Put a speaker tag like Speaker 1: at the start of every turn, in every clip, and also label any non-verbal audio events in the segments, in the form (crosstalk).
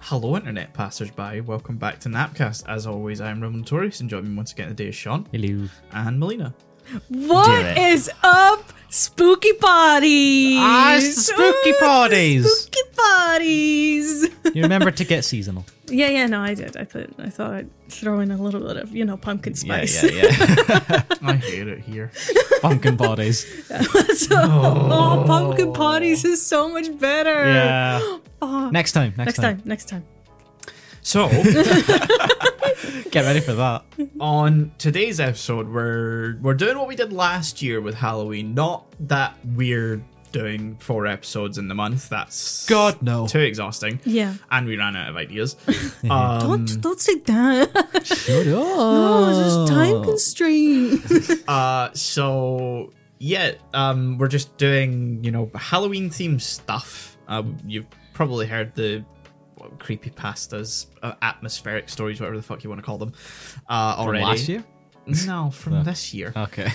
Speaker 1: Hello, internet passersby. Welcome back to Napcast. As always, I'm Roman Torres, and joining me once again today is Sean
Speaker 2: Hello.
Speaker 1: and Melina.
Speaker 2: it.
Speaker 3: What is up, spooky bodies?
Speaker 2: Ah, it's the spooky
Speaker 3: Ah,
Speaker 2: bodies.
Speaker 3: Spooky bodies.
Speaker 2: You remember to get seasonal.
Speaker 3: (laughs) yeah, yeah, no, I did. I thought I thought I'd throw in a little bit of you know pumpkin spice.
Speaker 2: yeah.
Speaker 1: (laughs) I hate it here.
Speaker 2: Pumpkin bodies.
Speaker 3: (laughs) So- oh. pumpkin bodies is so much better.
Speaker 2: Yeah.
Speaker 3: Oh,
Speaker 2: Uh, Next time. Next,
Speaker 3: next time. Next time.
Speaker 1: So,
Speaker 2: Get ready for
Speaker 3: (laughs)
Speaker 2: that.
Speaker 1: on today's episode, we're we're doing what we did last year with Halloween. Not that we're doing four episodes in the month. That's
Speaker 2: God, no.
Speaker 1: too exhausting.
Speaker 3: Yeah.
Speaker 1: And we ran out of ideas. um,
Speaker 3: don't don't say (laughs) that.
Speaker 2: Shut up.
Speaker 3: oh, it's just time
Speaker 2: (laughs)
Speaker 3: constraint.
Speaker 1: Uh, so yeah, um, we're just doing you know Halloween themed stuff. Um, you've probably heard the creepy pastas, uh, atmospheric stories, whatever the fuck you want to call them. Uh, already
Speaker 2: Last year?
Speaker 1: No,
Speaker 2: (laughs)
Speaker 1: from this year.
Speaker 2: Okay.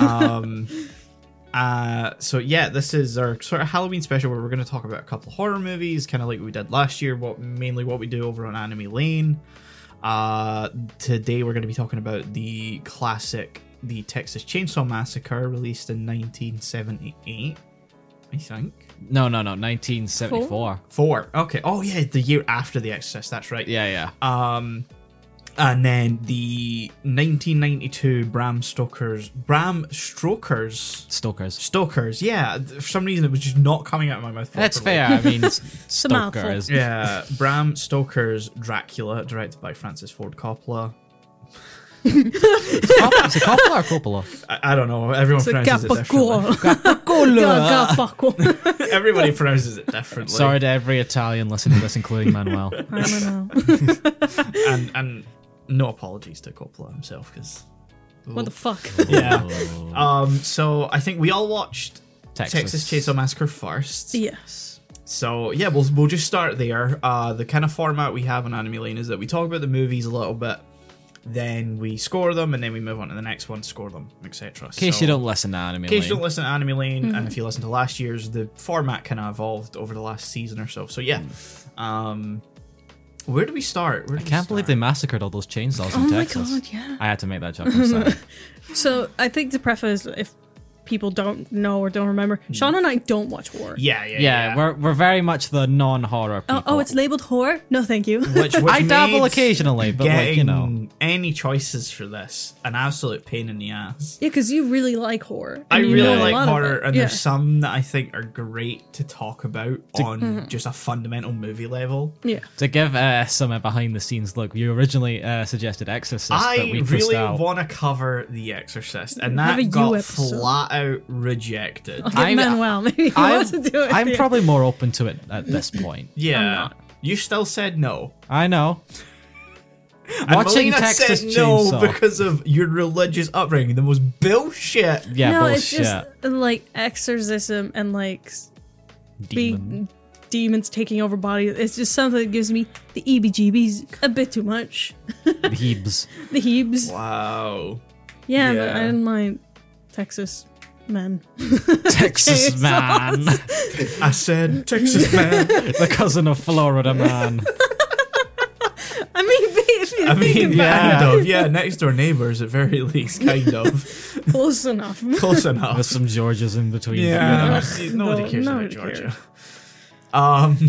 Speaker 1: Um, uh, so yeah, this is our sort of Halloween special where we're going to talk about a couple horror movies, kind of like we did last year. What mainly what we do over on Anime Lane. Uh, today we're going to be talking about the classic, the Texas Chainsaw Massacre, released in 1978. I think
Speaker 2: No, no, no. 1974.
Speaker 1: four. Okay. Oh yeah, the year after The Exorcist. That's right.
Speaker 2: Yeah, yeah.
Speaker 1: Um, and then the 1992 Bram Stoker's Bram Stoker's
Speaker 2: Stalkers.
Speaker 1: Stokers, yeah. th- For some reason, it was just not coming out of my mouth.
Speaker 2: That's
Speaker 1: properly.
Speaker 2: fair. I mean,
Speaker 3: (laughs)
Speaker 2: s-
Speaker 3: a mouthful.
Speaker 2: Stalker is. (laughs)
Speaker 1: Yeah, Bram Stoker's Dracula, directed by Francis Ford Coppola.
Speaker 2: Cop- Is it Coppola or (laughs) Coppola?
Speaker 1: I, I don't know. Everyone pronounces it differently.
Speaker 2: (laughs)
Speaker 3: Gabagool.
Speaker 2: Oh,
Speaker 3: (laughs) Gabagool.
Speaker 1: (laughs) Everybody pronounces it differently.
Speaker 2: Sorry to every Italian listening to this, including
Speaker 3: (laughs)
Speaker 2: Manuel.
Speaker 3: I don't know.
Speaker 2: (laughs)
Speaker 1: and and no apologies to Coppola himself because
Speaker 3: What the fuck? (laughs)
Speaker 1: yeah.
Speaker 2: Oh.
Speaker 1: (laughs) Um. So I think we all watched
Speaker 2: Texas.
Speaker 1: Texas Chainsaw Massacre first.
Speaker 3: Yes.
Speaker 1: So yeah, we'll we'll just start there. Uh, the kind of format we have on Anime Lane is that we talk about the movies a little bit, then we score them, and then we move on to the next one, score them, etc.
Speaker 2: In case you don't listen to anime.
Speaker 1: in case you
Speaker 2: Lane.
Speaker 1: don't listen to Anime Lane, and
Speaker 3: Mm-hmm.
Speaker 1: if you listen to last year's, the format kind of evolved over the last season or so. So yeah, um, where do we start? Where do
Speaker 2: Mm. I can't believe they massacred all those chainsaws in
Speaker 3: Oh my
Speaker 2: Texas.
Speaker 3: God, yeah.
Speaker 2: I had to make that joke. I'm
Speaker 3: (laughs)
Speaker 2: sorry.
Speaker 3: So I think to preface, if people don't know or don't remember, Sean and I don't watch horror.
Speaker 1: Hmm. Yeah, yeah, yeah.
Speaker 2: yeah, we're we're very much the non-horror people.
Speaker 3: Oh, oh, it's labeled horror? No, thank you.
Speaker 1: (laughs) which, which
Speaker 2: I dabble
Speaker 1: made
Speaker 2: occasionally, but like you know,
Speaker 1: getting any choices for this an absolute pain in the ass.
Speaker 3: (laughs) Yeah, because you really like horror.
Speaker 1: I
Speaker 3: and you know
Speaker 1: really
Speaker 3: a
Speaker 1: like
Speaker 3: lot of
Speaker 1: horror,
Speaker 3: it.
Speaker 1: and
Speaker 3: yeah.
Speaker 1: there's some that I think are great to talk about on
Speaker 3: Mm-hmm.
Speaker 1: just a fundamental movie level.
Speaker 3: Yeah.
Speaker 2: to give uh, some uh, behind-the-scenes look, you originally uh, suggested Exorcist, but
Speaker 1: I
Speaker 2: we pushed
Speaker 1: really
Speaker 2: out.
Speaker 1: want to cover The Exorcist, and
Speaker 3: Have a
Speaker 1: that
Speaker 3: you
Speaker 1: got
Speaker 3: episode.
Speaker 1: flat out rejected.
Speaker 3: Get
Speaker 2: I'm-
Speaker 3: Manuel, (laughs) maybe he
Speaker 2: I'm,
Speaker 3: wants to do it.
Speaker 2: I'm
Speaker 3: Yeah.
Speaker 2: probably more open to it at
Speaker 1: (laughs)
Speaker 2: this point.
Speaker 1: yeah,
Speaker 3: not.
Speaker 1: you still said no.
Speaker 2: I know.
Speaker 1: And
Speaker 2: Watching
Speaker 1: Melina
Speaker 2: Texas
Speaker 1: said no
Speaker 2: Chainsaw.
Speaker 1: because of your religious upbringing, the most bullshit.
Speaker 2: yeah,
Speaker 3: no, it's
Speaker 2: bullshit.
Speaker 3: just uh, like exorcism and like s-
Speaker 2: Demon.
Speaker 3: big demons taking over bodies. It's just something that gives me the EBGBs a bit too much. (laughs)
Speaker 2: Heebs.
Speaker 3: The heebs.
Speaker 1: Wow.
Speaker 3: Yeah, but
Speaker 1: Yeah.
Speaker 3: I didn't mind Texas men. (laughs)
Speaker 2: Texas man,
Speaker 1: I said Texas man.
Speaker 2: (laughs) the cousin of Florida man.
Speaker 3: I mean, (laughs) if you
Speaker 1: I
Speaker 3: think
Speaker 1: mean,
Speaker 3: about
Speaker 1: kind
Speaker 2: Yeah.
Speaker 1: of. Yeah, next door neighbors at very least, kind
Speaker 2: (laughs)
Speaker 1: of.
Speaker 3: it, (laughs) close enough.
Speaker 1: Close enough.
Speaker 2: With some Georges in between.
Speaker 1: Yeah,
Speaker 3: Ugh,
Speaker 1: see, nobody
Speaker 3: no,
Speaker 1: cares about
Speaker 3: nobody
Speaker 1: Georgia.
Speaker 3: cares.
Speaker 1: Um, (laughs)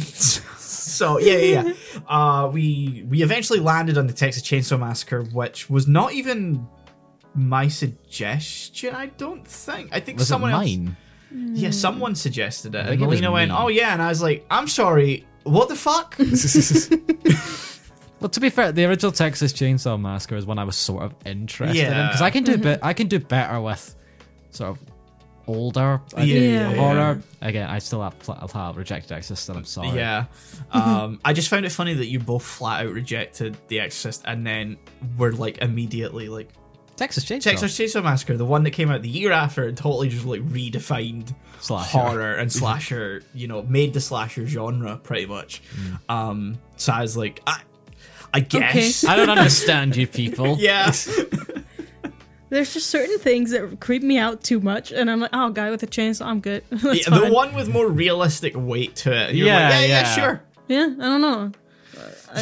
Speaker 1: so yeah, yeah, yeah. Uh, we we eventually landed on the Texas Chainsaw Massacre, which was not even my suggestion. I don't think. I think
Speaker 2: Was it
Speaker 1: someone else.
Speaker 2: mine?
Speaker 1: Yeah,
Speaker 2: Hmm.
Speaker 1: someone suggested it, and
Speaker 2: think it was
Speaker 1: Melina went,
Speaker 2: me.
Speaker 1: "Oh yeah," and I was like, "I'm sorry." What the
Speaker 2: (laughs)
Speaker 1: fuck?
Speaker 2: Well, to be fair, the original Texas Chainsaw Massacre is one I was sort of interested in
Speaker 1: Yeah.
Speaker 2: because I can do bit. I can do better with sort of older I
Speaker 1: Yeah,
Speaker 2: think, (laughs)
Speaker 3: yeah,
Speaker 2: horror. Again, I still have, pl- have rejected Exorcist, and I'm sorry.
Speaker 1: Yeah. Um, I just found it funny that you both flat out rejected The Exorcist and then were like immediately like,
Speaker 2: Texas Chainsaw
Speaker 1: Texas Chainsaw Massacre, the one that came out the year after, and totally just like redefined
Speaker 2: Slasher.
Speaker 1: horror and slasher. (laughs) You know, made the slasher genre pretty much.
Speaker 2: Hmm.
Speaker 1: Um, so I was like, I, I guess,
Speaker 2: (laughs) I don't understand you
Speaker 1: (laughs)
Speaker 2: people. (laughs)
Speaker 1: yeah,
Speaker 3: There's just certain things that creep me out too much, and I'm like, oh, guy with a chainsaw, I'm good. (laughs) That's
Speaker 1: Yeah, the
Speaker 3: fine.
Speaker 1: one with more realistic weight to it. You're
Speaker 2: Yeah,
Speaker 1: like, yeah, yeah,
Speaker 2: yeah.
Speaker 1: sure.
Speaker 3: Yeah, I don't know.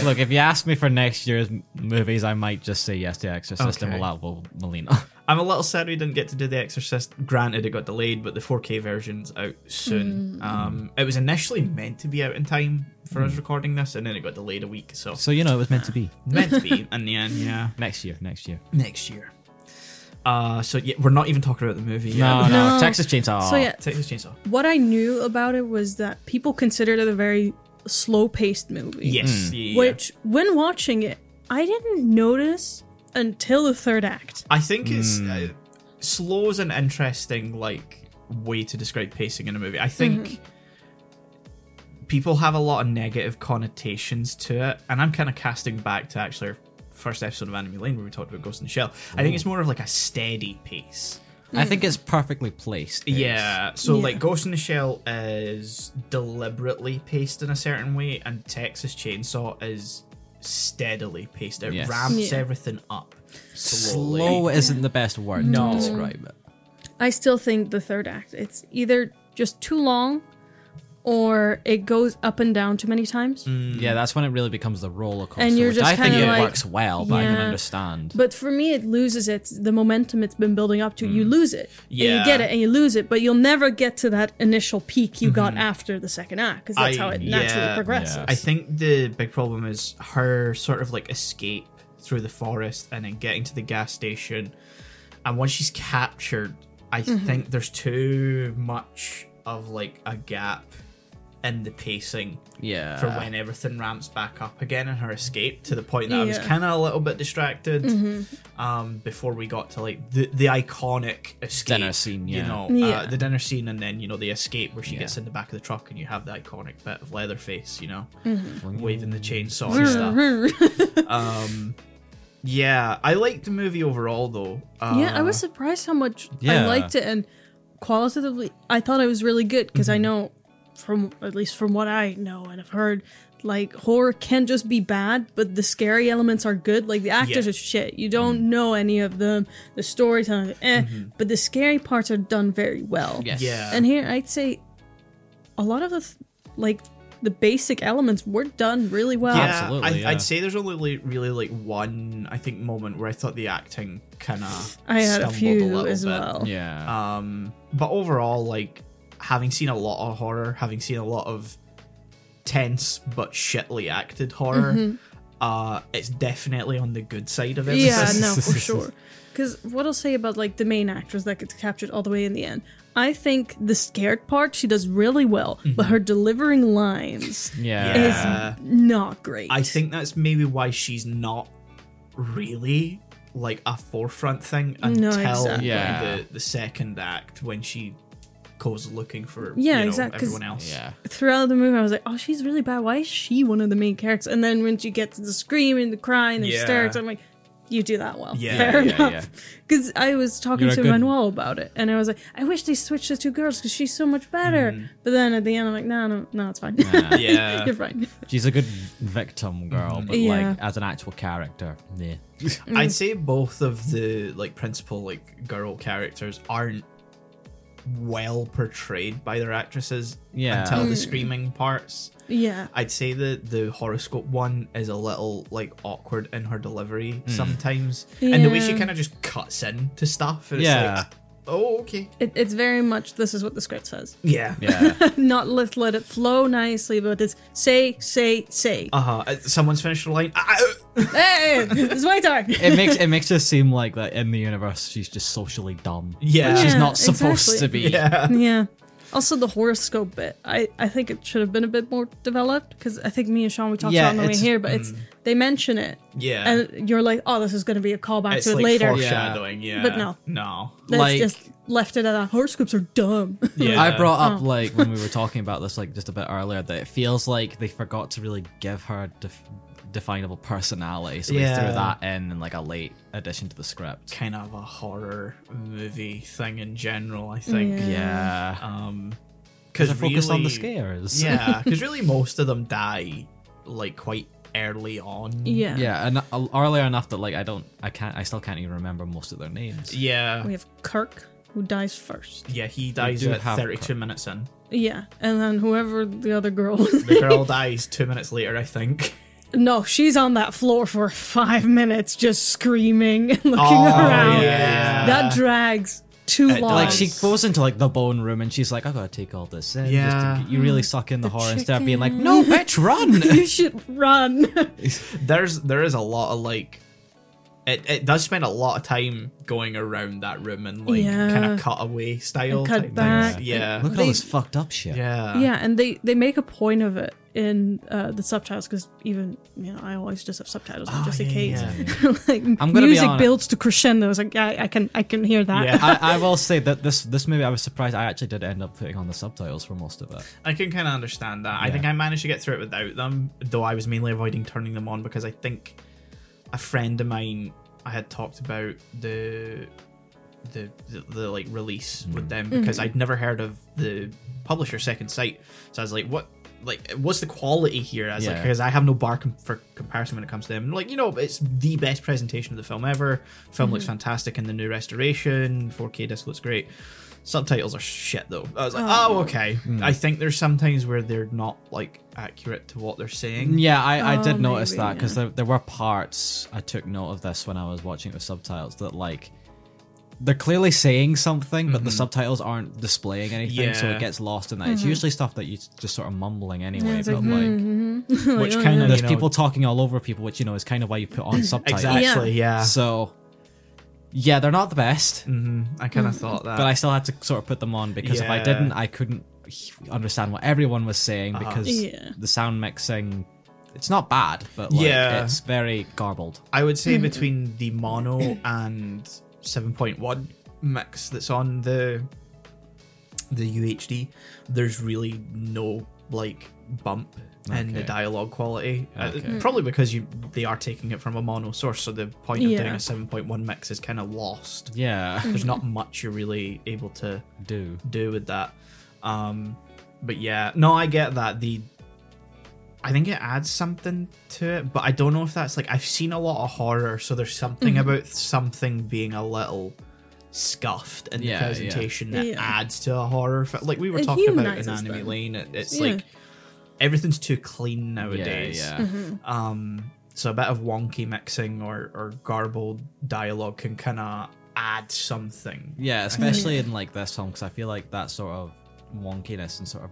Speaker 2: Look, if you ask me for next year's m- movies, I might just say yes to Exorcist and
Speaker 1: Okay.
Speaker 2: we'll outlaw Melina.
Speaker 1: I'm a little sad we didn't get to do The Exorcist. Granted, it got delayed, but the 4K version's out soon. Um, it was initially meant to be out in time for us recording this, and then it got delayed a week.
Speaker 2: (laughs)
Speaker 1: So
Speaker 2: (laughs) so you know it was meant to be
Speaker 1: meant to be in the end, yeah,
Speaker 2: next year. Next year.
Speaker 1: next year. Uh, so yeah, we're not even talking about the movie.
Speaker 2: No,
Speaker 1: yet.
Speaker 2: no,
Speaker 3: No.
Speaker 2: Texas Chainsaw.
Speaker 3: So yeah,
Speaker 1: Texas Chainsaw.
Speaker 3: what I knew about it was that people considered it a very slow-paced movie.
Speaker 1: Yes, yeah, yeah, yeah.
Speaker 3: Which, when watching it, I didn't notice until the third act.
Speaker 1: I think it's
Speaker 2: Hmm.
Speaker 1: uh, slow is an interesting like way to describe pacing in a movie. I think
Speaker 3: Mm-hmm.
Speaker 1: people have a lot of negative connotations to it, and I'm kind of casting back to actually our first episode of Anime Lane where we talked about Ghost in the Shell. I think it's more of like a steady pace.
Speaker 2: I think it's perfectly placed. It's-
Speaker 1: Yeah, so
Speaker 3: Yeah.
Speaker 1: like Ghost in the Shell is deliberately paced in a certain way, and Texas Chainsaw is steadily paced. It
Speaker 2: Yes.
Speaker 1: ramps
Speaker 3: Yeah.
Speaker 1: everything up slowly.
Speaker 2: Slow isn't the best word
Speaker 1: No.
Speaker 2: to describe it.
Speaker 3: I still think the third act, it's either just too long or it goes up and down too many times.
Speaker 2: Yeah, that's when it really becomes the roller coaster.
Speaker 3: And you're
Speaker 2: which
Speaker 3: just
Speaker 2: I think
Speaker 3: kinda
Speaker 2: it
Speaker 3: like-
Speaker 2: works well, but I can
Speaker 3: Yeah.
Speaker 2: understand.
Speaker 3: But for me, it loses its the momentum it's been building up to. You lose it, and
Speaker 1: Mm. Yeah.
Speaker 3: you get it, and you lose it, but you'll never get to that initial peak you got after the second act because that's
Speaker 1: Mm-hmm. I-
Speaker 3: how it naturally
Speaker 1: yeah,
Speaker 3: progresses.
Speaker 2: yeah.
Speaker 1: I think the big problem is her sort of like escape through the forest and then getting to the gas station. And once she's captured, I think there's too much of like a gap in the pacing
Speaker 2: yeah.
Speaker 3: Uh,
Speaker 1: for when everything ramps back up again in her escape to the point that I was
Speaker 3: Yeah. Mm-hmm.
Speaker 1: kind of a little bit distracted um, before we got to like the, the iconic escape
Speaker 2: Dinner scene,
Speaker 1: you
Speaker 2: yeah.
Speaker 1: know,
Speaker 3: Yeah.
Speaker 1: uh, the dinner scene, and then you know the escape where she
Speaker 2: Yeah.
Speaker 1: gets in the back of the truck and you have the iconic bit of Leatherface, you know,
Speaker 3: Mm-hmm.
Speaker 1: waving the chainsaw and
Speaker 3: (laughs)
Speaker 1: stuff.
Speaker 3: yeah,
Speaker 1: Um, yeah, I liked the movie overall though. Uh,
Speaker 3: I was surprised how much
Speaker 2: Yeah.
Speaker 3: I liked it, and qualitatively, I thought it was really good because
Speaker 1: Mm-hmm.
Speaker 3: I know from at least from what I know and have heard. Like horror can just be bad, but the scary elements are good. Like the actors
Speaker 1: Yeah. Mm-hmm.
Speaker 3: are shit. You don't know any of them. The storytelling, eh, but the scary parts are done very well.
Speaker 2: Yes.
Speaker 1: Yeah.
Speaker 3: And here, I'd say a lot of the th- like the basic elements were done really well.
Speaker 1: Yeah,
Speaker 2: Absolutely,
Speaker 1: I,
Speaker 2: yeah.
Speaker 1: I'd say there's only like, really like one I think moment where I thought the acting kind of
Speaker 3: I had a few
Speaker 1: little
Speaker 3: as
Speaker 1: bit.
Speaker 3: well.
Speaker 2: Yeah.
Speaker 1: Um, but overall, like having seen a lot of horror, having seen a lot of tense but shitly acted horror,
Speaker 3: Mm-hmm.
Speaker 1: uh, it's definitely on the good side of it. (laughs)
Speaker 3: Yeah, no, for sure. Because what I'll say about like the main actress that gets captured all the way in the end, I think the scared part she does really well, but
Speaker 1: Mm-hmm.
Speaker 3: her delivering lines
Speaker 2: yeah.
Speaker 1: Yeah.
Speaker 3: is not great.
Speaker 1: I think that's maybe why she's not really like a forefront thing until
Speaker 3: No, exactly.
Speaker 2: Yeah.
Speaker 1: the, the second act when she goes looking for
Speaker 3: Yeah,
Speaker 1: you know,
Speaker 3: exact- 'cause-
Speaker 1: everyone else.
Speaker 2: Yeah.
Speaker 3: throughout the movie, I was like, "Oh, she's really bad. Why is she one of the main characters?" And then when she gets the scream and the cry and the
Speaker 1: Yeah.
Speaker 3: hysterics, I'm like, "You do that well.
Speaker 1: Yeah,
Speaker 3: Fair
Speaker 2: yeah, yeah.
Speaker 3: enough." Because I was talking
Speaker 2: You're a
Speaker 3: to
Speaker 2: good-
Speaker 3: Manuel about it, and I was like, "I wish they switched the two girls because she's so much better." But then at the end, I'm like, "No, no, no, it's fine.
Speaker 1: Mm-hmm.
Speaker 3: (laughs)
Speaker 1: Yeah.
Speaker 3: You're fine."
Speaker 2: She's a good victim girl, but
Speaker 3: Yeah.
Speaker 2: like as an actual character,
Speaker 1: (laughs)
Speaker 2: yeah.
Speaker 3: Mm.
Speaker 1: I'd say both of the like principal like girl characters aren't well portrayed by their actresses
Speaker 2: Yeah.
Speaker 1: until
Speaker 3: Mm.
Speaker 1: the screaming parts.
Speaker 3: Yeah.
Speaker 1: I'd say the the horoscope one is a little like awkward in her delivery
Speaker 2: Mm.
Speaker 1: sometimes, and the way she
Speaker 3: Yeah.
Speaker 1: kind of just cuts in to stuff. And
Speaker 2: Yeah.
Speaker 1: it's like, oh okay,
Speaker 3: It, it's very much this is what the script says. (laughs)
Speaker 1: yeah, (laughs)
Speaker 2: Yeah.
Speaker 3: Not let let it flow nicely, but it's say, say, say.
Speaker 1: Uh huh. Someone's finished the line. "Ah, ah, ah."
Speaker 3: hey, it's my turn.
Speaker 2: it makes it makes her seem like that in the universe she's just socially dumb.
Speaker 1: Yeah.
Speaker 2: Like, she's
Speaker 3: Yeah,
Speaker 2: not supposed
Speaker 3: exactly.
Speaker 2: to be.
Speaker 1: yeah,
Speaker 3: Yeah. Also, the horoscope bit, I, I think it should have been a bit more developed because I think me and Sean we talked
Speaker 2: Yeah,
Speaker 3: about it on the way
Speaker 2: it's-
Speaker 3: here, but it's they mention it
Speaker 1: yeah.
Speaker 3: and you're like, oh, this is going to be a callback
Speaker 1: it's
Speaker 3: to it
Speaker 1: like
Speaker 3: later.
Speaker 2: Yeah.
Speaker 1: foreshadowing. Yeah.
Speaker 3: But no.
Speaker 1: no.
Speaker 3: That's
Speaker 2: like-
Speaker 3: just left it at that. Horoscopes are dumb. (laughs)
Speaker 1: Yeah,
Speaker 2: I brought
Speaker 3: Oh.
Speaker 2: up like when we were talking about this like just a bit earlier that it feels like they forgot to really give her a def- definable personality, so they
Speaker 1: Yeah.
Speaker 2: threw that in in like a late addition to the script.
Speaker 1: kind of a horror movie thing in general. I think.
Speaker 3: Yeah.
Speaker 2: Yeah,
Speaker 1: Um,
Speaker 2: because
Speaker 1: because
Speaker 2: they focused
Speaker 1: really,
Speaker 2: on the
Speaker 1: (laughs)
Speaker 2: scares.
Speaker 1: yeah, because really most of them die like quite early on.
Speaker 3: yeah.
Speaker 2: yeah, and uh, earlier enough that like I don't, I can't, I still can't even remember most of their names.
Speaker 1: Yeah.
Speaker 3: We have Kirk, who dies first.
Speaker 1: Yeah, he dies
Speaker 2: do
Speaker 1: at
Speaker 2: have
Speaker 1: 32
Speaker 2: cr-
Speaker 1: minutes in.
Speaker 3: Yeah, and then whoever the other girl. (laughs)
Speaker 1: The girl (laughs) dies two minutes later, I think.
Speaker 3: no, she's on that floor for five minutes, just screaming and looking around.
Speaker 1: Oh, yeah.
Speaker 3: That drags too long.
Speaker 2: Like she goes into like the bone room and she's like, I gotta take all this in.
Speaker 1: Yeah.
Speaker 2: Just to, you really suck in the, horror and start being like,
Speaker 3: chicken.
Speaker 2: no, bitch, run.
Speaker 3: you should run.
Speaker 1: (laughs) There's there is a lot of like it, it does spend a lot of time going around that room and like
Speaker 3: Yeah.
Speaker 1: kind of cutaway style
Speaker 3: cut
Speaker 1: type
Speaker 3: back.
Speaker 1: things. Yeah.
Speaker 2: Look at all this fucked up shit.
Speaker 1: Yeah.
Speaker 3: (laughs) yeah, and they they make a point of it in uh, the subtitles because even you know I always just have subtitles on
Speaker 1: Oh,
Speaker 3: just in
Speaker 1: yeah,
Speaker 3: case.
Speaker 1: yeah,
Speaker 3: (laughs) like
Speaker 2: I'm gonna be
Speaker 3: music
Speaker 2: honest.
Speaker 3: builds to crescendos. Like I, I can I can hear that.
Speaker 1: Yeah.
Speaker 2: I, I will say that this this movie I was surprised I actually did end up putting on the subtitles for most of it.
Speaker 1: I can kind of understand that. I
Speaker 2: Yeah.
Speaker 1: think I managed to get through it without them, though I was mainly avoiding turning them on because I think a friend of mine I had talked about the the the, the like release
Speaker 2: Mm.
Speaker 1: with them because I'd never heard of the publisher Second Sight, so I was like, what. Like, what's the quality here? I was like,
Speaker 2: Yeah.
Speaker 1: because I have no bar com- for comparison when it comes to them. And like, you know, it's the best presentation of the film ever. Film looks fantastic in the new restoration. 4K disc looks great. Subtitles are shit though. I was like,
Speaker 3: Oh.
Speaker 1: oh, okay.
Speaker 2: Hmm.
Speaker 1: I think there's sometimes where they're not like accurate to what they're saying.
Speaker 2: Yeah, I, I
Speaker 3: Oh,
Speaker 2: did notice
Speaker 3: maybe,
Speaker 2: that because
Speaker 3: yeah.
Speaker 2: there, there were parts I took note of this when I was watching it with subtitles that like they're clearly saying something, but the subtitles aren't displaying anything, so
Speaker 1: Mm-hmm. Yeah.
Speaker 2: it gets lost in that. It's usually stuff that you s- just sort of mumbling anyway,
Speaker 3: (laughs) Mm-hmm. it's
Speaker 2: but
Speaker 3: like, hmm, mm-hmm. oh,
Speaker 2: like.
Speaker 3: (laughs)
Speaker 1: Which kind of
Speaker 2: there's
Speaker 1: you know,
Speaker 2: people talking all over people, which you know is kind of why you put
Speaker 1: (coughs)
Speaker 2: on subtitles.
Speaker 1: exactly. Yeah,
Speaker 2: So, yeah, they're not the best,
Speaker 1: hmm I kind of thought that.
Speaker 2: but I still had to sort of put them on because if I
Speaker 1: Uh, Yeah.
Speaker 2: didn't, I couldn't h- understand what everyone was saying
Speaker 1: Uh-huh.
Speaker 2: because
Speaker 3: Yeah.
Speaker 2: the sound mixing. It's not bad, but like,
Speaker 1: Yeah.
Speaker 2: it's very garbled.
Speaker 1: I would
Speaker 2: (laughs)
Speaker 1: say between the mono and 7.1 mix that's on the the UHD, there's really no like bump in the
Speaker 2: Okay.
Speaker 1: dialogue quality. Uh,
Speaker 2: Okay.
Speaker 1: probably because you they are taking it from a mono source, so the point of doing
Speaker 3: Yeah.
Speaker 1: a 7.1 mix is kind of lost.
Speaker 2: Yeah,
Speaker 3: Mm-hmm.
Speaker 1: There's not much you're really able to
Speaker 2: (laughs) do
Speaker 1: do with that. Um, but yeah, no, I get that. The I think it adds something to it, but I don't know if that's like I've seen a lot of horror, so there's something
Speaker 2: Mm.
Speaker 1: about something being a little scuffed in
Speaker 2: Yeah,
Speaker 1: the
Speaker 2: yeah.
Speaker 1: presentation that
Speaker 3: Yeah.
Speaker 1: adds to a horror film. Like we were
Speaker 3: It
Speaker 1: talking about in
Speaker 3: humanises
Speaker 1: Anime
Speaker 3: them.
Speaker 1: Lane, it, it's
Speaker 3: Yeah.
Speaker 1: like everything's too clean nowadays.
Speaker 2: Yeah,
Speaker 3: Mm-hmm.
Speaker 1: Um, so a bit of wonky mixing or, or garbled dialogue can kind of add something.
Speaker 3: Mm-hmm.
Speaker 2: yeah, especially in like this film because I feel like that sort of wonkiness and sort of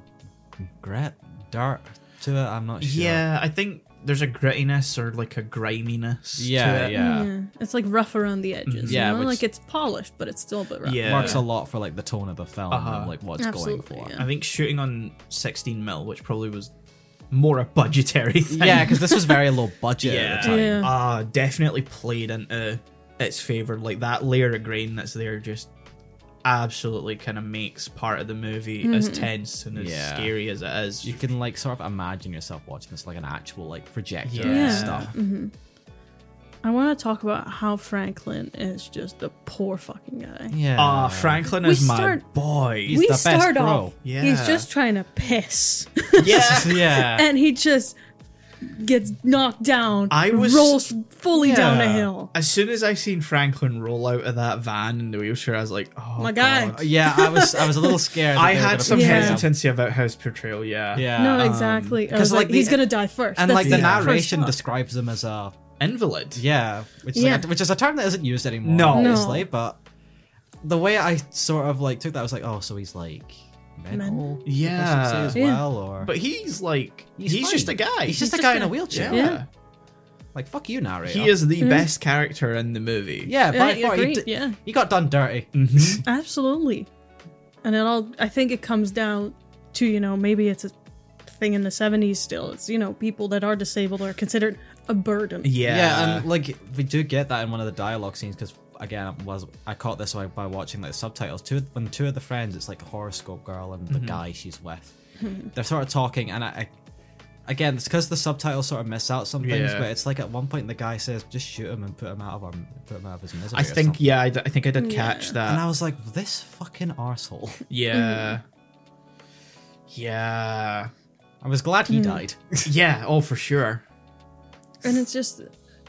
Speaker 2: grit, dirt to it. I'm not sure.
Speaker 1: Yeah, I think there's a grittiness or like a griminess.
Speaker 2: Yeah,
Speaker 1: to it.
Speaker 2: yeah.
Speaker 3: It's like rough around the edges.
Speaker 2: Yeah,
Speaker 3: you know?
Speaker 2: which-
Speaker 3: like it's polished, but it's still a bit rough.
Speaker 1: Yeah.
Speaker 2: Works a lot for like the tone of the film
Speaker 1: Uh-huh.
Speaker 2: and like what it's
Speaker 3: Absolutely,
Speaker 2: going for.
Speaker 1: I think shooting on 16 mil, which probably was more a budgetary (laughs) thing.
Speaker 2: Yeah, because this was
Speaker 1: (laughs)
Speaker 2: very low budget at the
Speaker 1: Yeah.
Speaker 2: time.
Speaker 3: Yeah.
Speaker 1: uh, definitely played into its favor. Like that layer of grain that's there just absolutely kind of makes part of the movie as
Speaker 3: Mm-hmm.
Speaker 1: tense and as
Speaker 2: Yeah.
Speaker 1: scary as it is.
Speaker 2: You can like sort of imagine yourself watching this like an actual like projector and
Speaker 1: Yeah.
Speaker 2: stuff.
Speaker 3: I want to talk about how Franklin is just a poor fucking guy.
Speaker 2: Yeah.
Speaker 1: Ah, Franklin
Speaker 3: We
Speaker 1: is
Speaker 3: start-
Speaker 1: my boy.
Speaker 2: He's
Speaker 3: we
Speaker 2: the best
Speaker 3: start
Speaker 2: bro.
Speaker 3: off.
Speaker 1: Yeah.
Speaker 3: He's just trying to piss, (laughs)
Speaker 1: yeah.
Speaker 2: (laughs) yeah.
Speaker 3: and he just gets knocked down.
Speaker 1: I was-
Speaker 3: rolls fully down a
Speaker 1: Yeah.
Speaker 3: hill.
Speaker 1: As soon as I seen Franklin roll out of that van in the wheelchair, I was like, "Oh
Speaker 3: My guy.
Speaker 1: God.
Speaker 2: Yeah, I was I was a little scared. that
Speaker 1: I
Speaker 2: they were
Speaker 1: had
Speaker 2: gonna
Speaker 1: some
Speaker 2: put him
Speaker 3: Yeah.
Speaker 2: down.
Speaker 1: hesitancy about his portrayal. Yeah,
Speaker 2: (laughs) Yeah.
Speaker 3: no,
Speaker 2: Um,
Speaker 3: exactly. I
Speaker 2: 'cause,
Speaker 3: was like,
Speaker 2: like, the-
Speaker 3: he's gonna die first.
Speaker 2: and
Speaker 3: That's
Speaker 2: like the
Speaker 3: first
Speaker 2: narration
Speaker 3: thought.
Speaker 2: describes him as a
Speaker 1: invalid.
Speaker 2: yeah, which is like
Speaker 3: Yeah.
Speaker 2: a, which is a term that isn't used anymore.
Speaker 1: No. No.
Speaker 2: obviously, but the way I sort of like took that I was like, oh, so he's like mental,
Speaker 1: Yeah.
Speaker 2: I guess you'd say as
Speaker 3: Yeah.
Speaker 2: well, or
Speaker 1: but he's like he's,
Speaker 2: He's
Speaker 1: just a
Speaker 2: fine.
Speaker 1: guy.
Speaker 2: he's just
Speaker 3: just
Speaker 2: a guy
Speaker 3: a-
Speaker 2: in a wheelchair.
Speaker 1: yeah.
Speaker 3: Yeah.
Speaker 2: Like fuck you, narrator.
Speaker 1: He is the
Speaker 3: Mm.
Speaker 1: best character in the movie.
Speaker 2: Yeah,
Speaker 3: Yeah,
Speaker 2: but I thought he,
Speaker 3: agreed,
Speaker 2: did,
Speaker 3: yeah.
Speaker 2: he got done dirty.
Speaker 3: Absolutely. And it all I think it comes down to, you know, maybe it's a thing in the 70s still. It's, you know, people that are disabled are considered a burden.
Speaker 1: yeah,
Speaker 2: yeah and like we do get that in one of the dialogue scenes because again I was i caught this by, by watching like subtitles two of- when two of the friends it's like a horoscope girl and the guy she's with they're sort of talking and i, I again it's because the subtitles sort of miss out some things
Speaker 1: Yeah.
Speaker 2: but it's like at one point the guy says just shoot him and put him out of our, put him out of his misery
Speaker 1: I
Speaker 2: or
Speaker 1: think
Speaker 2: something.
Speaker 1: yeah, I, d- I think I did catch
Speaker 3: Yeah.
Speaker 2: and i
Speaker 1: that.
Speaker 2: was like this fucking arsehole (laughs)
Speaker 1: Yeah,
Speaker 3: Mm-hmm.
Speaker 1: yeah, (laughs)
Speaker 2: i was glad he died
Speaker 1: yeah. Oh, for sure.
Speaker 3: And it's just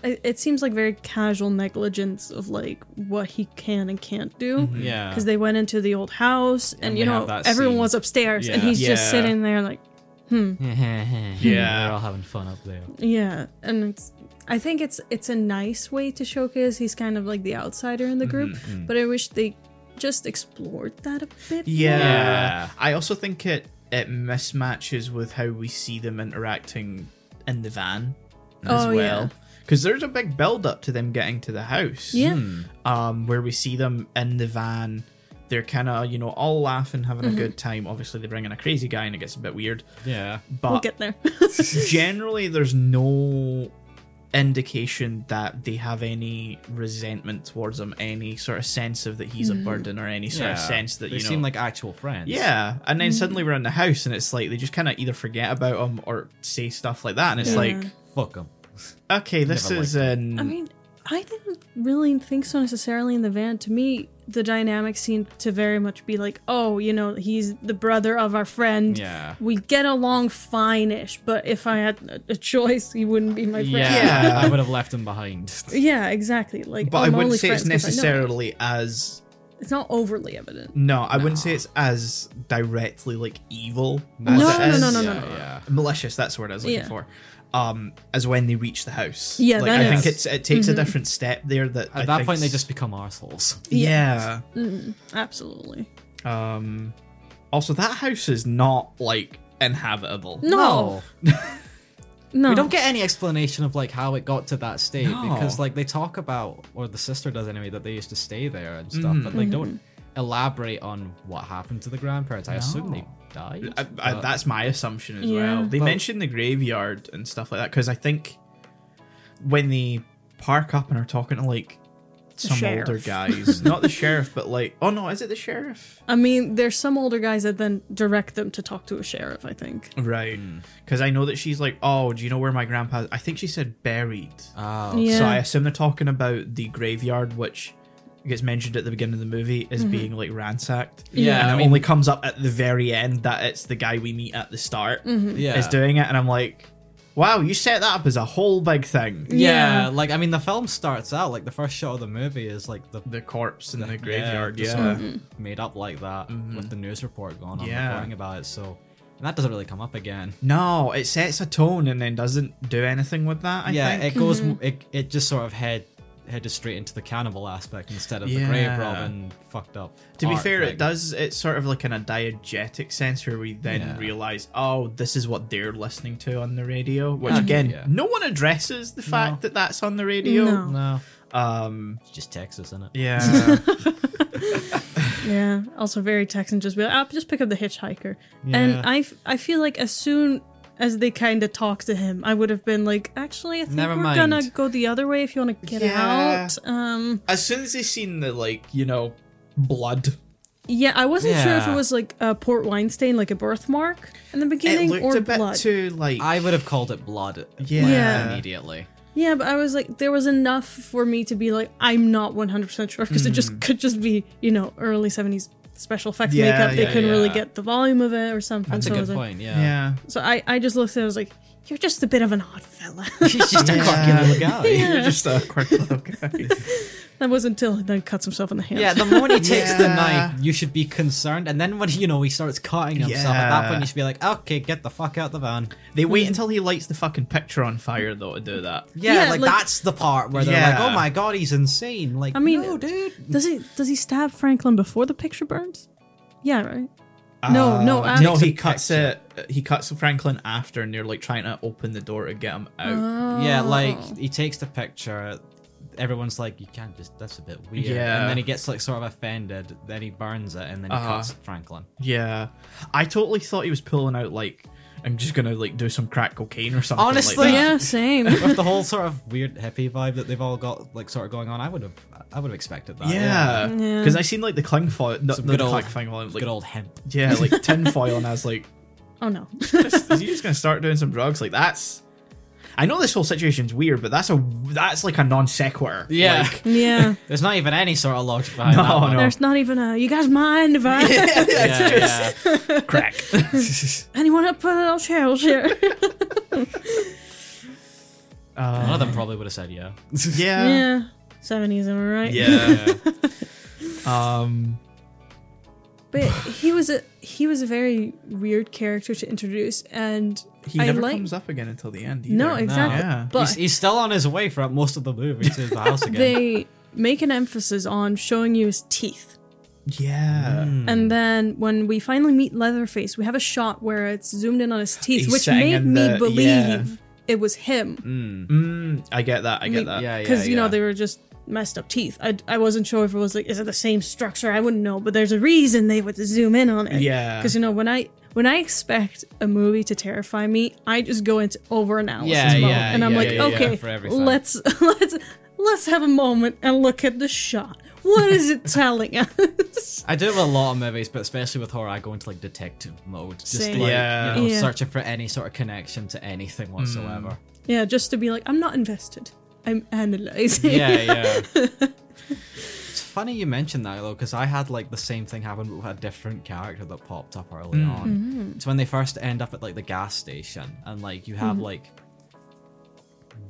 Speaker 3: it, it seems like very casual negligence of like what he can and can't do.
Speaker 2: (laughs) Mm-hmm.
Speaker 3: (laughs)
Speaker 2: Yeah.
Speaker 3: Because they went into the old house and,
Speaker 2: And
Speaker 3: you
Speaker 2: we have
Speaker 3: know
Speaker 2: that
Speaker 3: everyone
Speaker 2: scene.
Speaker 3: was upstairs and
Speaker 2: Yeah.
Speaker 3: he's just
Speaker 1: Yeah.
Speaker 3: sitting there like
Speaker 2: (laughs) yeah. They're all having fun up there.
Speaker 3: yeah and it's I think it's it's a nice way to showcase he's kind of like the outsider in the
Speaker 2: Mm-hmm.
Speaker 3: group but I wish they just explored that a bit
Speaker 1: Yeah.
Speaker 3: more.
Speaker 2: Yeah.
Speaker 1: I also think it it mismatches with how we see them interacting in the van as
Speaker 3: Oh, yeah.
Speaker 1: well. Because there's a big build up to them getting to the house.
Speaker 3: yeah
Speaker 2: Hmm.
Speaker 1: Um, where we see them in the van. They're kind of, you know, all laughing, having
Speaker 3: Mm-hmm.
Speaker 1: a good time. Obviously, they bring in a crazy guy and it gets a bit weird.
Speaker 2: Yeah.
Speaker 1: But
Speaker 3: we'll get there
Speaker 1: generally there's no indication that they have any resentment towards him any sort of sense of that
Speaker 3: Mm-hmm.
Speaker 1: he's a burden or any sort
Speaker 2: yeah.
Speaker 1: of sense that
Speaker 2: they
Speaker 1: you know
Speaker 2: seem like actual friends.
Speaker 1: yeah and
Speaker 3: Mm-hmm.
Speaker 1: then suddenly we're in the house and it's like they just kind of either forget about him or say stuff like that and it's
Speaker 3: (laughs) Yeah.
Speaker 1: like
Speaker 2: Fuck them.
Speaker 1: okay this
Speaker 2: Never
Speaker 1: is
Speaker 2: liked
Speaker 1: an
Speaker 3: I mean, I didn't really think so necessarily in the van. To me, the dynamic seemed to very much be like, oh, you know, he's the brother of our friend.
Speaker 2: Yeah.
Speaker 3: We get along fine-ish, but if I had a- a choice, he wouldn't be my friend.
Speaker 2: Yeah.
Speaker 1: Yeah.
Speaker 2: I would have left them behind.
Speaker 3: Yeah, exactly. Like,
Speaker 1: but
Speaker 3: I'm
Speaker 1: i wouldn't
Speaker 3: only
Speaker 1: say it's
Speaker 3: friends 'cause I know him.
Speaker 1: necessarily as
Speaker 3: It's not overly evident.
Speaker 1: no i wouldn't say it's as directly like evil
Speaker 2: No,
Speaker 1: as
Speaker 3: no,
Speaker 1: it is.
Speaker 3: no, no, no,
Speaker 2: yeah,
Speaker 3: no.
Speaker 2: Yeah.
Speaker 1: malicious that's the word i was looking
Speaker 3: Yeah.
Speaker 1: for um as when they reach the house
Speaker 3: Yeah,
Speaker 1: like,
Speaker 3: that
Speaker 1: i
Speaker 3: is- Mm-hmm.
Speaker 1: think it's it takes a different step there that I
Speaker 2: At that
Speaker 1: think
Speaker 2: point, they
Speaker 1: s-
Speaker 2: just become arseholes.
Speaker 1: yeah
Speaker 3: Absolutely.
Speaker 1: um also that house is not like inhabitable
Speaker 3: No. No.
Speaker 2: We don't get any explanation of like how it got to that state
Speaker 1: No.
Speaker 2: because like they talk about or the sister does anyway that they used to stay there and stuff, but they don't
Speaker 3: Mm-hmm.
Speaker 2: elaborate on what happened to the grandparents. I assume they died.
Speaker 1: I, I,
Speaker 2: but-
Speaker 1: that's my assumption as
Speaker 3: Yeah.
Speaker 1: well they
Speaker 2: Uh, Well-
Speaker 1: mention the graveyard and stuff like that because i think when they park up and are talking to like some
Speaker 3: sheriff.
Speaker 1: older
Speaker 3: (laughs)
Speaker 1: guys not the sheriff but like oh no is it the sheriff
Speaker 3: I mean, there's some older guys that then direct them to talk to a sheriff, I think.
Speaker 1: right
Speaker 2: Hmm.
Speaker 1: because i know that she's like oh do you know where my grandpa i think she said buried
Speaker 2: Oh,
Speaker 3: Yeah.
Speaker 1: So I assume they're talking about the graveyard, which gets mentioned at the beginning of the movie as being like ransacked.
Speaker 2: Mm-hmm. Yeah,
Speaker 1: and it
Speaker 2: I mean-
Speaker 1: only comes up at the very end that it's the guy we meet at the start
Speaker 2: yeah.
Speaker 1: is doing it, and I'm like, wow, you set that up as a whole big thing.
Speaker 2: yeah,
Speaker 3: Yeah.
Speaker 2: like I mean, the film starts out like the first shot of the movie is like the
Speaker 1: The corpse in the graveyard,
Speaker 2: yeah, just
Speaker 1: yeah,
Speaker 2: sort of made up like that with the news report going on,
Speaker 1: Mm-hmm. Yeah.
Speaker 2: reporting about it. So and that doesn't really come up again.
Speaker 1: No, it sets a tone and then doesn't do anything with that. I
Speaker 2: yeah,
Speaker 1: think.
Speaker 2: it goes. It, it just sort of head headed straight into the cannibal aspect instead of the
Speaker 1: Yeah.
Speaker 2: grave robin fucked up.
Speaker 1: to be
Speaker 2: art
Speaker 1: fair,
Speaker 2: thing.
Speaker 1: it does. It's sort of like in a diegetic sense where we then
Speaker 2: Yeah.
Speaker 1: realize, oh, this is what they're listening to on the radio. Which
Speaker 2: Yeah.
Speaker 1: again,
Speaker 2: Hmm. Yeah.
Speaker 1: no one addresses the fact that that's on the radio.
Speaker 3: No.
Speaker 2: No,
Speaker 1: Um,
Speaker 2: it's just Texas, isn't it?
Speaker 1: yeah,
Speaker 3: (laughs) Yeah, also very Texan. Just be like, I'll just pick up the hitchhiker.
Speaker 2: Yeah.
Speaker 3: And I, f- I feel like as soon as they kind of talk to him, I would have been like, actually, I think
Speaker 2: Never
Speaker 3: we're
Speaker 2: mind.
Speaker 3: gonna go the other way if you want to get
Speaker 1: Yeah.
Speaker 3: out. Um,
Speaker 1: as soon as they seen the like, you know, blood,
Speaker 3: yeah, I wasn't sure if
Speaker 2: Yeah.
Speaker 3: it was like a port wine stain, like a birthmark in the
Speaker 1: it
Speaker 3: beginning,
Speaker 1: looked
Speaker 3: or
Speaker 1: a bit
Speaker 3: blood.
Speaker 1: too like.
Speaker 2: I uh, would have called it blood
Speaker 1: yeah,
Speaker 3: Yeah.
Speaker 2: immediately.
Speaker 3: yeah, but I was like, there was enough for me to be like, I'm not 100 percent sure because it just could just be, you know, early 70s special effects
Speaker 1: Yeah,
Speaker 3: makeup. They
Speaker 1: yeah,
Speaker 3: couldn't really
Speaker 2: Hmm. yeah.
Speaker 3: get the volume of it or something.
Speaker 2: That's a
Speaker 3: so I
Speaker 2: good
Speaker 3: was like,
Speaker 2: point. Yeah. (laughs)
Speaker 1: yeah.
Speaker 3: So I, I just looked at it I was like, You're just a bit of an odd fella.
Speaker 1: (laughs)
Speaker 2: He's just a quirky
Speaker 1: Yeah.
Speaker 2: little guy. Yeah.
Speaker 1: You're just a quirky little guy.
Speaker 3: that was until he then cuts himself in the hand.
Speaker 2: the moment he takes the
Speaker 1: Yeah.
Speaker 2: knife, you should be concerned. And then when you know he starts cutting himself, at that
Speaker 1: Yeah.
Speaker 2: point you should be like, "Okay, get the fuck out the van."
Speaker 1: (laughs) They wait until he lights the fucking picture on fire though to do that.
Speaker 2: Yeah,
Speaker 3: Yeah,
Speaker 2: like,
Speaker 3: like-
Speaker 2: that's the part where they're
Speaker 1: Yeah.
Speaker 2: like, "Oh my god, he's insane!" Like,
Speaker 3: I mean-
Speaker 2: no, dude.
Speaker 3: Does he does he stab Franklin before the picture burns? Yeah, right. No, no,
Speaker 1: Uh, no.
Speaker 3: after-
Speaker 1: He cuts it. He cuts Franklin after, and they're like trying to open the door to get him out.
Speaker 2: Yeah,
Speaker 3: Oh.
Speaker 2: like he takes the picture. Everyone's like, "You can't just. That's a bit weird."
Speaker 1: Yeah.
Speaker 2: And then he gets like sort of offended. Then he burns it, and then he
Speaker 1: Uh-huh.
Speaker 2: cuts Franklin.
Speaker 1: Yeah, I totally thought he was pulling out like I'm just gonna like do some crack cocaine or something.
Speaker 2: Honestly,
Speaker 1: like that.
Speaker 3: yeah,
Speaker 1: (laughs)
Speaker 3: same.
Speaker 2: With the whole sort of weird hippie vibe that they've all got, like sort of going on, I would have, I would have expected that.
Speaker 1: yeah,
Speaker 3: Yeah.
Speaker 1: because I seen like the cling foil, no,
Speaker 2: Some
Speaker 1: the
Speaker 2: good
Speaker 1: cling
Speaker 2: old-
Speaker 1: foil, like
Speaker 2: good old hemp.
Speaker 1: yeah,
Speaker 2: (laughs)
Speaker 1: like tin foil, and I was like,
Speaker 3: Oh no.
Speaker 1: is he just gonna start doing some drugs? Like that's. I know this whole situation's weird, but that's a that's like a non sequitur.
Speaker 2: Yeah.
Speaker 1: Like,
Speaker 3: yeah.
Speaker 2: There's not even any sort of logic behind
Speaker 1: No,
Speaker 2: that. one.
Speaker 1: no.
Speaker 3: There's not even a you guys mind
Speaker 1: (laughs)
Speaker 3: if I (laughs)
Speaker 2: Yeah, yeah. (laughs)
Speaker 1: crack.
Speaker 3: uh,
Speaker 1: (laughs) Uh.
Speaker 3: anyone up for I'll share, I'll share.
Speaker 2: One of
Speaker 1: Uh,
Speaker 2: them probably would have said yeah.
Speaker 1: yeah.
Speaker 3: Yeah. Seventies, am I
Speaker 2: (laughs)
Speaker 3: right?
Speaker 1: Yeah. Um.
Speaker 3: but he was a he was a very weird character to introduce, and
Speaker 1: He
Speaker 3: I
Speaker 1: never
Speaker 3: like-
Speaker 1: comes up again until the end. Either.
Speaker 3: no, exactly.
Speaker 1: Yeah.
Speaker 3: But
Speaker 2: he's, he's still on his way throughout most of the movie to the (laughs) house again.
Speaker 3: they make an emphasis on showing you his teeth.
Speaker 1: Yeah.
Speaker 2: Mm.
Speaker 3: And then when we finally meet Leatherface, we have a shot where it's zoomed in on his teeth,
Speaker 1: He's
Speaker 3: which
Speaker 1: sitting
Speaker 3: made
Speaker 1: in
Speaker 3: me
Speaker 1: the-
Speaker 3: believe
Speaker 1: yeah.
Speaker 3: it was him.
Speaker 1: Mm, I get that. I get that.
Speaker 2: yeah,
Speaker 3: Because, you know,
Speaker 2: yeah.
Speaker 3: they were just messed up teeth. I, I wasn't sure if it was like, is it the same structure? I wouldn't know, but there's a reason they would zoom in on it.
Speaker 1: Yeah.
Speaker 3: Because, you know, when I. When I expect a movie to terrify me, I just go into over analysis
Speaker 2: Yeah,
Speaker 3: mode,
Speaker 2: yeah,
Speaker 3: and I'm
Speaker 2: yeah,
Speaker 3: like,
Speaker 2: yeah, yeah, for
Speaker 3: okay,
Speaker 2: everything.
Speaker 3: let's (laughs) let's let's have a moment and look at the shot. What is it telling (laughs) us?
Speaker 2: I do it with a lot of movies, but especially with horror, I go into like detective mode, just
Speaker 3: Same.
Speaker 2: like
Speaker 1: Yeah.
Speaker 2: you know,
Speaker 3: Yeah.
Speaker 2: searching for any sort of connection to anything whatsoever.
Speaker 3: Yeah, just to be like, I'm not invested. I'm analyzing.
Speaker 2: Yeah, yeah. it's funny you mentioned that though, because I had like the same thing happen but with a different character that popped up early on. It's when they first end up at like the gas station, and like you have like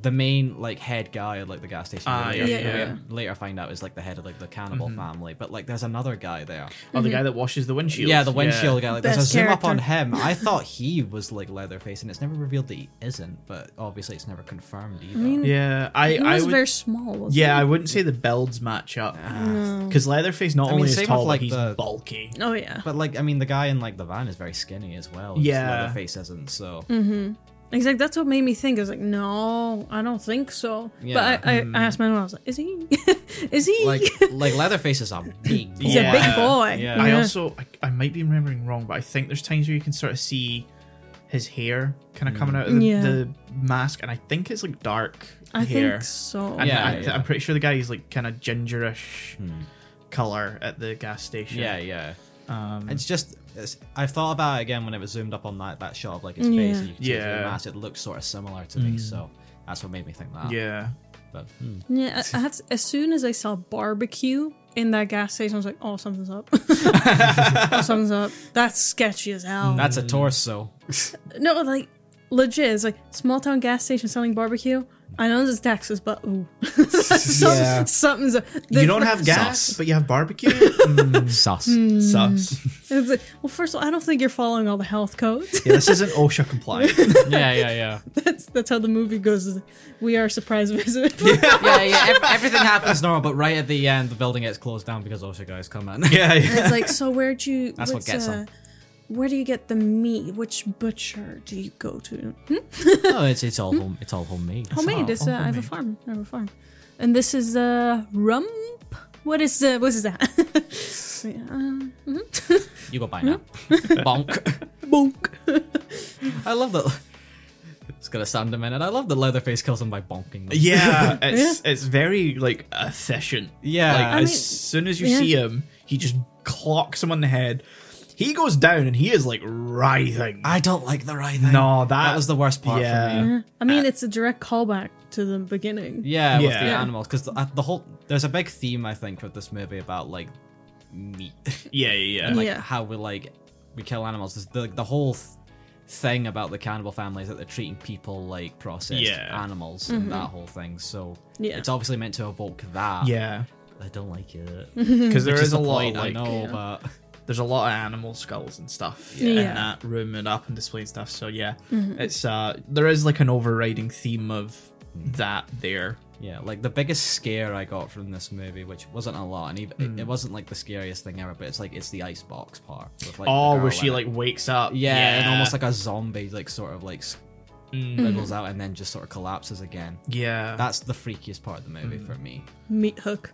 Speaker 2: the main like head guy at like the gas station.
Speaker 1: Ah,
Speaker 2: later,
Speaker 3: yeah, yeah,
Speaker 2: we
Speaker 3: yeah.
Speaker 2: later find out is like the head of like the cannibal family, but like there's another guy there.
Speaker 1: Oh,
Speaker 3: Mm-hmm.
Speaker 1: the guy that washes the windshield.
Speaker 2: Yeah, the windshield guy. Like, there's a
Speaker 3: Best
Speaker 2: zoom up on him.
Speaker 3: character.
Speaker 2: I thought he was like Leatherface, and it's never revealed that he isn't. But obviously, it's never confirmed either.
Speaker 1: Yeah,
Speaker 3: (laughs)
Speaker 1: I.
Speaker 3: He
Speaker 1: I
Speaker 3: was
Speaker 1: would,
Speaker 3: very small. Wasn't
Speaker 1: yeah, I
Speaker 3: He?
Speaker 1: wouldn't say the builds match up
Speaker 3: No.
Speaker 1: because Leatherface not
Speaker 2: I mean,
Speaker 1: only
Speaker 2: same
Speaker 1: is
Speaker 2: with,
Speaker 1: tall,
Speaker 2: like,
Speaker 1: but he's
Speaker 2: the-
Speaker 1: bulky.
Speaker 3: Oh yeah.
Speaker 2: But like, I mean, the guy in like the van is very skinny as well. just
Speaker 1: Yeah.
Speaker 2: Leatherface isn't.
Speaker 3: (laughs)
Speaker 2: So
Speaker 3: Exactly. That's what made me think. I was like, no, I don't think so.
Speaker 2: Yeah.
Speaker 3: But I, I, I asked my mom. I was like, is he? (laughs) is he?
Speaker 2: like, like Leatherface is a big.
Speaker 3: (laughs) He's
Speaker 1: (laughs) Yeah.
Speaker 3: a big boy.
Speaker 2: Yeah.
Speaker 1: I also I, I might be remembering wrong, but I think there's times where you can sort of see his hair kind of coming
Speaker 2: Mm.
Speaker 1: out of the,
Speaker 3: Yeah.
Speaker 1: the mask, and I think it's like dark
Speaker 3: I
Speaker 1: hair.
Speaker 3: think so.
Speaker 1: And
Speaker 2: Yeah,
Speaker 1: I,
Speaker 2: yeah. Hmm.
Speaker 1: I'm pretty sure the guy is like kind of gingerish color at the gas station.
Speaker 2: Yeah, yeah.
Speaker 1: Um,
Speaker 2: It's just it's, I've thought about it again when it was zoomed up on that that shot of like his
Speaker 3: Yeah.
Speaker 2: face. And you can see through the
Speaker 1: Yeah. Mm.
Speaker 2: mask. It looks sort of similar to me. So that's what made me think that.
Speaker 1: yeah.
Speaker 2: But hmm.
Speaker 3: yeah. I, I had to- as soon as I saw barbecue in that gas station, I was like, oh,
Speaker 1: (laughs)
Speaker 3: something's up. oh, something's up. That's sketchy as hell.
Speaker 2: that's
Speaker 1: Mm.
Speaker 2: a torso.
Speaker 3: no, like legit. It's like small town gas station selling barbecue. I know this is Texas, but ooh, (laughs) Some-
Speaker 1: Yeah.
Speaker 3: something's. up.
Speaker 1: You don't have gas,
Speaker 2: Sus.
Speaker 1: but you have barbecue.
Speaker 3: (laughs)
Speaker 1: Mm,
Speaker 2: Sus.
Speaker 1: (laughs) sus.
Speaker 3: It's like, well, first of all, I don't think you're following all the health codes.
Speaker 1: Yeah, this isn't OSHA compliant.
Speaker 2: (laughs) Yeah, yeah, yeah.
Speaker 3: that's that's how the movie goes. is We are (laughs) surprise visit.
Speaker 2: yeah, yeah. (laughs) ev- everything happens normal, but right at the end, the building gets closed down because OSHA guys come in. (laughs)
Speaker 1: yeah, yeah.
Speaker 3: it's like, so where'd you?
Speaker 2: That's what
Speaker 3: what's, uh,
Speaker 2: gets 'em.
Speaker 3: Where do you get the meat? Which butcher do you go to? Hmm?
Speaker 2: no, Oh, it's it's all home. It's all homemade.
Speaker 3: Homemade. It's,
Speaker 1: all
Speaker 3: uh, I have a
Speaker 1: homemade.
Speaker 3: farm. I have a farm. And this is uh, rump. What is uh, what is that? (laughs) yeah.
Speaker 2: You go buy now. (laughs) Bonk.
Speaker 3: Bonk.
Speaker 2: I love that. It's gonna sound a minute. I love that Leatherface kills him by bonking. Them.
Speaker 1: Yeah, it's it's very like efficient.
Speaker 2: (laughs) Yeah.
Speaker 1: like,
Speaker 2: I
Speaker 1: as
Speaker 3: mean,
Speaker 1: soon as you
Speaker 3: yeah.
Speaker 1: see him, he just clocks him on the head. He goes down, and he is like writhing.
Speaker 2: I don't like the writhing.
Speaker 1: No, that-
Speaker 2: was the worst part
Speaker 1: yeah.
Speaker 2: for me.
Speaker 3: I mean, it's a direct callback to the beginning.
Speaker 2: Yeah, with the
Speaker 1: Yeah.
Speaker 2: animals, because the, uh, the whole there's a big theme I think with this movie about like meat, (laughs)
Speaker 1: yeah, yeah, yeah.
Speaker 2: like
Speaker 3: Yeah.
Speaker 2: how we like we kill animals. There's The the whole th- thing about the cannibal family is that they're treating people like processed
Speaker 1: Yeah.
Speaker 2: animals and that wole thing. So
Speaker 3: Mm-hmm. Yeah.
Speaker 2: it's obviously meant to evoke that.
Speaker 1: yeah.
Speaker 2: I don't like
Speaker 3: (laughs)
Speaker 1: Because
Speaker 2: it.
Speaker 1: there
Speaker 2: Mm-hmm. Which
Speaker 1: is
Speaker 2: the
Speaker 1: a lot,
Speaker 2: point,
Speaker 1: of, like
Speaker 2: I know,
Speaker 3: Yeah.
Speaker 2: but
Speaker 1: there's a lot of animal skulls and stuff in
Speaker 3: Yeah.
Speaker 1: that room and up and display and stuff. So yeah,
Speaker 2: Mm-hmm.
Speaker 1: it's uh, there is like an overriding theme of that there.
Speaker 2: yeah, like the biggest scare I got from this movie, which wasn't a lot, and even
Speaker 1: Mm.
Speaker 2: it, it wasn't like the scariest thing ever, but it's like it's the icebox part. With, like, the
Speaker 1: Oh,
Speaker 2: girl
Speaker 1: where she
Speaker 2: in it.
Speaker 1: like wakes up,
Speaker 2: yeah, and almost like a zombie, like sort of like
Speaker 1: Mm.
Speaker 2: wiggles out and then just sort of collapses again.
Speaker 1: yeah.
Speaker 2: That's the freakiest part of the
Speaker 1: Mm.
Speaker 2: movie for me.
Speaker 3: Meat hook.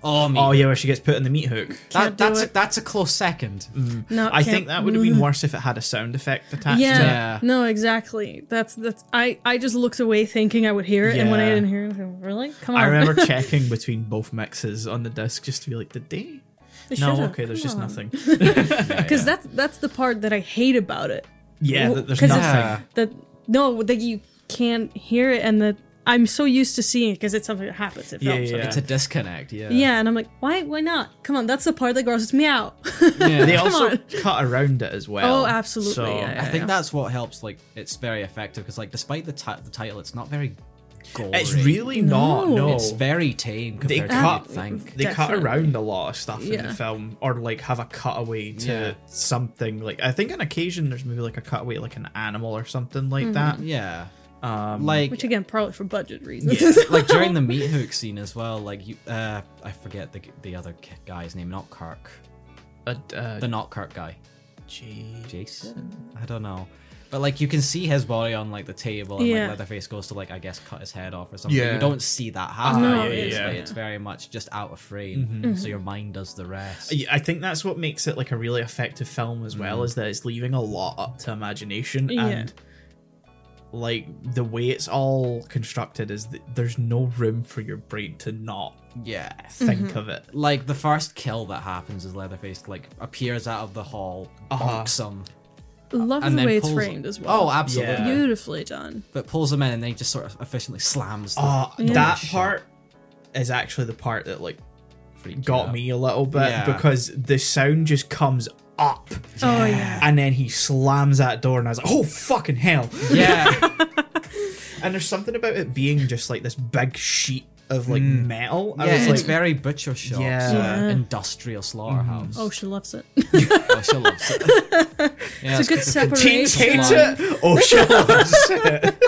Speaker 2: Oh, me.
Speaker 1: oh yeah, where she gets put in the meat hook.
Speaker 2: that,
Speaker 3: Can't do
Speaker 2: that's a,
Speaker 3: it.
Speaker 2: that's a close second.
Speaker 3: No,
Speaker 1: I
Speaker 3: can't-
Speaker 1: think that would have been worse if it had a sound effect attached
Speaker 3: Yeah,
Speaker 1: to it.
Speaker 2: Mm-hmm. Yeah.
Speaker 3: No, exactly. That's that's. I I just looked away thinking I would hear it, and when I
Speaker 1: Yeah.
Speaker 3: didn't hear it, I was like, really? Come on.
Speaker 1: I
Speaker 3: (laughs)
Speaker 1: remember checking between both mixes on the disc just to be like, did they?
Speaker 3: They
Speaker 1: No,
Speaker 3: should've,
Speaker 1: okay, there's
Speaker 3: come
Speaker 1: just
Speaker 3: on.
Speaker 1: nothing.
Speaker 3: (laughs) Because that's that's the part that I hate about it.
Speaker 1: Yeah,
Speaker 3: Well,
Speaker 1: that there's
Speaker 3: 'cause uh,
Speaker 1: nothing.
Speaker 3: it's-
Speaker 2: Yeah.
Speaker 3: That no, that you can't hear it, and that I'm so used to seeing it because it's something that happens. It
Speaker 1: Yeah,
Speaker 3: films.
Speaker 1: yeah,
Speaker 3: Yeah,
Speaker 1: yeah.
Speaker 2: It's a disconnect. Yeah.
Speaker 3: yeah, and I'm like, why? Why not? Come on, that's the part that grosses me out. (laughs)
Speaker 2: Yeah.
Speaker 1: They
Speaker 3: Come
Speaker 1: also
Speaker 3: on.
Speaker 1: cut around it as well.
Speaker 3: Oh, absolutely, yeah,
Speaker 2: I think
Speaker 3: yeah.
Speaker 2: that's what helps. Like, it's very effective because, like, despite the ti- the title, it's not very gory.
Speaker 1: It's really not.
Speaker 3: No.
Speaker 1: No,
Speaker 2: It's very tame
Speaker 1: They
Speaker 2: compared
Speaker 1: cut-
Speaker 2: to what you'd think.
Speaker 1: they cut
Speaker 3: Definitely.
Speaker 1: around a lot of stuff in
Speaker 3: Yeah.
Speaker 1: the film, or like have a cutaway to
Speaker 2: Yeah.
Speaker 1: something. Like I think on occasion there's maybe like a cutaway, like an animal or something like
Speaker 3: Mm-hmm.
Speaker 1: that.
Speaker 2: Yeah.
Speaker 1: Um,
Speaker 2: Like
Speaker 3: Which again, probably for budget reasons. (laughs)
Speaker 1: yeah,
Speaker 2: (laughs) like during the meat hook scene as well, like you uh I forget the the other k- guy's name, not Kirk.
Speaker 1: but, uh,
Speaker 2: The not Kirk guy.
Speaker 1: gee.
Speaker 2: Jason? I don't know. But like you can see his body on like the table and
Speaker 3: Yeah.
Speaker 2: like Leatherface goes to like I guess cut his head off or something.
Speaker 1: Yeah.
Speaker 2: You don't see that happen.
Speaker 3: Oh, No, Mm-hmm.
Speaker 2: obviously.
Speaker 3: yeah, yeah.
Speaker 2: It's very much just out of frame.
Speaker 1: Mm-hmm.
Speaker 2: So your mind does the rest.
Speaker 1: Yeah, I think that's what makes it like a really effective film as
Speaker 2: Mm.
Speaker 1: well, is that it's leaving a lot up to imagination
Speaker 3: Yeah.
Speaker 1: and like the way it's all constructed is that there's no room for your brain to not
Speaker 2: Yeah.
Speaker 1: think
Speaker 2: Mm-hmm.
Speaker 1: of it.
Speaker 2: Like the first kill that happens is Leatherface like appears out of the hall,
Speaker 1: Uh-huh.
Speaker 2: bonks him,
Speaker 3: Love
Speaker 2: and
Speaker 3: the
Speaker 2: then
Speaker 3: way it's
Speaker 2: pulls-
Speaker 3: framed as well.
Speaker 2: Oh, absolutely.
Speaker 1: Yeah.
Speaker 3: beautifully done.
Speaker 2: But pulls him in and then he just sort of efficiently slams. the
Speaker 1: Uh,
Speaker 3: Yeah.
Speaker 1: That
Speaker 2: Shit.
Speaker 1: part is actually the part that like
Speaker 2: freak
Speaker 1: got
Speaker 2: out.
Speaker 1: me a little bit
Speaker 2: Yeah.
Speaker 1: because the sound just comes up
Speaker 3: Oh yeah.
Speaker 1: and then he slams that door and I was like, oh fucking
Speaker 2: (laughs)
Speaker 1: hell.
Speaker 2: Yeah.
Speaker 1: And there's something about it being just like this big sheet of like metal. (laughs) I
Speaker 2: Mm. Yeah,
Speaker 1: was
Speaker 2: it's
Speaker 1: like,
Speaker 2: very butcher shops, uh,
Speaker 1: Yeah. Mm-hmm.
Speaker 3: Yeah.
Speaker 2: industrial slaughterhouse.
Speaker 3: Oh, she loves it.
Speaker 2: Oh, she (laughs) loves it. Yeah,
Speaker 3: It's a good
Speaker 2: it's-
Speaker 1: Teens
Speaker 3: separation.
Speaker 1: hate
Speaker 2: line.
Speaker 1: it. Oh, shit.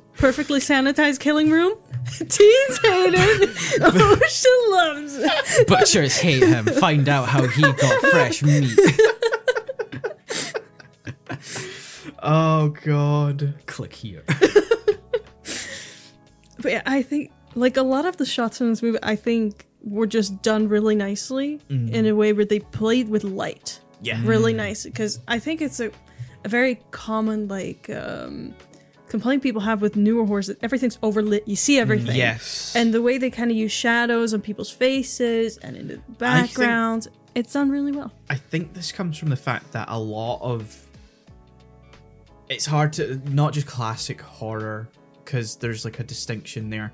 Speaker 3: (laughs) Perfectly sanitized killing room. (laughs) Teens hate
Speaker 1: (laughs)
Speaker 3: it. Ocean loves it.
Speaker 2: Butchers hate him. Find out how he got fresh (laughs) meat.
Speaker 1: oh god.
Speaker 2: Click here.
Speaker 3: But yeah, I think like a lot of the shots in this movie, I think were just done really nicely
Speaker 1: Mm-hmm.
Speaker 3: in a way where they played with light
Speaker 1: Yeah.
Speaker 3: really nice because I think it's a, a very common like um, complaint people have with newer horses. Everything's overlit. You
Speaker 1: Mm,
Speaker 3: see everything.
Speaker 1: Yes.
Speaker 3: And the way they kind of use shadows on people's faces and in the backgrounds, it's done really well.
Speaker 1: I think this comes from the fact that a lot of it's hard to not just classic horror because there's like a distinction there,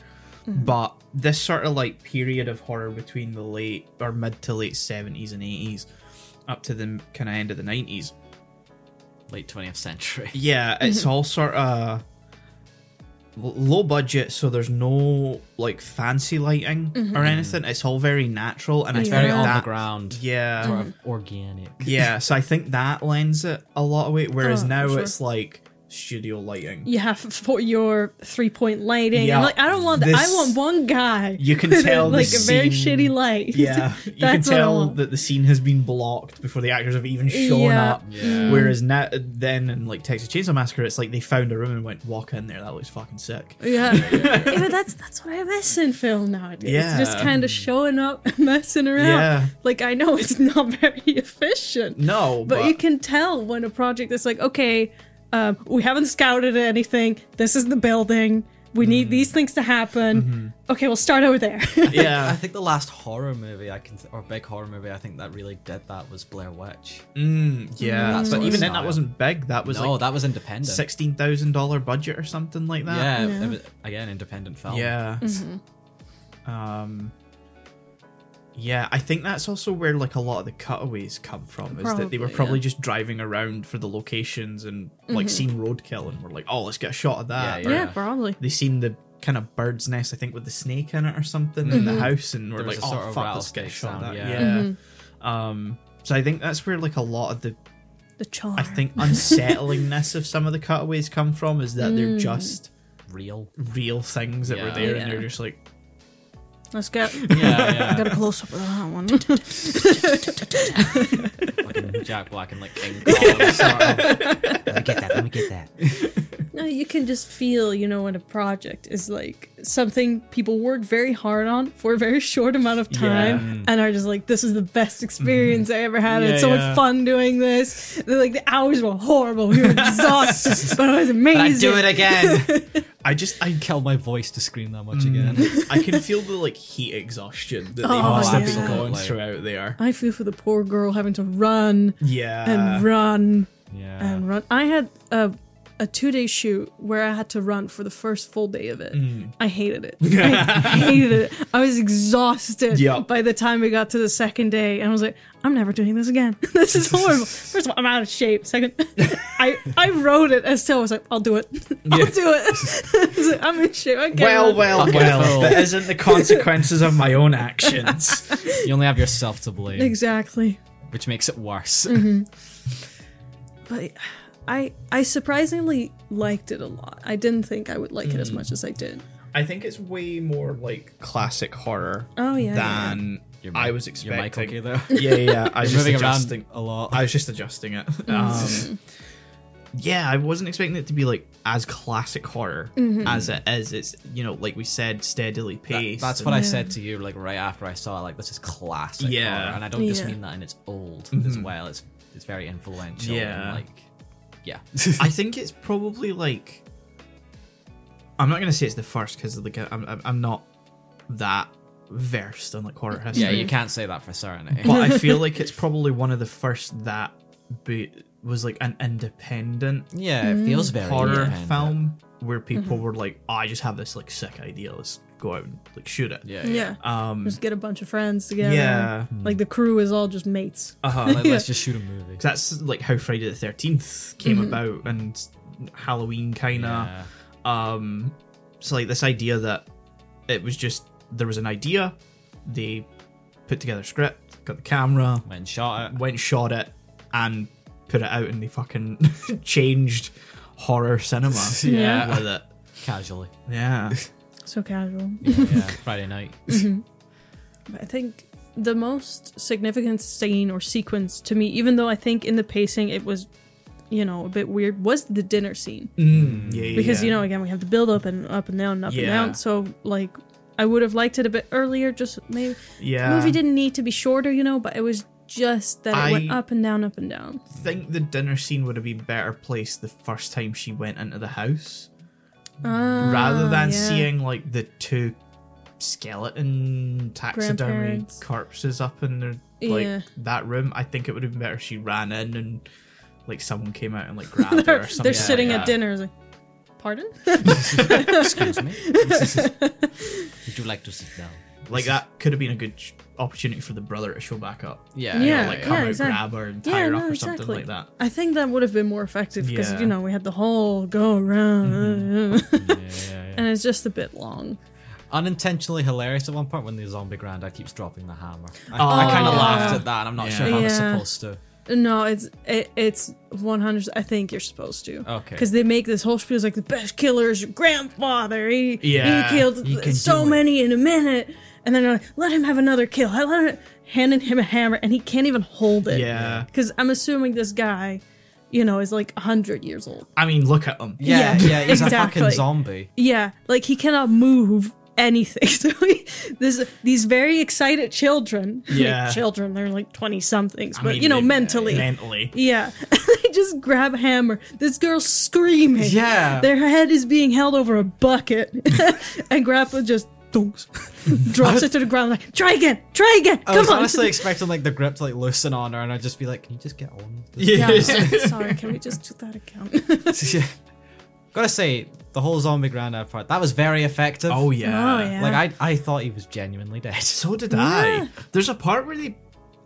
Speaker 3: Mm-hmm.
Speaker 1: but this sort of like period of horror between the late or mid to late seventies and eighties up to the kind of end of the nineties.
Speaker 2: Late 20th century.
Speaker 1: Yeah, it's
Speaker 3: Mm-hmm.
Speaker 1: all sort of low budget, so there's no like fancy lighting or anything. It's all very natural, and I
Speaker 3: It's
Speaker 1: think
Speaker 2: Very
Speaker 3: Mm-hmm. Yeah. Mm-hmm.
Speaker 2: on
Speaker 1: that-
Speaker 2: the ground.
Speaker 1: Yeah,
Speaker 2: Sort of organic.
Speaker 1: yeah, so I think that lends it a lot of weight. Whereas
Speaker 3: Oh, for
Speaker 1: now
Speaker 3: sure.
Speaker 1: it's like studio lighting.
Speaker 3: You have (laughs) for your three point lighting.
Speaker 1: Yeah.
Speaker 3: And like, I don't want that. I
Speaker 1: This-
Speaker 3: want one guy.
Speaker 1: You can
Speaker 3: with
Speaker 1: tell the
Speaker 3: like a very
Speaker 1: scene-
Speaker 3: shitty
Speaker 1: (laughs)
Speaker 3: light. (laughs)
Speaker 1: Yeah, you can
Speaker 3: That's what I
Speaker 1: tell
Speaker 3: want.
Speaker 1: that the scene has been blocked before the actors have even shown
Speaker 3: Yeah.
Speaker 1: up. Whereas now, then in like Texas Chainsaw Massacre, it's like they found a room and went, "Walk in there. That looks fucking sick." (laughs)
Speaker 3: Yeah. Yeah, but that's that's what I miss in film nowadays.
Speaker 1: Yeah.
Speaker 3: Just kind of showing up, (laughs) and messing around.
Speaker 1: Yeah.
Speaker 3: Like I know it's not (laughs) very efficient.
Speaker 1: No,
Speaker 3: But,
Speaker 1: but,
Speaker 3: you can tell when a project is like, okay, um, we haven't scouted anything. This is the building. We need these things to happen. Okay, we'll start over there. (laughs)
Speaker 2: I
Speaker 1: Mm-hmm. yeah,
Speaker 2: think the last horror movie I can, th- or big horror movie I think that really did that was Blair Witch.
Speaker 1: mm, yeah.
Speaker 2: That
Speaker 1: but
Speaker 2: sort of
Speaker 1: even then, that
Speaker 2: style.
Speaker 1: wasn't big. That was
Speaker 2: No,
Speaker 1: like
Speaker 2: that was independent.
Speaker 1: sixteen thousand dollar budget or something like that.
Speaker 2: yeah, it was, again, independent film.
Speaker 1: Yeah. Um yeah, I think that's also where like a lot of the cutaways come from is that they were
Speaker 3: Probably,
Speaker 1: probably just driving around for the locations and like seen roadkill and were like, "Oh, let's get a shot of that."
Speaker 2: Yeah,
Speaker 1: Or
Speaker 2: yeah.
Speaker 3: probably.
Speaker 1: They seen the kind of bird's nest, I think, with the snake in it or something in the house, and were
Speaker 2: There
Speaker 1: like,
Speaker 2: was a
Speaker 1: "Oh
Speaker 2: sort of
Speaker 1: fuck, let's get a
Speaker 2: rattlesnake
Speaker 1: shot of that."
Speaker 2: sound,
Speaker 1: Yeah.
Speaker 2: yeah.
Speaker 1: Um. So I think that's where like a lot of the
Speaker 3: The charm.
Speaker 1: I think unsettlingness of some of the cutaways come from is that
Speaker 3: Hmm.
Speaker 1: they're just
Speaker 2: Real.
Speaker 1: real things that were
Speaker 2: Yeah.
Speaker 1: there, and they're
Speaker 3: Yeah.
Speaker 1: just like, (laughs)
Speaker 3: Let's get
Speaker 2: (laughs) Yeah,
Speaker 3: got a close up of that one.
Speaker 2: yeah. Fucking Jack Black and like King Kong (laughs) sort of
Speaker 4: Let me get that. Let me get
Speaker 2: (laughs)
Speaker 4: that.
Speaker 3: no, you can just feel, you know, when a project is like something people work very hard on for a very short amount of time and are just like, this is the best experience I ever had.
Speaker 1: Yeah,
Speaker 3: it's so
Speaker 1: Mm. yeah.
Speaker 3: much fun doing this. They're like, the hours were horrible. We
Speaker 1: (laughs)
Speaker 3: were exhausted, but it was amazing.
Speaker 2: I do it (laughs) again. Mm.
Speaker 1: I just I
Speaker 2: Kill my voice to scream that much again. (laughs)
Speaker 1: I can feel the like heat exhaustion that they
Speaker 3: Oh,
Speaker 1: must have been
Speaker 3: yeah.
Speaker 1: going
Speaker 2: Like-
Speaker 1: throughout there.
Speaker 3: I feel for the poor girl having to run
Speaker 1: (laughs) Yeah.
Speaker 3: and run
Speaker 2: Yeah.
Speaker 3: and run. I had a a two day shoot where I had to run for the first full day of it.
Speaker 1: Mm.
Speaker 3: I hated it. I hated it. I was exhausted
Speaker 1: Yep.
Speaker 3: by the time we got to the second day, and I was like, I'm never doing this again. (laughs) this is horrible. First of all, I'm out of shape. Second, (laughs) I I wrote it as still I was like, I'll do it. (laughs) I'll
Speaker 1: Yeah.
Speaker 3: do it. (laughs) I was like, I'm in shape. I can't
Speaker 1: Well,
Speaker 3: run."
Speaker 1: well,
Speaker 2: Fucking
Speaker 1: well.
Speaker 2: hell.
Speaker 1: That isn't the consequences of my own
Speaker 3: (laughs)
Speaker 1: actions.
Speaker 2: You only have yourself to blame,
Speaker 3: Exactly.
Speaker 2: which makes it worse.
Speaker 3: but I I surprisingly liked it a lot. I didn't think I would like
Speaker 1: Mm.
Speaker 3: it as much as I did.
Speaker 1: I think it's way more like classic horror
Speaker 3: Oh, yeah, yeah,
Speaker 1: than
Speaker 2: Your mi-
Speaker 1: I was
Speaker 2: your mic
Speaker 1: expecting. (laughs)
Speaker 2: okay there?
Speaker 1: Yeah, yeah, yeah. I was just
Speaker 2: You're moving
Speaker 1: adjusting.
Speaker 2: around a lot.
Speaker 1: I was just adjusting
Speaker 2: (laughs)
Speaker 1: it. Um, yeah, I wasn't expecting it to be like as classic horror
Speaker 2: Mm-hmm.
Speaker 1: as it is. It's you know, like we said, steadily
Speaker 2: That-
Speaker 1: paced.
Speaker 2: that's
Speaker 1: and-
Speaker 2: what I said to you, like right after I saw it. Like this is classic.
Speaker 1: Yeah. Mm-hmm.
Speaker 2: horror, and I don't just
Speaker 3: Yeah.
Speaker 2: mean that, and it's old as well. It's it's very influential.
Speaker 1: Yeah.
Speaker 2: Yeah, and like yeah.
Speaker 1: (laughs) I think it's probably like I'm not gonna say it's the first because like I'm I'm- I'm not that versed on like horror history.
Speaker 2: yeah, you can't say that for certain. eh?
Speaker 1: but I feel like it's probably one of the first that be, was like an independent
Speaker 2: (laughs) yeah, Mm-hmm. it feels very
Speaker 1: horror
Speaker 2: independent.
Speaker 1: film where people were like, "Oh, "I just have this like sick idea. Let's go out and like shoot it."
Speaker 2: Yeah,
Speaker 3: yeah.
Speaker 2: yeah.
Speaker 1: Um.
Speaker 3: Just get a bunch of friends together.
Speaker 1: Yeah.
Speaker 3: Like the crew is all just mates.
Speaker 1: Uh-huh.
Speaker 2: Like, Let's just shoot a movie.
Speaker 1: 'Cause that's like how Friday the Thirteenth came
Speaker 3: Mm-hmm.
Speaker 1: about and Halloween kind of.
Speaker 2: Yeah.
Speaker 1: Um, so like this idea that it was just there was an idea, they put together a script, got the camera,
Speaker 2: Went and shot
Speaker 1: (laughs)
Speaker 2: it.
Speaker 1: went shot it, and put it out, and they fucking (laughs) changed horror (laughs) cinema
Speaker 2: (laughs) Yeah.
Speaker 1: with it.
Speaker 2: Casually.
Speaker 1: (laughs) Yeah.
Speaker 3: So casual.
Speaker 2: Yeah, yeah. Friday (laughs) night.
Speaker 3: I think the most significant scene or sequence to me, even though I think in the pacing it was, you know, a bit weird, was the dinner scene.
Speaker 1: Mm, yeah, yeah,
Speaker 3: because
Speaker 1: yeah.
Speaker 3: you know again we have the build up and up and down and up and
Speaker 1: Yeah.
Speaker 3: down so like i would have liked it a bit earlier just maybe
Speaker 1: Yeah.
Speaker 3: the movie didn't need to be shorter you know but it was just that it went
Speaker 1: I-
Speaker 3: up and down up and down
Speaker 1: think the dinner scene would have been better placed the first time she went into the house rather than
Speaker 3: Ah, Oh, yeah.
Speaker 1: seeing like the two skeleton taxidermy
Speaker 3: Grandparents.
Speaker 1: corpses up in their like
Speaker 3: Yeah.
Speaker 1: that room. I think it would have been better if she ran in and like someone came out and
Speaker 3: (laughs)
Speaker 1: like grabbed her or
Speaker 3: (laughs) they're,
Speaker 1: something.
Speaker 3: they're
Speaker 1: like
Speaker 3: sitting
Speaker 1: that.
Speaker 3: at dinner it's like pardon
Speaker 2: Excuse (laughs) me. Would you like to sit down?
Speaker 1: Like that could have been a good sh- opportunity for the brother to show back up.
Speaker 2: Yeah.
Speaker 3: Yeah.
Speaker 1: Like come out,
Speaker 3: exact-
Speaker 1: grab her, and tie
Speaker 3: yeah
Speaker 1: her up
Speaker 3: no
Speaker 1: or
Speaker 3: exactly
Speaker 1: something like that.
Speaker 3: i think that would have been more effective because
Speaker 1: Yeah. Mm-hmm.
Speaker 3: you know we had the whole go around (laughs)
Speaker 2: Yeah, yeah, yeah.
Speaker 3: and it's just a bit long
Speaker 2: Unintentionally hilarious at one point when the zombie granda keeps dropping the hammer. I,
Speaker 1: Oh,
Speaker 2: I kind of
Speaker 1: yeah.
Speaker 2: laughed at that. and I'm not
Speaker 1: Yeah.
Speaker 2: sure how it's
Speaker 3: Yeah.
Speaker 2: supposed to.
Speaker 3: No, it's it, it's one hundred. I think you're supposed to.
Speaker 1: Oh,
Speaker 2: Okay.
Speaker 3: Because they make this whole spiel it's like the best killer is your grandfather. He
Speaker 1: Yeah,
Speaker 3: he killed
Speaker 2: he can
Speaker 3: so
Speaker 2: do it."
Speaker 3: many in a minute, and then they're like, let him have another kill. I let him handing him a hammer, and he can't even hold it.
Speaker 1: Yeah.
Speaker 3: Because I'm assuming this guy, you know, is like hundred years old.
Speaker 1: I mean, look at them.
Speaker 2: Yeah,
Speaker 3: Yeah,
Speaker 2: yeah, he's a
Speaker 3: exactly.
Speaker 2: fucking zombie.
Speaker 3: Yeah, like he cannot move anything. (laughs) So he, this these very excited children. (laughs) like,
Speaker 1: Yeah.
Speaker 3: children. They're like twenty somethings,
Speaker 1: I
Speaker 3: but
Speaker 1: mean,
Speaker 3: you know,
Speaker 1: they-
Speaker 3: mentally.
Speaker 1: mentally.
Speaker 3: Yeah. (laughs) they just grab a hammer. This girl's screaming.
Speaker 2: Yeah.
Speaker 3: Their head is being held over a bucket. (laughs) and Grandpa just dunks, drops it to the ground like, try again, try again.
Speaker 2: I
Speaker 3: Come
Speaker 2: was
Speaker 3: on.
Speaker 2: honestly expecting like the grip to like loosen on her, and I'd just be like, "Can you just get on?" with
Speaker 1: (laughs)
Speaker 2: this?"
Speaker 3: (laughs) yeah, I'm sorry, sorry, can we just do that again? (laughs)
Speaker 2: (laughs) Yeah. Gotta say, the whole zombie granda part that was very effective.
Speaker 1: Oh yeah.
Speaker 3: Oh, yeah.
Speaker 2: Like I, I thought he was genuinely dead. (laughs)
Speaker 1: So did
Speaker 3: Yeah.
Speaker 1: I. There's a part where they,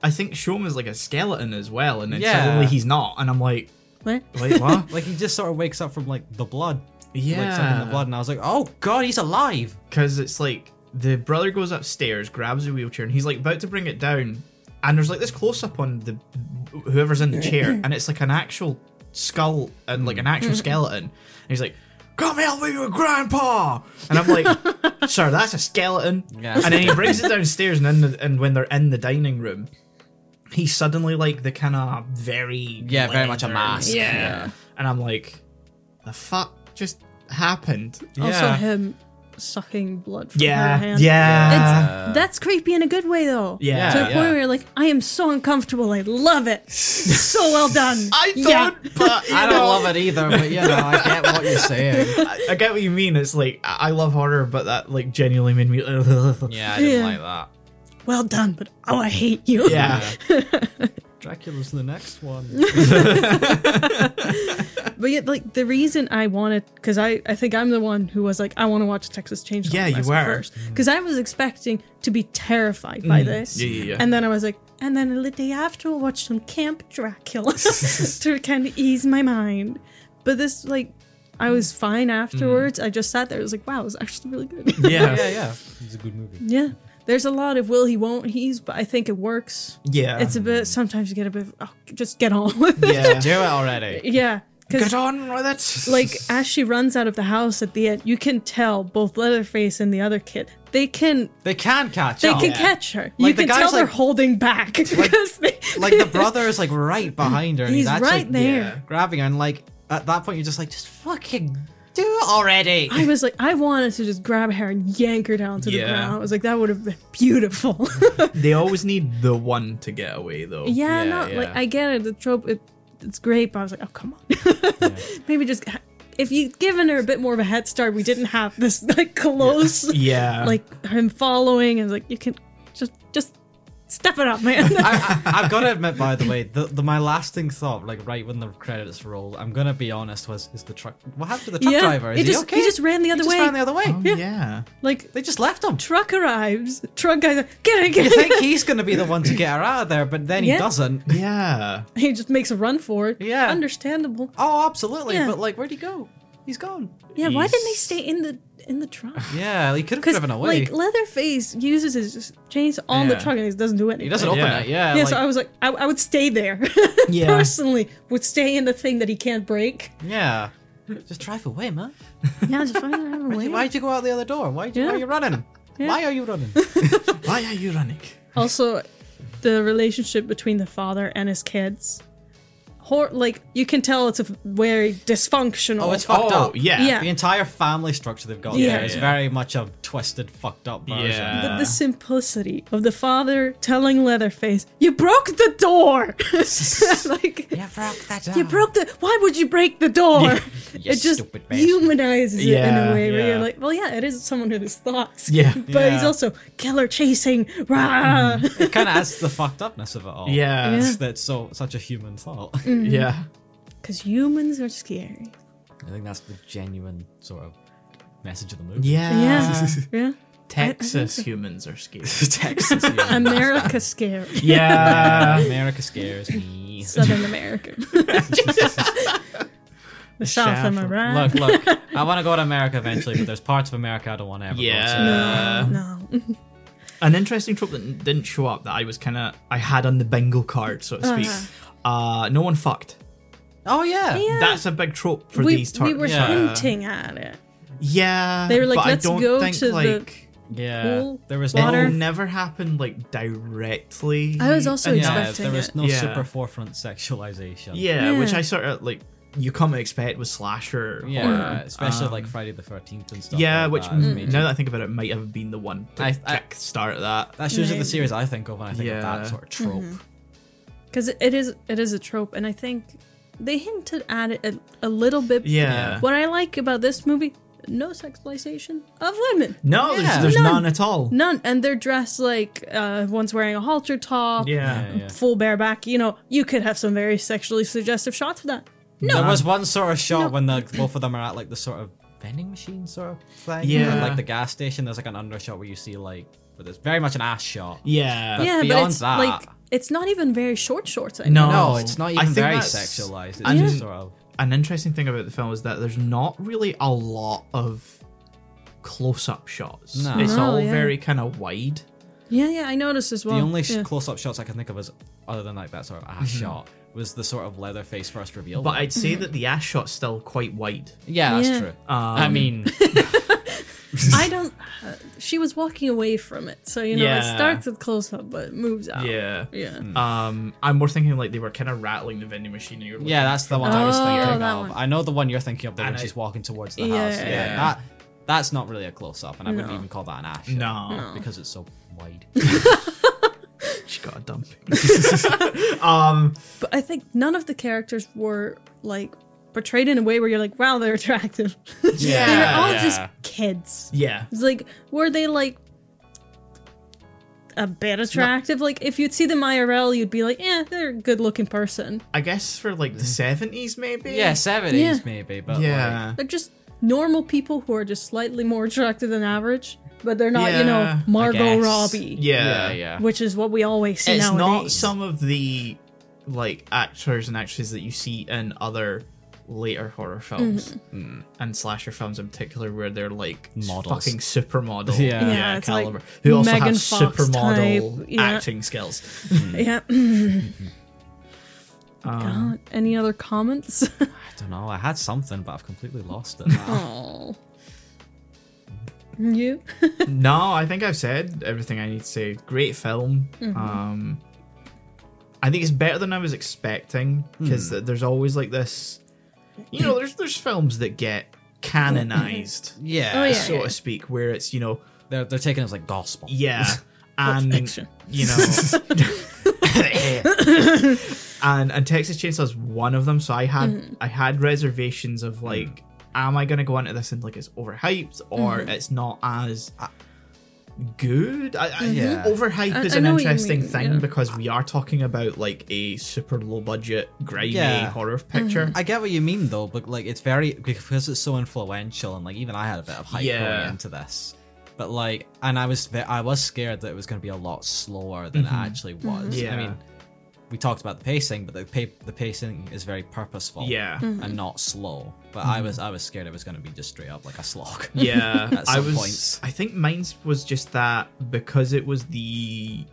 Speaker 1: I think, show him as like a skeleton as well, and then
Speaker 2: Yeah.
Speaker 1: suddenly he's not, and I'm like,
Speaker 3: What?
Speaker 1: wait,
Speaker 2: (laughs)
Speaker 1: what?
Speaker 2: Like he just sort of wakes up from like the blood. He Wakes up from the
Speaker 1: yeah,
Speaker 2: blood, and I was like, "Oh god, he's alive!"
Speaker 1: because it's like the brother goes upstairs, grabs a wheelchair, and he's like about to bring it down, and there's like this close up on the whoever's in the
Speaker 3: (clears throat)
Speaker 1: chair, and it's like an actual skull and like an
Speaker 3: Mm.
Speaker 1: actual skeleton, and he's like. Come help me with grandpa! And I'm like,
Speaker 3: (laughs)
Speaker 1: sir, that's a skeleton.
Speaker 2: Yeah.
Speaker 1: and then he brings
Speaker 2: (laughs)
Speaker 1: it downstairs, and, in the, and when they're in the dining room, he's suddenly like the kind of very
Speaker 2: Yeah, very much a
Speaker 1: leathery-
Speaker 2: mask.
Speaker 1: Yeah.
Speaker 2: Yeah.
Speaker 1: and I'm like, the fuck just happened?
Speaker 3: Also him sucking blood from her
Speaker 1: Yeah, yeah,
Speaker 3: hand.
Speaker 1: yeah,
Speaker 3: It's, that's creepy in a good way though.
Speaker 1: yeah.
Speaker 3: To the point
Speaker 2: yeah.
Speaker 3: where you're like, I am so uncomfortable. I love it. so well done.
Speaker 1: I don't,
Speaker 3: Yeah.
Speaker 1: (laughs) but
Speaker 2: I don't love it either, but you know, I get what you're
Speaker 3: (laughs)
Speaker 2: saying.
Speaker 1: I, I get what you mean. It's like I I love horror, but that like genuinely made me. (laughs)
Speaker 2: Yeah, I
Speaker 3: didn't
Speaker 2: didn't
Speaker 3: Yeah. like
Speaker 2: like that.
Speaker 3: Well done, but oh, I hate
Speaker 1: (laughs)
Speaker 3: you.
Speaker 1: yeah.
Speaker 2: Dracula's the next one.
Speaker 3: But yeah, like the reason I wanted, because I, I think I'm the one who was like, I want to watch Texas Chainsaw
Speaker 1: Yeah, you
Speaker 3: Massacre
Speaker 1: were. Mm.
Speaker 3: first, because I was expecting to be terrified by this.
Speaker 1: Yeah, yeah, yeah.
Speaker 3: And then I was like, and then the day after, I'll watch some Camp Dracula (laughs) to kind of ease my mind. But this, like, I was fine afterwards. I just sat there. I was like, wow, it was actually really
Speaker 1: (laughs)
Speaker 3: good.
Speaker 1: Mm. yeah,
Speaker 2: yeah, yeah. It's a good movie.
Speaker 3: (laughs) yeah, there's a lot of will he, won't he's, but I think it works.
Speaker 1: yeah.
Speaker 3: It's a bit. Sometimes you get a bit. Of, oh, just get on with it.
Speaker 1: Um, yeah.
Speaker 2: Do it already.
Speaker 3: (laughs) Yeah, because
Speaker 1: Get on with it.
Speaker 3: like as she runs out of the house at the end, you can tell both Leatherface and the other kid. They can
Speaker 2: They can catch
Speaker 3: they
Speaker 2: up.
Speaker 3: can catch her. you
Speaker 2: Oh, Like, the
Speaker 3: can
Speaker 2: guy's
Speaker 3: tell
Speaker 2: (laughs)
Speaker 3: they're
Speaker 2: like-
Speaker 3: holding back because they,
Speaker 2: Like
Speaker 3: (laughs)
Speaker 2: the brother is like right behind her. And he's,
Speaker 3: He's
Speaker 2: actually
Speaker 3: right there.
Speaker 2: grabbing her, and like at that point, you're just like, just fucking do it already.
Speaker 3: I was like, I wanted to just grab her and yank her down to the
Speaker 1: Yeah.
Speaker 3: ground. I was like, that would have been beautiful. (laughs)
Speaker 1: they always need the one to get away though.
Speaker 2: Yeah,
Speaker 3: yeah, no, like
Speaker 2: yeah.
Speaker 3: I get it. The trope, it, it's great, but I was like, oh come on, (laughs) maybe just if you'd given her a bit more of a head start, we didn't have this like close,
Speaker 1: Yeah.
Speaker 3: like him following. And like, you can just just step it
Speaker 2: (laughs)
Speaker 3: up, man.
Speaker 2: (laughs) I, I, I've got to admit, by the way, the, the my lasting thought, like right when the credits rolled, I'm gonna be honest, was is the truck? What happened to the truck driver? Is
Speaker 3: he
Speaker 2: he,
Speaker 3: just
Speaker 2: okay?
Speaker 3: he just ran the
Speaker 2: He
Speaker 3: other
Speaker 2: just
Speaker 3: way.
Speaker 2: ran the other way.
Speaker 1: Oh, yeah.
Speaker 3: like
Speaker 2: They just left
Speaker 3: (laughs)
Speaker 2: him.
Speaker 3: truck arrives, truck guy, like, get it,
Speaker 2: You
Speaker 3: get
Speaker 2: think
Speaker 3: it.
Speaker 2: he's gonna be the one to get her out of there, but then
Speaker 3: Yeah.
Speaker 2: he doesn't.
Speaker 1: Yeah.
Speaker 3: (laughs) He just makes a run for it.
Speaker 2: Yeah.
Speaker 3: understandable.
Speaker 2: Oh, absolutely.
Speaker 3: Yeah.
Speaker 2: But like, where'd he go? He's gone.
Speaker 3: Yeah, why didn't they
Speaker 1: He's-
Speaker 3: stay in the in the
Speaker 2: (sighs)
Speaker 3: truck? (laughs)
Speaker 2: Yeah, he could have
Speaker 3: Because
Speaker 2: driven away.
Speaker 3: like Leatherface uses his chains on the
Speaker 2: Yeah.
Speaker 3: truck and he doesn't do anything.
Speaker 2: he doesn't open
Speaker 1: Yeah.
Speaker 2: it. Yeah.
Speaker 3: yeah,
Speaker 2: like,
Speaker 3: so I was like, I, I would stay there. (laughs)
Speaker 1: Yeah.
Speaker 3: Personally, would stay in the thing that he can't break.
Speaker 2: yeah. Just drive away, man.
Speaker 3: Yeah, just find another way.
Speaker 2: Why'd you go out the other door? Why'd you,
Speaker 3: Yeah.
Speaker 2: Why are you running?
Speaker 3: Yeah.
Speaker 2: Why are you
Speaker 3: (laughs)
Speaker 2: running?
Speaker 1: Why are you running?
Speaker 3: also the relationship between the father and his kids hor- like you can tell it's a very dysfunctional
Speaker 2: Oh, it's fucked
Speaker 1: oh
Speaker 2: up.
Speaker 1: yeah.
Speaker 3: Yeah.
Speaker 2: The entire family structure they've got
Speaker 3: Yeah.
Speaker 2: there is
Speaker 1: Yeah.
Speaker 2: very much a twisted, fucked up version.
Speaker 1: Yeah.
Speaker 3: the, the simplicity of the father telling leatherface you broke the door (laughs) like
Speaker 4: You broke that
Speaker 3: you broke the why would you break the door (laughs)
Speaker 2: You
Speaker 3: it just
Speaker 2: stupid bastard.
Speaker 3: humanizes it in
Speaker 1: Yeah,
Speaker 3: a way where you're
Speaker 2: yeah.
Speaker 3: like well yeah it is someone who has thoughts
Speaker 1: Yeah.
Speaker 3: (laughs) but he's
Speaker 2: Yeah. Mm-hmm.
Speaker 3: also killer chasing rah. (laughs)
Speaker 2: It kind of adds to the fucked upness of it all.
Speaker 1: Yeah.
Speaker 3: Yeah.
Speaker 2: That's so such a human thought.
Speaker 3: Mm.
Speaker 1: Yeah.
Speaker 3: because humans are scary
Speaker 2: I think that's the genuine sort of message of the (laughs) movie.
Speaker 1: Yeah.
Speaker 3: yeah yeah
Speaker 2: (laughs)
Speaker 1: Texas humans are scared.
Speaker 2: Texas. yeah.
Speaker 3: america scary
Speaker 1: Yeah.
Speaker 2: America scares me.
Speaker 3: Southern America. (laughs) the South, am I
Speaker 1: South.
Speaker 2: (laughs)
Speaker 3: right?
Speaker 2: Look,
Speaker 3: (laughs)
Speaker 2: look. I want to go to America eventually, but there's parts of America I don't want to ever go to.
Speaker 1: yeah.
Speaker 3: no.
Speaker 1: An interesting trope that n- didn't show up that I was kind of I had on the bingo card, so to speak. uh
Speaker 3: Uh-huh.
Speaker 1: no one fucked.
Speaker 2: Oh yeah.
Speaker 3: Yeah.
Speaker 1: That's a big trope for
Speaker 3: we,
Speaker 1: these tar-
Speaker 3: we were
Speaker 2: Yeah.
Speaker 3: hinting at it.
Speaker 1: Yeah.
Speaker 3: They were like,
Speaker 1: but I
Speaker 3: "Let's
Speaker 1: don't
Speaker 3: go
Speaker 1: think,
Speaker 3: to the
Speaker 1: like,
Speaker 2: Yeah.
Speaker 3: Pool,
Speaker 2: there was
Speaker 3: water.
Speaker 1: It
Speaker 2: no.
Speaker 1: never happened like directly.
Speaker 3: I was also
Speaker 1: in
Speaker 3: expect-
Speaker 2: Yeah,
Speaker 3: expecting
Speaker 2: there was
Speaker 3: it.
Speaker 2: no
Speaker 1: Yeah.
Speaker 2: super forefront sexualization.
Speaker 1: Yeah,
Speaker 3: Yeah.
Speaker 1: which I sort of like you come to expect with slasher.
Speaker 2: Yeah,
Speaker 1: horror.
Speaker 2: especially
Speaker 1: Um,
Speaker 2: like Friday the Thirteenth and stuff.
Speaker 1: Yeah,
Speaker 2: like
Speaker 1: which
Speaker 2: that.
Speaker 1: m-
Speaker 3: Mm-hmm.
Speaker 2: Major-
Speaker 1: now that I think about it, might have been the one to
Speaker 2: I- I-
Speaker 1: kick start that.
Speaker 2: that's usually the
Speaker 3: Maybe.
Speaker 2: series I think of when I think of
Speaker 1: Yeah.
Speaker 2: that sort of trope.
Speaker 3: Mm-hmm. Because it is it is a trope, and I think they hinted at it a, a little bit.
Speaker 1: Yeah.
Speaker 3: What I like about this movie, no sexualization of women.
Speaker 1: No,
Speaker 2: Yeah.
Speaker 1: there's, there's
Speaker 3: None.
Speaker 1: none. at all.
Speaker 3: None. And they're dressed like uh, one's wearing a halter top,
Speaker 1: Yeah.
Speaker 2: Yeah, yeah.
Speaker 3: full bareback. You know, you could have some very sexually suggestive shots for that.
Speaker 2: There
Speaker 3: uh,
Speaker 2: was one sort of shot when the both of them are at like the sort of vending machine sort of thing.
Speaker 1: Yeah.
Speaker 2: At, like the gas station, there's like an undershot where you see like, but there's very much an ass shot.
Speaker 1: Yeah.
Speaker 2: But
Speaker 3: yeah, but
Speaker 2: beyond
Speaker 3: it's
Speaker 2: that-
Speaker 3: like it's not even very short shorts.
Speaker 1: No.
Speaker 3: I mean.
Speaker 2: No, it's not
Speaker 1: I
Speaker 2: even
Speaker 1: think
Speaker 2: very
Speaker 1: that's-
Speaker 2: sexualized. It's
Speaker 1: and-
Speaker 2: just sort of.
Speaker 1: An interesting thing about the film is that there's not really a lot of close-up shots.
Speaker 2: No.
Speaker 1: It's
Speaker 3: No,
Speaker 1: all
Speaker 3: yeah.
Speaker 1: very kind of wide.
Speaker 3: Yeah, yeah, I noticed as well.
Speaker 2: the only
Speaker 3: yeah.
Speaker 2: close-up shots I can think of as other than like that sort of ass shot was the sort of Leatherface first reveal.
Speaker 1: But
Speaker 2: one.
Speaker 1: I'd
Speaker 3: Mm-hmm.
Speaker 1: say that the ass shot's still quite wide.
Speaker 2: yeah, that's
Speaker 3: Yeah.
Speaker 2: true. I mean,
Speaker 3: I don't. Uh, she was walking away from it, so you know it
Speaker 1: Yeah.
Speaker 3: starts with close up, but it moves out.
Speaker 1: Yeah.
Speaker 3: yeah.
Speaker 1: Um, I'm more thinking like they were kind of rattling the vending machine. And you're
Speaker 2: (laughs) yeah, that's the one I was
Speaker 3: Oh,
Speaker 2: thinking
Speaker 3: that
Speaker 2: of.
Speaker 3: one.
Speaker 2: I know the one you're thinking of, the when
Speaker 1: And I-
Speaker 2: she's walking towards the
Speaker 3: Yeah.
Speaker 2: house. Yeah,
Speaker 1: Yeah.
Speaker 2: that that's not really a close-up, and I wouldn't
Speaker 3: No.
Speaker 2: even call that an ass shot
Speaker 1: no,
Speaker 2: because it's so
Speaker 3: (laughs)
Speaker 2: wide.
Speaker 1: she got a
Speaker 2: (laughs)
Speaker 1: dump. um,
Speaker 3: But I think none of the characters were like portrayed in a way where you're like, wow, they're (laughs) attractive. they were all
Speaker 2: Yeah.
Speaker 3: just kids.
Speaker 1: yeah,
Speaker 3: It's like, were they like? a bit attractive. Like if you'd see them IRL, you'd be like, "Eh, they're a good-looking person."
Speaker 1: I guess for like the seventies, maybe.
Speaker 2: Yeah, seventies
Speaker 3: Yeah.
Speaker 2: maybe, but
Speaker 1: Yeah.
Speaker 2: like,
Speaker 3: They're just normal people who are just slightly more attractive than average, but they're not, you
Speaker 1: Yeah,
Speaker 3: know,
Speaker 1: I
Speaker 3: Margot
Speaker 2: guess.
Speaker 3: Robbie,
Speaker 1: yeah,
Speaker 2: yeah, yeah.
Speaker 3: which is what we always see
Speaker 1: It's not
Speaker 3: nowadays.
Speaker 1: some of the like actors and actresses that you see in other later horror films
Speaker 3: Mm-hmm.
Speaker 1: and slasher films in particular, where they're like
Speaker 2: Mm. Models.
Speaker 1: fucking supermodel,
Speaker 2: (laughs) Yeah. Yeah,
Speaker 3: it's like
Speaker 1: caliber, who also
Speaker 3: Megan
Speaker 1: have
Speaker 3: Fox
Speaker 1: supermodel
Speaker 3: type, yeah.
Speaker 1: acting skills.
Speaker 3: yeah. God, any other comments? (laughs)
Speaker 2: I don't know. I had something, but I've completely lost it.
Speaker 3: oh. You?
Speaker 1: no, I think I've said everything I need to say. Great film.
Speaker 3: Mm-hmm.
Speaker 1: Um, I think it's better than I was expecting
Speaker 2: Hmm.
Speaker 1: because there's always like this, you know, there's there's films that get canonized,
Speaker 2: (laughs) yeah.
Speaker 3: Oh, (laughs) yeah.
Speaker 1: so to speak, where it's you know.
Speaker 2: They're, they're taking it as like gospel. (laughs)
Speaker 3: (laughs)
Speaker 1: Yeah. And
Speaker 3: fiction.
Speaker 1: you know (laughs) and and Texas Chainsaw is one of them, so I had
Speaker 3: Mm-hmm.
Speaker 1: I had reservations
Speaker 3: Mm.
Speaker 1: of like am I gonna go into this and like it's overhyped or
Speaker 3: Mm-hmm.
Speaker 1: it's not as uh, good I, I,
Speaker 2: Yeah.
Speaker 1: overhype
Speaker 3: Mm-hmm. I-
Speaker 1: is
Speaker 3: I
Speaker 1: an
Speaker 3: know what you
Speaker 1: interesting
Speaker 3: mean,
Speaker 1: thing
Speaker 3: yeah.
Speaker 1: because we are talking about like a super low budget grimy
Speaker 2: Yeah.
Speaker 1: horror
Speaker 3: Mm-hmm.
Speaker 1: picture
Speaker 2: I get what you mean though, but like it's very because it's so influential and like even I had a bit of hype
Speaker 1: Yeah.
Speaker 2: going into this. But like, and I was ve- I was scared that it was going to be a lot slower than it actually was.
Speaker 1: Mm-hmm. Yeah.
Speaker 2: I mean, we talked about the pacing, but the pa- the pacing is very purposeful.
Speaker 1: yeah Mm-hmm.
Speaker 2: and not slow. But I was I was scared it was going to be just straight up like a slog.
Speaker 1: Yeah,
Speaker 2: At
Speaker 1: I
Speaker 2: some
Speaker 1: was.
Speaker 2: points.
Speaker 1: I think mine was just that because it was the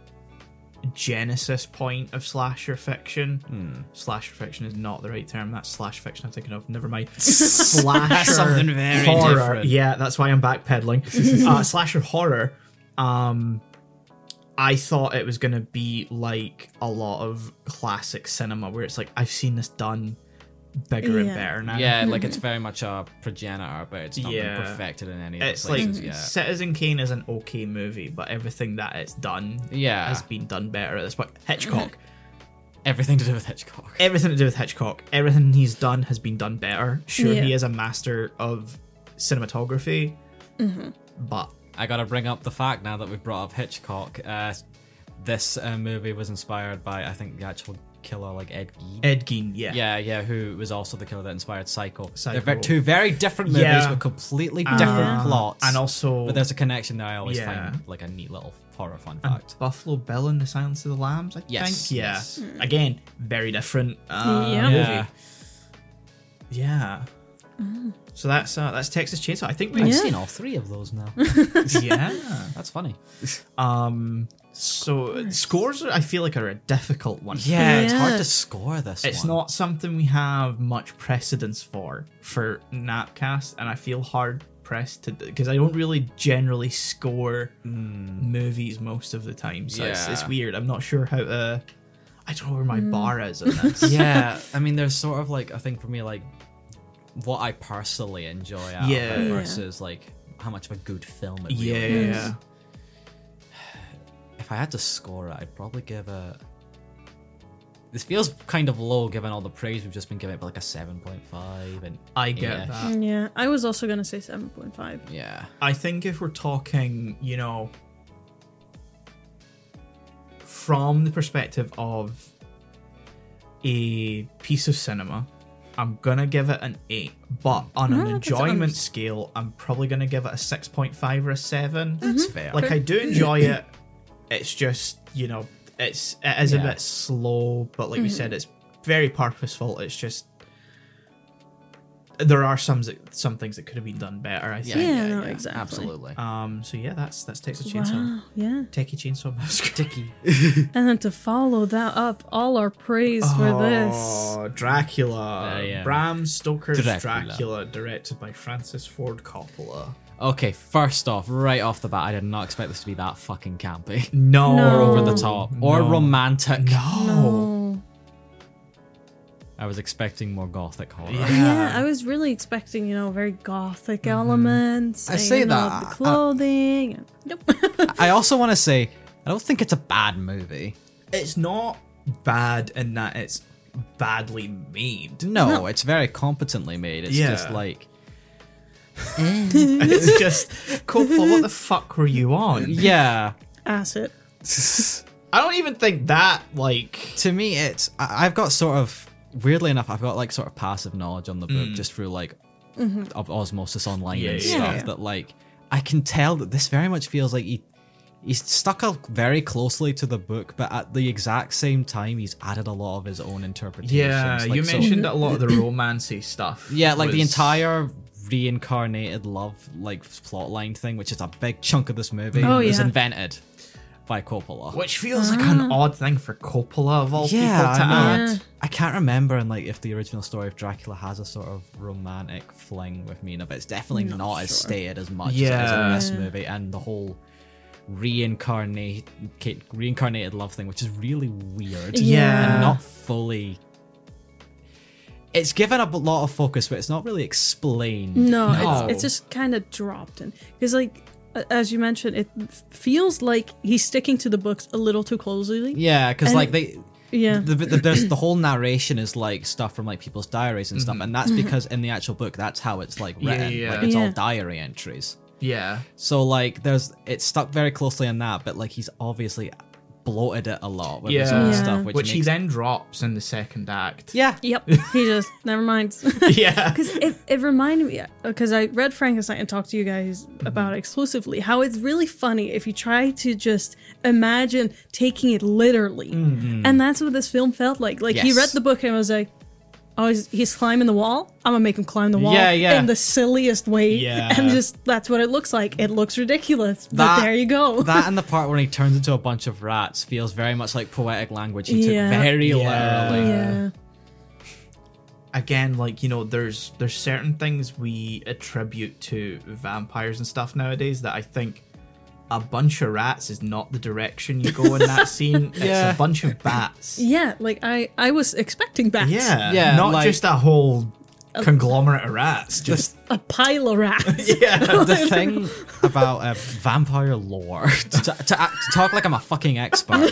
Speaker 1: genesis point of slasher fiction.
Speaker 2: Hmm.
Speaker 1: Slasher fiction is not the right term. That's slash fiction. I'm thinking of. Never
Speaker 2: (laughs)
Speaker 1: mind. (laughs) Slasher
Speaker 2: something very
Speaker 1: horror.
Speaker 2: different.
Speaker 1: Yeah, that's why I'm
Speaker 2: (laughs)
Speaker 1: backpedaling. uh, slasher horror. Um, I thought it was gonna be like a lot of classic cinema, where it's like I've seen this done bigger and
Speaker 3: Yeah.
Speaker 1: better now.
Speaker 2: Yeah, like it's very much a progenitor, but it's not
Speaker 1: Yeah.
Speaker 2: been perfected in any. of
Speaker 1: It's
Speaker 2: the
Speaker 1: like
Speaker 2: places yet.
Speaker 1: Citizen Kane is an okay movie, but everything that it's done
Speaker 2: Yeah.
Speaker 1: has been done better at this point.
Speaker 2: (laughs)
Speaker 1: Hitchcock,
Speaker 2: everything to do with Hitchcock.
Speaker 1: everything to do with Hitchcock, everything he's done has been done better. Sure, he
Speaker 3: Yeah.
Speaker 1: is a master of cinematography,
Speaker 2: Mm-hmm.
Speaker 1: but
Speaker 2: I gotta bring up the fact now that we've brought up Hitchcock. Uh, this uh, movie was inspired by I think the actual killer, like Ed Gein.
Speaker 1: Ed Gein, yeah,
Speaker 2: yeah, yeah, who was also the killer that inspired Psycho.
Speaker 1: Psycho.
Speaker 2: They're ve- two very different movies
Speaker 1: Yeah.
Speaker 2: with completely different plots,
Speaker 1: and also
Speaker 2: but there's a connection there. I always
Speaker 1: Yeah.
Speaker 2: find like a neat little horror fun fact.
Speaker 1: Buffalo Bill and The Silence of the Lambs. I
Speaker 2: Yes,
Speaker 1: think, yeah, Mm.
Speaker 2: yes.
Speaker 1: again, very different. Uh,
Speaker 3: Yeah.
Speaker 2: yeah, Mm.
Speaker 1: yeah. So that's uh, that's Texas Chainsaw. I think
Speaker 2: I've
Speaker 1: we,
Speaker 3: Yeah.
Speaker 2: seen all three of those now.
Speaker 1: yeah.
Speaker 2: That's funny.
Speaker 1: Um, so scores, are, I feel like, are a difficult one.
Speaker 2: Yeah, it's hard
Speaker 3: Yeah.
Speaker 2: to score this.
Speaker 1: It's
Speaker 2: one.
Speaker 1: not something we have much precedence for for Napcast, and I feel hard pressed to because I don't really generally score Hmm. movies most of the time. So it's, it's
Speaker 2: Yeah.
Speaker 1: weird. I'm not sure how to. I don't know where my bar is on this. (laughs)
Speaker 2: yeah, I mean, there's sort of like I think for me like what I personally enjoy out
Speaker 1: Yeah.
Speaker 2: of it
Speaker 1: Yeah.
Speaker 2: versus like how much of a good film it
Speaker 1: yeah,
Speaker 2: really
Speaker 1: yeah,
Speaker 2: is.
Speaker 1: yeah.
Speaker 2: If I had to score it, I'd probably give a. This feels kind of low given all the praise we've just been giving it, but like a seven point five and
Speaker 1: I get
Speaker 2: Yeah.
Speaker 1: that.
Speaker 3: (laughs) yeah, I was also gonna say seven point five.
Speaker 2: yeah,
Speaker 1: I think if we're talking, you know, from the perspective of a piece of cinema, I'm gonna give it an eight. But on an
Speaker 3: No, Mm-hmm, that's
Speaker 1: enjoyment
Speaker 3: honest.
Speaker 1: scale, I'm probably gonna give it a six point five or a seven.
Speaker 3: Mm,
Speaker 2: that's
Speaker 3: Mm-hmm.
Speaker 2: fair.
Speaker 1: Like I do enjoy it. It's just you know, it's it is a
Speaker 2: Yeah.
Speaker 1: bit slow, but like we
Speaker 3: Mm-hmm.
Speaker 1: said, it's very purposeful. It's just there are some some things that could have been done better. I think.
Speaker 3: Yeah, no, exactly.
Speaker 2: absolutely.
Speaker 1: Um. So yeah, that's that's Texas Chainsaw,
Speaker 3: Wow, yeah.
Speaker 1: Techie Chainsaw
Speaker 2: (laughs)
Speaker 1: Oh, Massacre, (laughs) Techie.
Speaker 3: And then to follow that up, all our praise for this.
Speaker 1: Oh, Dracula,
Speaker 2: Yeah, yeah.
Speaker 1: Bram Stoker's Dracula.
Speaker 2: Dracula.
Speaker 1: directed by Francis Ford Coppola.
Speaker 2: Okay, first off, right off the bat, I did not expect this to be that fucking campy (laughs)
Speaker 1: No,
Speaker 3: No.
Speaker 2: or over the top or
Speaker 1: No.
Speaker 2: romantic.
Speaker 1: No.
Speaker 3: Oh.
Speaker 2: I was expecting more gothic horror.
Speaker 1: Yeah.
Speaker 3: Yeah, I was really expecting, you know, very gothic elements.
Speaker 2: I
Speaker 3: and,
Speaker 2: say
Speaker 3: you know,
Speaker 2: that,
Speaker 3: the
Speaker 2: I-
Speaker 3: clothing. and- nope.
Speaker 2: I also want to say I don't think it's a bad movie.
Speaker 1: It's not bad in that it's badly
Speaker 3: (laughs)
Speaker 1: made.
Speaker 2: No, it's very competently made. It's
Speaker 1: Yeah.
Speaker 2: just like
Speaker 1: It's just Coppola. What the fuck were you on?
Speaker 2: yeah,
Speaker 3: Acid.
Speaker 1: I don't even think that like
Speaker 2: to me it's I, i've got sort of weirdly enough i've got like sort of passive knowledge on the book just through like of osmosis online
Speaker 1: Mm. Yeah,
Speaker 2: and
Speaker 1: yeah,
Speaker 2: stuff
Speaker 3: yeah.
Speaker 2: that like i can tell that this very much feels like he he's stuck up very closely to the book but at the exact same time he's added a lot of his own interpretations
Speaker 1: yeah.
Speaker 2: Like,
Speaker 1: you
Speaker 2: so-
Speaker 1: mentioned that a
Speaker 2: (laughs)
Speaker 1: lot of the romancy stuff.
Speaker 2: yeah like the
Speaker 1: was-
Speaker 2: entire reincarnated love like plotline thing which is a big chunk of this movie
Speaker 3: Oh,
Speaker 2: was
Speaker 3: yeah.
Speaker 2: invented by coppola
Speaker 1: which feels like
Speaker 3: Ah.
Speaker 1: an odd thing for Coppola of all
Speaker 2: yeah,
Speaker 1: people to
Speaker 2: I, know.
Speaker 1: add.
Speaker 2: I can't remember in like if the original story of Dracula has a sort of romantic fling with Mina, but it's definitely not, as stated as much as it
Speaker 1: Yeah.
Speaker 2: is in this movie, and the whole reincarnate reincarnated love thing, which is really weird.
Speaker 1: Yeah.
Speaker 2: and not fully. It's given up a lot of focus, but it's not really explained.
Speaker 3: No,
Speaker 1: No.
Speaker 3: It's, it's just kind of dropped in because, like, a- as you mentioned, it f- feels like he's sticking to the books a little too closely.
Speaker 2: Yeah, because
Speaker 3: And-
Speaker 2: like they,
Speaker 3: Yeah.
Speaker 2: the, the, there's the whole narration is like stuff from like people's diaries and stuff, and that's because in the actual book that's how it's like
Speaker 1: Mm-hmm. Yeah,
Speaker 2: written,
Speaker 1: yeah,
Speaker 2: like
Speaker 1: yeah.
Speaker 2: it's all
Speaker 3: Mm-hmm. Yeah.
Speaker 2: diary entries.
Speaker 1: Yeah.
Speaker 2: So like there's it's stuck very closely on that, but like he's obviously bloated it a lot with his
Speaker 1: Yeah.
Speaker 2: own
Speaker 3: Yeah.
Speaker 2: stuff, which,
Speaker 1: Which, he
Speaker 2: makes-
Speaker 1: then drops in the second act.
Speaker 2: yeah.
Speaker 3: Yep. He just never mind.
Speaker 1: (laughs)
Speaker 2: (laughs)
Speaker 1: yeah.
Speaker 3: Because it, it reminded me because I read Frankenstein and talked to you guys
Speaker 2: Mm-hmm.
Speaker 3: about it exclusively how it's really funny if you try to just imagine taking it literally, and that's what this film felt like. Like he
Speaker 2: Mm-hmm. Yes.
Speaker 3: read the book and was like, "Oh, he's, he's climbing the wall. I'm gonna make him climb the wall
Speaker 2: Yeah, yeah.
Speaker 3: in the silliest way."
Speaker 1: Yeah.
Speaker 3: and just that's what it looks like. It looks ridiculous,
Speaker 2: That-
Speaker 3: but there you go.
Speaker 2: that and the part when he turns into a bunch of rats feels very much like poetic language he
Speaker 3: Yeah.
Speaker 2: took very
Speaker 1: Yeah.
Speaker 2: literally.
Speaker 3: yeah,
Speaker 1: Again, like, you know, there's there's certain things we attribute to vampires and stuff nowadays that I think a bunch of rats is not the direction you go in
Speaker 2: (laughs)
Speaker 1: that scene.
Speaker 2: Yeah.
Speaker 1: It's a bunch of
Speaker 2: (laughs)
Speaker 1: bats.
Speaker 3: yeah. Like I, I was expecting bats.
Speaker 1: Yeah.
Speaker 2: Yeah,
Speaker 1: Not
Speaker 2: like- Oh.
Speaker 1: just a whole conglomerate of rats. Just
Speaker 3: a pile
Speaker 2: (laughs)
Speaker 3: of rats.
Speaker 1: yeah.
Speaker 2: the thing about uh, vampire lore (laughs) to, to, act- to talk like I'm a fucking expert.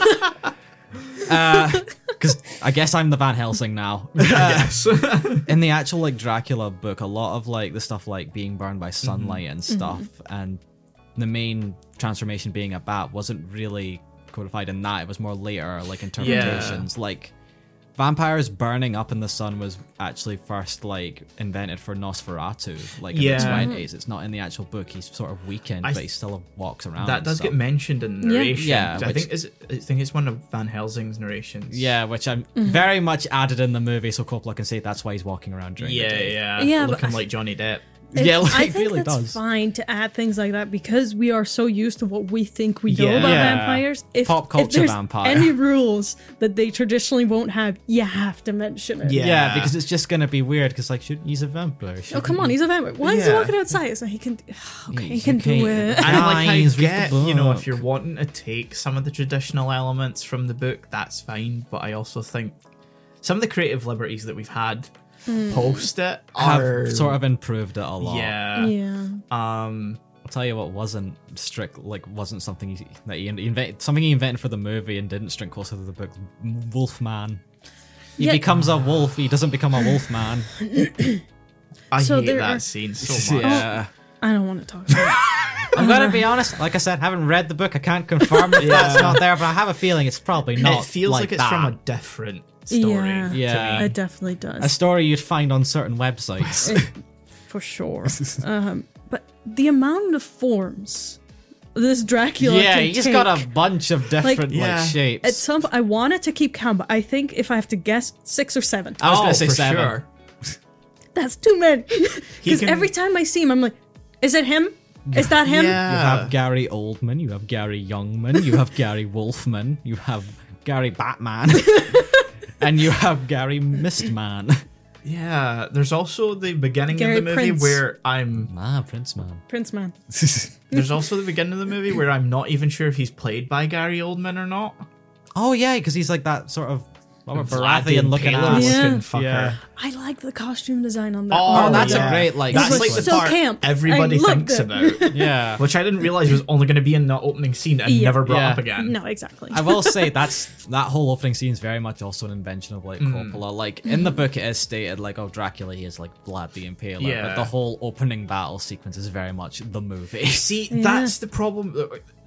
Speaker 2: (laughs) Because I guess I'm the Van Helsing now. (laughs)
Speaker 1: yes.
Speaker 2: In the actual like Dracula book, a lot of like the stuff like being burned
Speaker 1: Mm-hmm.
Speaker 2: by sunlight and stuff, and the main transformation being a bat wasn't really codified in that. It was more later like interpretations, like. Vampires burning up in the sun was actually first like invented for Nosferatu, like in
Speaker 1: Yeah. Mm-hmm.
Speaker 2: the twenties. It's not in the actual book. He's sort of weakened,
Speaker 1: I
Speaker 2: but he still walks around.
Speaker 1: that
Speaker 2: and
Speaker 1: does get
Speaker 2: stuff.
Speaker 1: mentioned in the narration.
Speaker 2: Yeah,
Speaker 1: I
Speaker 2: which-
Speaker 1: think is I think it's one of Van Helsing's narrations.
Speaker 2: Yeah, which I'm
Speaker 1: Mm-hmm.
Speaker 2: very much added in the movie, so Coppola can say that's why he's walking around during the
Speaker 1: Yeah,
Speaker 2: day.
Speaker 1: yeah,
Speaker 3: Yeah, but-
Speaker 1: looking like Johnny Depp.
Speaker 3: It-
Speaker 2: Yeah, like,
Speaker 3: I
Speaker 2: it
Speaker 3: think
Speaker 2: really
Speaker 3: that's
Speaker 2: does.
Speaker 3: fine to add things like that because we are so used to what we think we know
Speaker 1: Yeah.
Speaker 3: about
Speaker 2: Yeah.
Speaker 3: vampires. If,
Speaker 2: Pop
Speaker 3: if
Speaker 2: culture
Speaker 3: there's
Speaker 2: vampire.
Speaker 3: Any rules that they traditionally won't have, you have to mention it.
Speaker 1: Yeah.
Speaker 2: Yeah, because it's just gonna be weird. Because like, should he's a vampire?
Speaker 3: Oh
Speaker 2: shouldn't
Speaker 3: come on, he's a vampire. Why is he
Speaker 1: Yeah.
Speaker 3: walking outside? So he can. (sighs) Okay, he
Speaker 2: you
Speaker 3: can do
Speaker 2: can't-
Speaker 3: it.
Speaker 1: And like I
Speaker 2: Guys, read the
Speaker 1: get, you know, if
Speaker 2: book.
Speaker 1: you're wanting to take some of the traditional elements from the book, that's fine. But I also think some of the creative liberties that we've had
Speaker 3: Hmm.
Speaker 1: post it
Speaker 2: have
Speaker 1: are
Speaker 2: sort of improved it a lot.
Speaker 1: yeah,
Speaker 3: (laughs) Yeah.
Speaker 1: Um,
Speaker 2: I'll tell you what wasn't strict like wasn't something he, that he invented something he invented for the movie and didn't strict closer to the book. Wolfman. He
Speaker 3: Yeah.
Speaker 2: becomes a wolf. He doesn't become a wolf
Speaker 1: (laughs)
Speaker 2: man.
Speaker 1: I
Speaker 3: So
Speaker 1: hate
Speaker 3: there
Speaker 1: that
Speaker 3: are-
Speaker 1: scene
Speaker 2: (laughs)
Speaker 1: so much.
Speaker 3: I don't want to talk about it.
Speaker 2: I'm gonna be honest. Like I said, haven't read the book. I can't
Speaker 1: (laughs)
Speaker 2: confirm if that's not there, but I have a feeling it's probably not.
Speaker 1: It feels like, it's
Speaker 2: that.
Speaker 1: from a different story.
Speaker 3: Yeah.
Speaker 1: to
Speaker 2: Yeah.
Speaker 1: me.
Speaker 3: it definitely
Speaker 2: a
Speaker 3: does.
Speaker 2: story you'd find on
Speaker 1: (laughs)
Speaker 2: certain websites. (laughs)
Speaker 3: for sure. um, but the amount of forms this Dracula
Speaker 2: yeah,
Speaker 3: can
Speaker 2: you just
Speaker 3: take-
Speaker 2: got a bunch of different like,
Speaker 1: Yeah.
Speaker 2: shapes.
Speaker 3: At some, I wanted to keep count, but I think if I have to guess, six or seven.
Speaker 2: I was gonna say
Speaker 1: Oh, for
Speaker 2: seven.
Speaker 1: sure.
Speaker 3: That's too many. (laughs) Because
Speaker 1: can-
Speaker 3: every time I see him, I'm like, is it him? Is that him?
Speaker 2: You
Speaker 1: Yeah.
Speaker 2: have Gary Oldman, you have Gary Youngman, you have (laughs) Gary Wolfman, you have Gary (laughs) Batman, and you have Gary Mistman.
Speaker 1: Yeah, there's also the beginning
Speaker 3: Gary
Speaker 1: of the movie
Speaker 3: Prince.
Speaker 1: where I'm.
Speaker 2: Ah, Prince (laughs) Man.
Speaker 3: Prince Man.
Speaker 1: There's also the beginning of the movie where I'm not even sure if he's played by Gary Oldman or not.
Speaker 2: Oh yeah, because he's like that sort of Robert
Speaker 1: Vlad
Speaker 2: Baratheon looking
Speaker 1: Impaler
Speaker 2: ass.
Speaker 3: Yeah.
Speaker 1: looking fucker.
Speaker 2: Yeah.
Speaker 3: I like the costume design on that.
Speaker 1: Oh,
Speaker 3: one.
Speaker 2: that's a
Speaker 1: yeah.
Speaker 2: great, like,
Speaker 1: That's
Speaker 3: He's
Speaker 1: like
Speaker 3: like,
Speaker 1: the
Speaker 3: so
Speaker 1: part
Speaker 3: camp.
Speaker 1: everybody
Speaker 3: I love
Speaker 1: thinks
Speaker 3: that.
Speaker 1: about,
Speaker 2: Yeah.
Speaker 1: (laughs) which I didn't realize was only going to be in that opening scene and
Speaker 3: Yeah.
Speaker 1: never brought
Speaker 2: Yeah.
Speaker 1: up again.
Speaker 3: No, exactly.
Speaker 2: I will say that's that whole opening scene is very much also an invention of
Speaker 1: Hmm.
Speaker 2: like Coppola. Like in the book, it is stated like, "Oh, Dracula he is like Vlad the Impaler," but
Speaker 1: Yeah.
Speaker 2: the whole opening battle sequence is very much the movie. (laughs)
Speaker 1: See, that's the problem.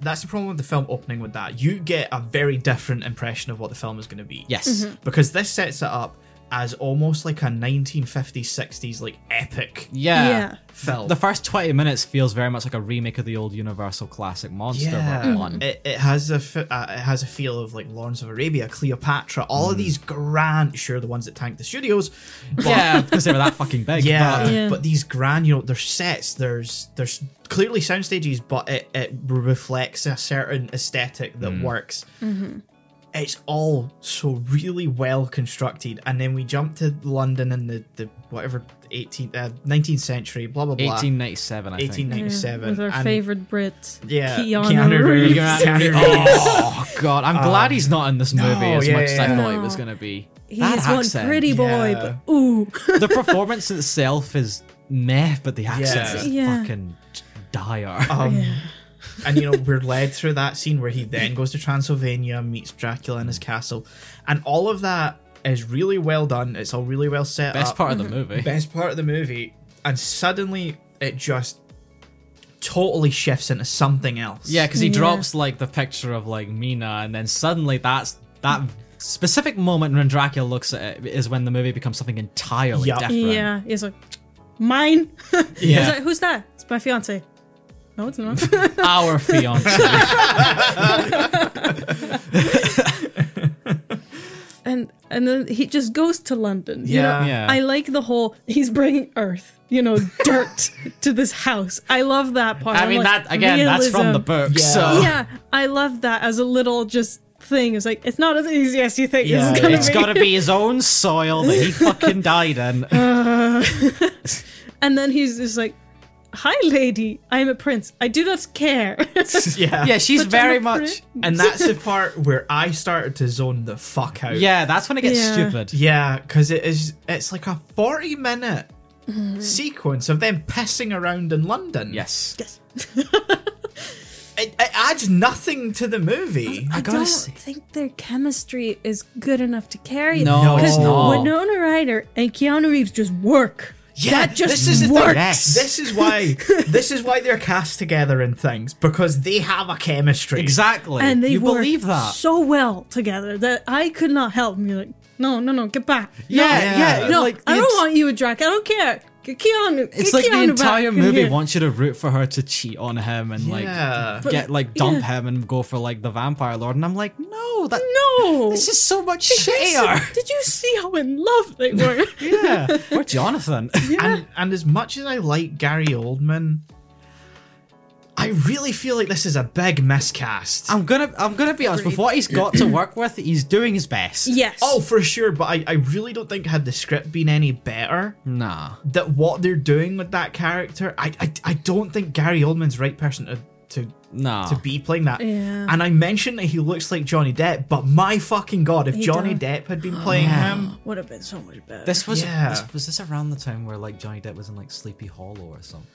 Speaker 1: that's the problem with the film opening with that. You get a very different impression of what the film is going to be.
Speaker 2: Yes.
Speaker 3: Mm-hmm.
Speaker 1: Because this sets it up as almost like a 1950s, 60s, like epic
Speaker 2: Yeah.
Speaker 3: Yeah.
Speaker 1: film.
Speaker 2: The first 20 minutes feels very much like a remake of the old Universal classic monster
Speaker 1: yeah, Mm-hmm.
Speaker 2: one.
Speaker 1: it, it has a f- uh, it has a feel of like Lawrence of Arabia, Cleopatra, all of these grand. Sure, the ones that tanked the studios, but
Speaker 2: Mm. yeah, (laughs) because they were that fucking big.
Speaker 1: Yeah,
Speaker 2: but-
Speaker 3: Yeah.
Speaker 1: but these grand, you know, there's sets, there's there's clearly sound stages, but it, it reflects a certain aesthetic that works.
Speaker 3: Mm-hmm.
Speaker 1: It's all so really well constructed, and then we jump to London in the the whatever 18th, uh, 19th century, blah blah blah,
Speaker 2: 1897, I think.
Speaker 1: 1897,
Speaker 3: With our
Speaker 1: and-
Speaker 3: favorite Brit,
Speaker 1: yeah,
Speaker 3: Keanu,
Speaker 1: Reeves.
Speaker 3: Reeves.
Speaker 1: Keanu (laughs) Reeves.
Speaker 2: Oh god, I'm glad he's not in this movie as
Speaker 1: yeah,
Speaker 2: much as I
Speaker 1: Um, yeah.
Speaker 2: thought he
Speaker 3: No.
Speaker 2: was gonna be.
Speaker 3: He's
Speaker 2: That
Speaker 3: one
Speaker 2: accent.
Speaker 3: pretty boy,
Speaker 1: Yeah.
Speaker 3: but ooh, (laughs)
Speaker 2: the performance itself is meh, but the accents
Speaker 1: Yeah.
Speaker 2: is
Speaker 3: Yeah.
Speaker 2: fucking dire.
Speaker 1: Um, and you know we're led through that scene where he then goes to Transylvania, meets Dracula
Speaker 2: Mm.
Speaker 1: in his castle, and all of that is really well done. It's all really well set
Speaker 2: Best
Speaker 1: up.
Speaker 2: part of the movie.
Speaker 1: best part of the movie, and suddenly it just totally shifts into something else.
Speaker 2: Yeah, because he
Speaker 3: Yeah.
Speaker 2: drops like the picture of like Mina, and then suddenly that's that specific moment when Dracula looks at it is when the movie becomes something entirely
Speaker 1: Yeah.
Speaker 2: different.
Speaker 3: yeah. He's like, mine. (laughs)
Speaker 1: Yeah.
Speaker 3: He's like, who's that? It's my fiance. No,
Speaker 1: (laughs)
Speaker 3: it's not.
Speaker 2: (laughs) Our fiance.
Speaker 3: and and then he just goes to London. you
Speaker 1: Yeah.
Speaker 3: know?
Speaker 2: Yeah.
Speaker 3: I like the whole he's bringing earth,
Speaker 2: (laughs)
Speaker 3: you know, dirt to this house. I love that part.
Speaker 2: I
Speaker 3: I'm
Speaker 2: mean
Speaker 3: like,
Speaker 2: that again, that's from the
Speaker 3: realism.
Speaker 2: book.
Speaker 1: Yeah.
Speaker 2: So
Speaker 3: Yeah, I love that as a little just thing. It's like it's not as easy as you think.
Speaker 1: Yeah,
Speaker 3: it's gonna
Speaker 2: it's
Speaker 3: be.
Speaker 2: gotta be his own soil that he fucking died in.
Speaker 3: and then he's just like, "Hi, lady. I am a prince. I do not
Speaker 2: (laughs)
Speaker 3: care."
Speaker 1: yeah,
Speaker 2: (laughs) Yeah, she's
Speaker 3: But I'm
Speaker 2: very
Speaker 3: a
Speaker 2: much
Speaker 1: And that's the part where I started to zone the fuck out.
Speaker 2: Yeah, that's when it gets
Speaker 3: Yeah.
Speaker 2: stupid.
Speaker 1: yeah, because it is. It's like a forty-minute sequence of them pissing around in London.
Speaker 2: Yes.
Speaker 1: it, it adds nothing to the movie.
Speaker 3: I,
Speaker 2: gotta
Speaker 3: don't
Speaker 2: say-
Speaker 3: think their chemistry is good enough to carry.
Speaker 2: No,
Speaker 3: them.
Speaker 1: it's not.
Speaker 3: Winona Ryder and Keanu Reeves just work.
Speaker 1: Yeah,
Speaker 3: that just
Speaker 1: this is the thing.
Speaker 3: works.
Speaker 2: Yes.
Speaker 1: This is
Speaker 3: (laughs)
Speaker 1: why this is why they're cast together in things because they have a chemistry.
Speaker 2: Exactly.
Speaker 3: and they
Speaker 2: you
Speaker 3: work
Speaker 2: believe that.
Speaker 3: so well together that I could not help. And you're like, no, no, no, get back.
Speaker 2: yeah, yeah.
Speaker 1: Yeah.
Speaker 3: No,
Speaker 2: like,
Speaker 3: I
Speaker 2: the
Speaker 3: don't
Speaker 2: ent-
Speaker 3: want you a Drac. I don't care. Get Keanu. Get
Speaker 2: It's like the
Speaker 3: Keanu
Speaker 2: entire
Speaker 3: back in
Speaker 2: movie
Speaker 3: here.
Speaker 2: wants you to root for her to cheat on him and
Speaker 1: Yeah.
Speaker 2: like get like dump
Speaker 3: yeah.
Speaker 2: him and go for like the vampire lord. And I'm like, no, that
Speaker 3: No.
Speaker 2: This is so much
Speaker 3: Did you
Speaker 2: shittier.
Speaker 3: see- Did you see how in love they were?
Speaker 2: (laughs)
Speaker 3: (laughs)
Speaker 2: yeah, or Jonathan.
Speaker 1: And and as much as I like Gary Oldman, I really feel like this is a big miscast.
Speaker 2: I'm gonna, I'm gonna be honest. With what he's got to work with, he's doing his best.
Speaker 3: yes.
Speaker 1: oh, for sure, but I, I really don't think had the script been any better,
Speaker 2: Nah.
Speaker 1: that what they're doing with that character, I I, I don't think Gary Oldman's right person to to
Speaker 2: Nah.
Speaker 1: to be playing that.
Speaker 3: Yeah.
Speaker 1: And I mentioned that he looks like Johnny Depp, but my fucking god, if
Speaker 3: He
Speaker 1: Johnny
Speaker 3: does.
Speaker 1: Depp had been playing him,
Speaker 3: would have been so much better.
Speaker 2: This was
Speaker 1: Yeah.
Speaker 2: this, was this around the time where like Johnny Depp was in like Sleepy Hollow or something.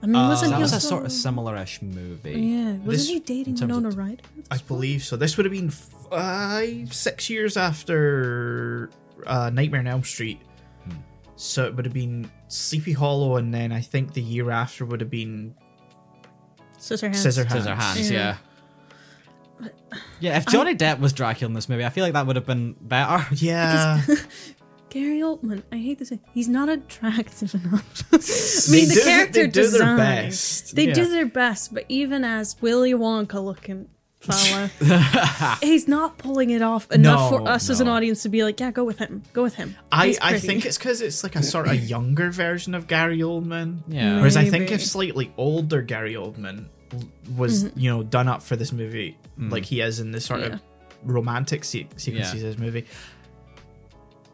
Speaker 3: I mean,
Speaker 2: uh,
Speaker 3: wasn't
Speaker 2: That
Speaker 3: he
Speaker 2: was a
Speaker 3: also-
Speaker 2: sort of similar-ish movie.
Speaker 3: Yeah, wasn't
Speaker 1: this-
Speaker 3: he dating
Speaker 2: terms of-
Speaker 3: Winona Ryder?
Speaker 1: I believe so. This would have been five, six years after uh, Nightmare on Elm Street. So it would have been Sleepy Hollow, and then I think the year after would have been
Speaker 3: Scissorhands.
Speaker 1: Scissor Hands.
Speaker 2: Scissor hands,
Speaker 3: Yeah.
Speaker 2: yeah. Yeah, if Johnny Depp was Dracula in this movie, I feel like that would have been better.
Speaker 3: (laughs)
Speaker 1: Yeah,
Speaker 3: Gary Oldman. I hate to say, he's not attractive (laughs) enough. I mean,
Speaker 1: They
Speaker 3: the
Speaker 1: do-
Speaker 3: character
Speaker 1: they do their
Speaker 3: design.
Speaker 1: best.
Speaker 3: They do
Speaker 2: Yeah.
Speaker 3: their best, but even as Willy Wonka looking
Speaker 1: (laughs)
Speaker 3: fella, he's not pulling it off enough
Speaker 1: No,
Speaker 3: for us as an
Speaker 2: no.
Speaker 3: audience to be like, yeah, go with him, go with him.
Speaker 1: I,
Speaker 3: He's
Speaker 1: I
Speaker 3: pretty."
Speaker 1: think it's because it's like a sort of younger version of Gary Oldman.
Speaker 2: Yeah.
Speaker 1: Whereas I think
Speaker 3: Maybe. Mm-hmm.
Speaker 1: if slightly older Gary Oldman l- was, you know, done up for this movie, like he is in the sort
Speaker 3: Yeah.
Speaker 1: of romantic se- sequences
Speaker 2: Mm. Yeah.
Speaker 1: of this movie,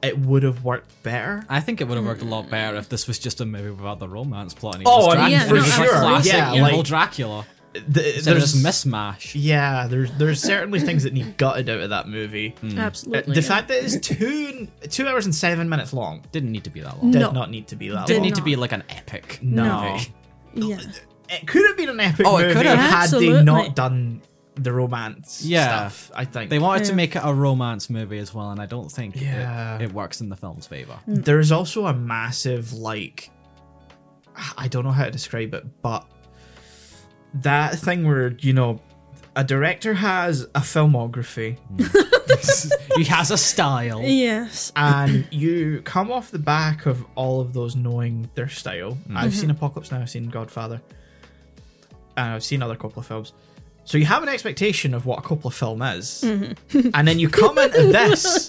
Speaker 1: it would have worked better.
Speaker 2: (laughs) I think it would have worked a lot better if this was just a movie without the romance plot. And he
Speaker 1: Oh,
Speaker 2: was
Speaker 1: I mean,
Speaker 2: Dracula.
Speaker 3: for
Speaker 2: It was like
Speaker 3: sure.
Speaker 2: Classic
Speaker 1: Yeah,
Speaker 2: evil
Speaker 1: like-
Speaker 2: Dracula.
Speaker 1: Th-
Speaker 2: There's
Speaker 1: there's
Speaker 2: this mismatch.
Speaker 1: yeah, there's there's certainly things that need gutted out of that movie.
Speaker 2: Mm.
Speaker 1: Uh,
Speaker 3: absolutely
Speaker 1: the
Speaker 3: yeah.
Speaker 1: fact that it's two two hours and seven minutes long
Speaker 2: Didn't need to be that long.
Speaker 1: did
Speaker 3: No.
Speaker 1: not need to be that
Speaker 2: Didn't
Speaker 3: Didn't
Speaker 1: long.
Speaker 2: need to be
Speaker 3: not.
Speaker 2: like an epic.
Speaker 1: no.
Speaker 3: yeah.
Speaker 1: It could have been an epic
Speaker 2: Oh, it
Speaker 1: movie
Speaker 2: could have.
Speaker 1: had
Speaker 3: Absolutely.
Speaker 1: they not done the romance
Speaker 2: Yeah.
Speaker 1: stuff. I think
Speaker 2: They wanted
Speaker 3: Yeah.
Speaker 2: to make it a romance movie as well, and I don't think it-
Speaker 1: Yeah.
Speaker 2: it, works in the film's favor.
Speaker 1: there's also a massive like I don't know how to describe it, but that thing where you know a director has a filmography,
Speaker 2: he has
Speaker 1: (laughs)
Speaker 2: a style.
Speaker 3: Yes.
Speaker 1: and you come off the back of all of those knowing their style. I've seen Apocalypse Now, I've seen Godfather, and I've seen other couple of films. So you have an expectation of what a Coppola film is, and then you come into this,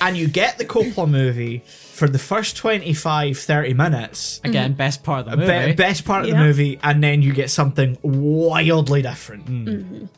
Speaker 1: and you get the Coppola movie for the first 25, 30 minutes,
Speaker 2: Again, best part of the movie.
Speaker 1: be- best part of
Speaker 3: Yeah.
Speaker 1: the movie, and then you get something wildly different.
Speaker 2: Mm.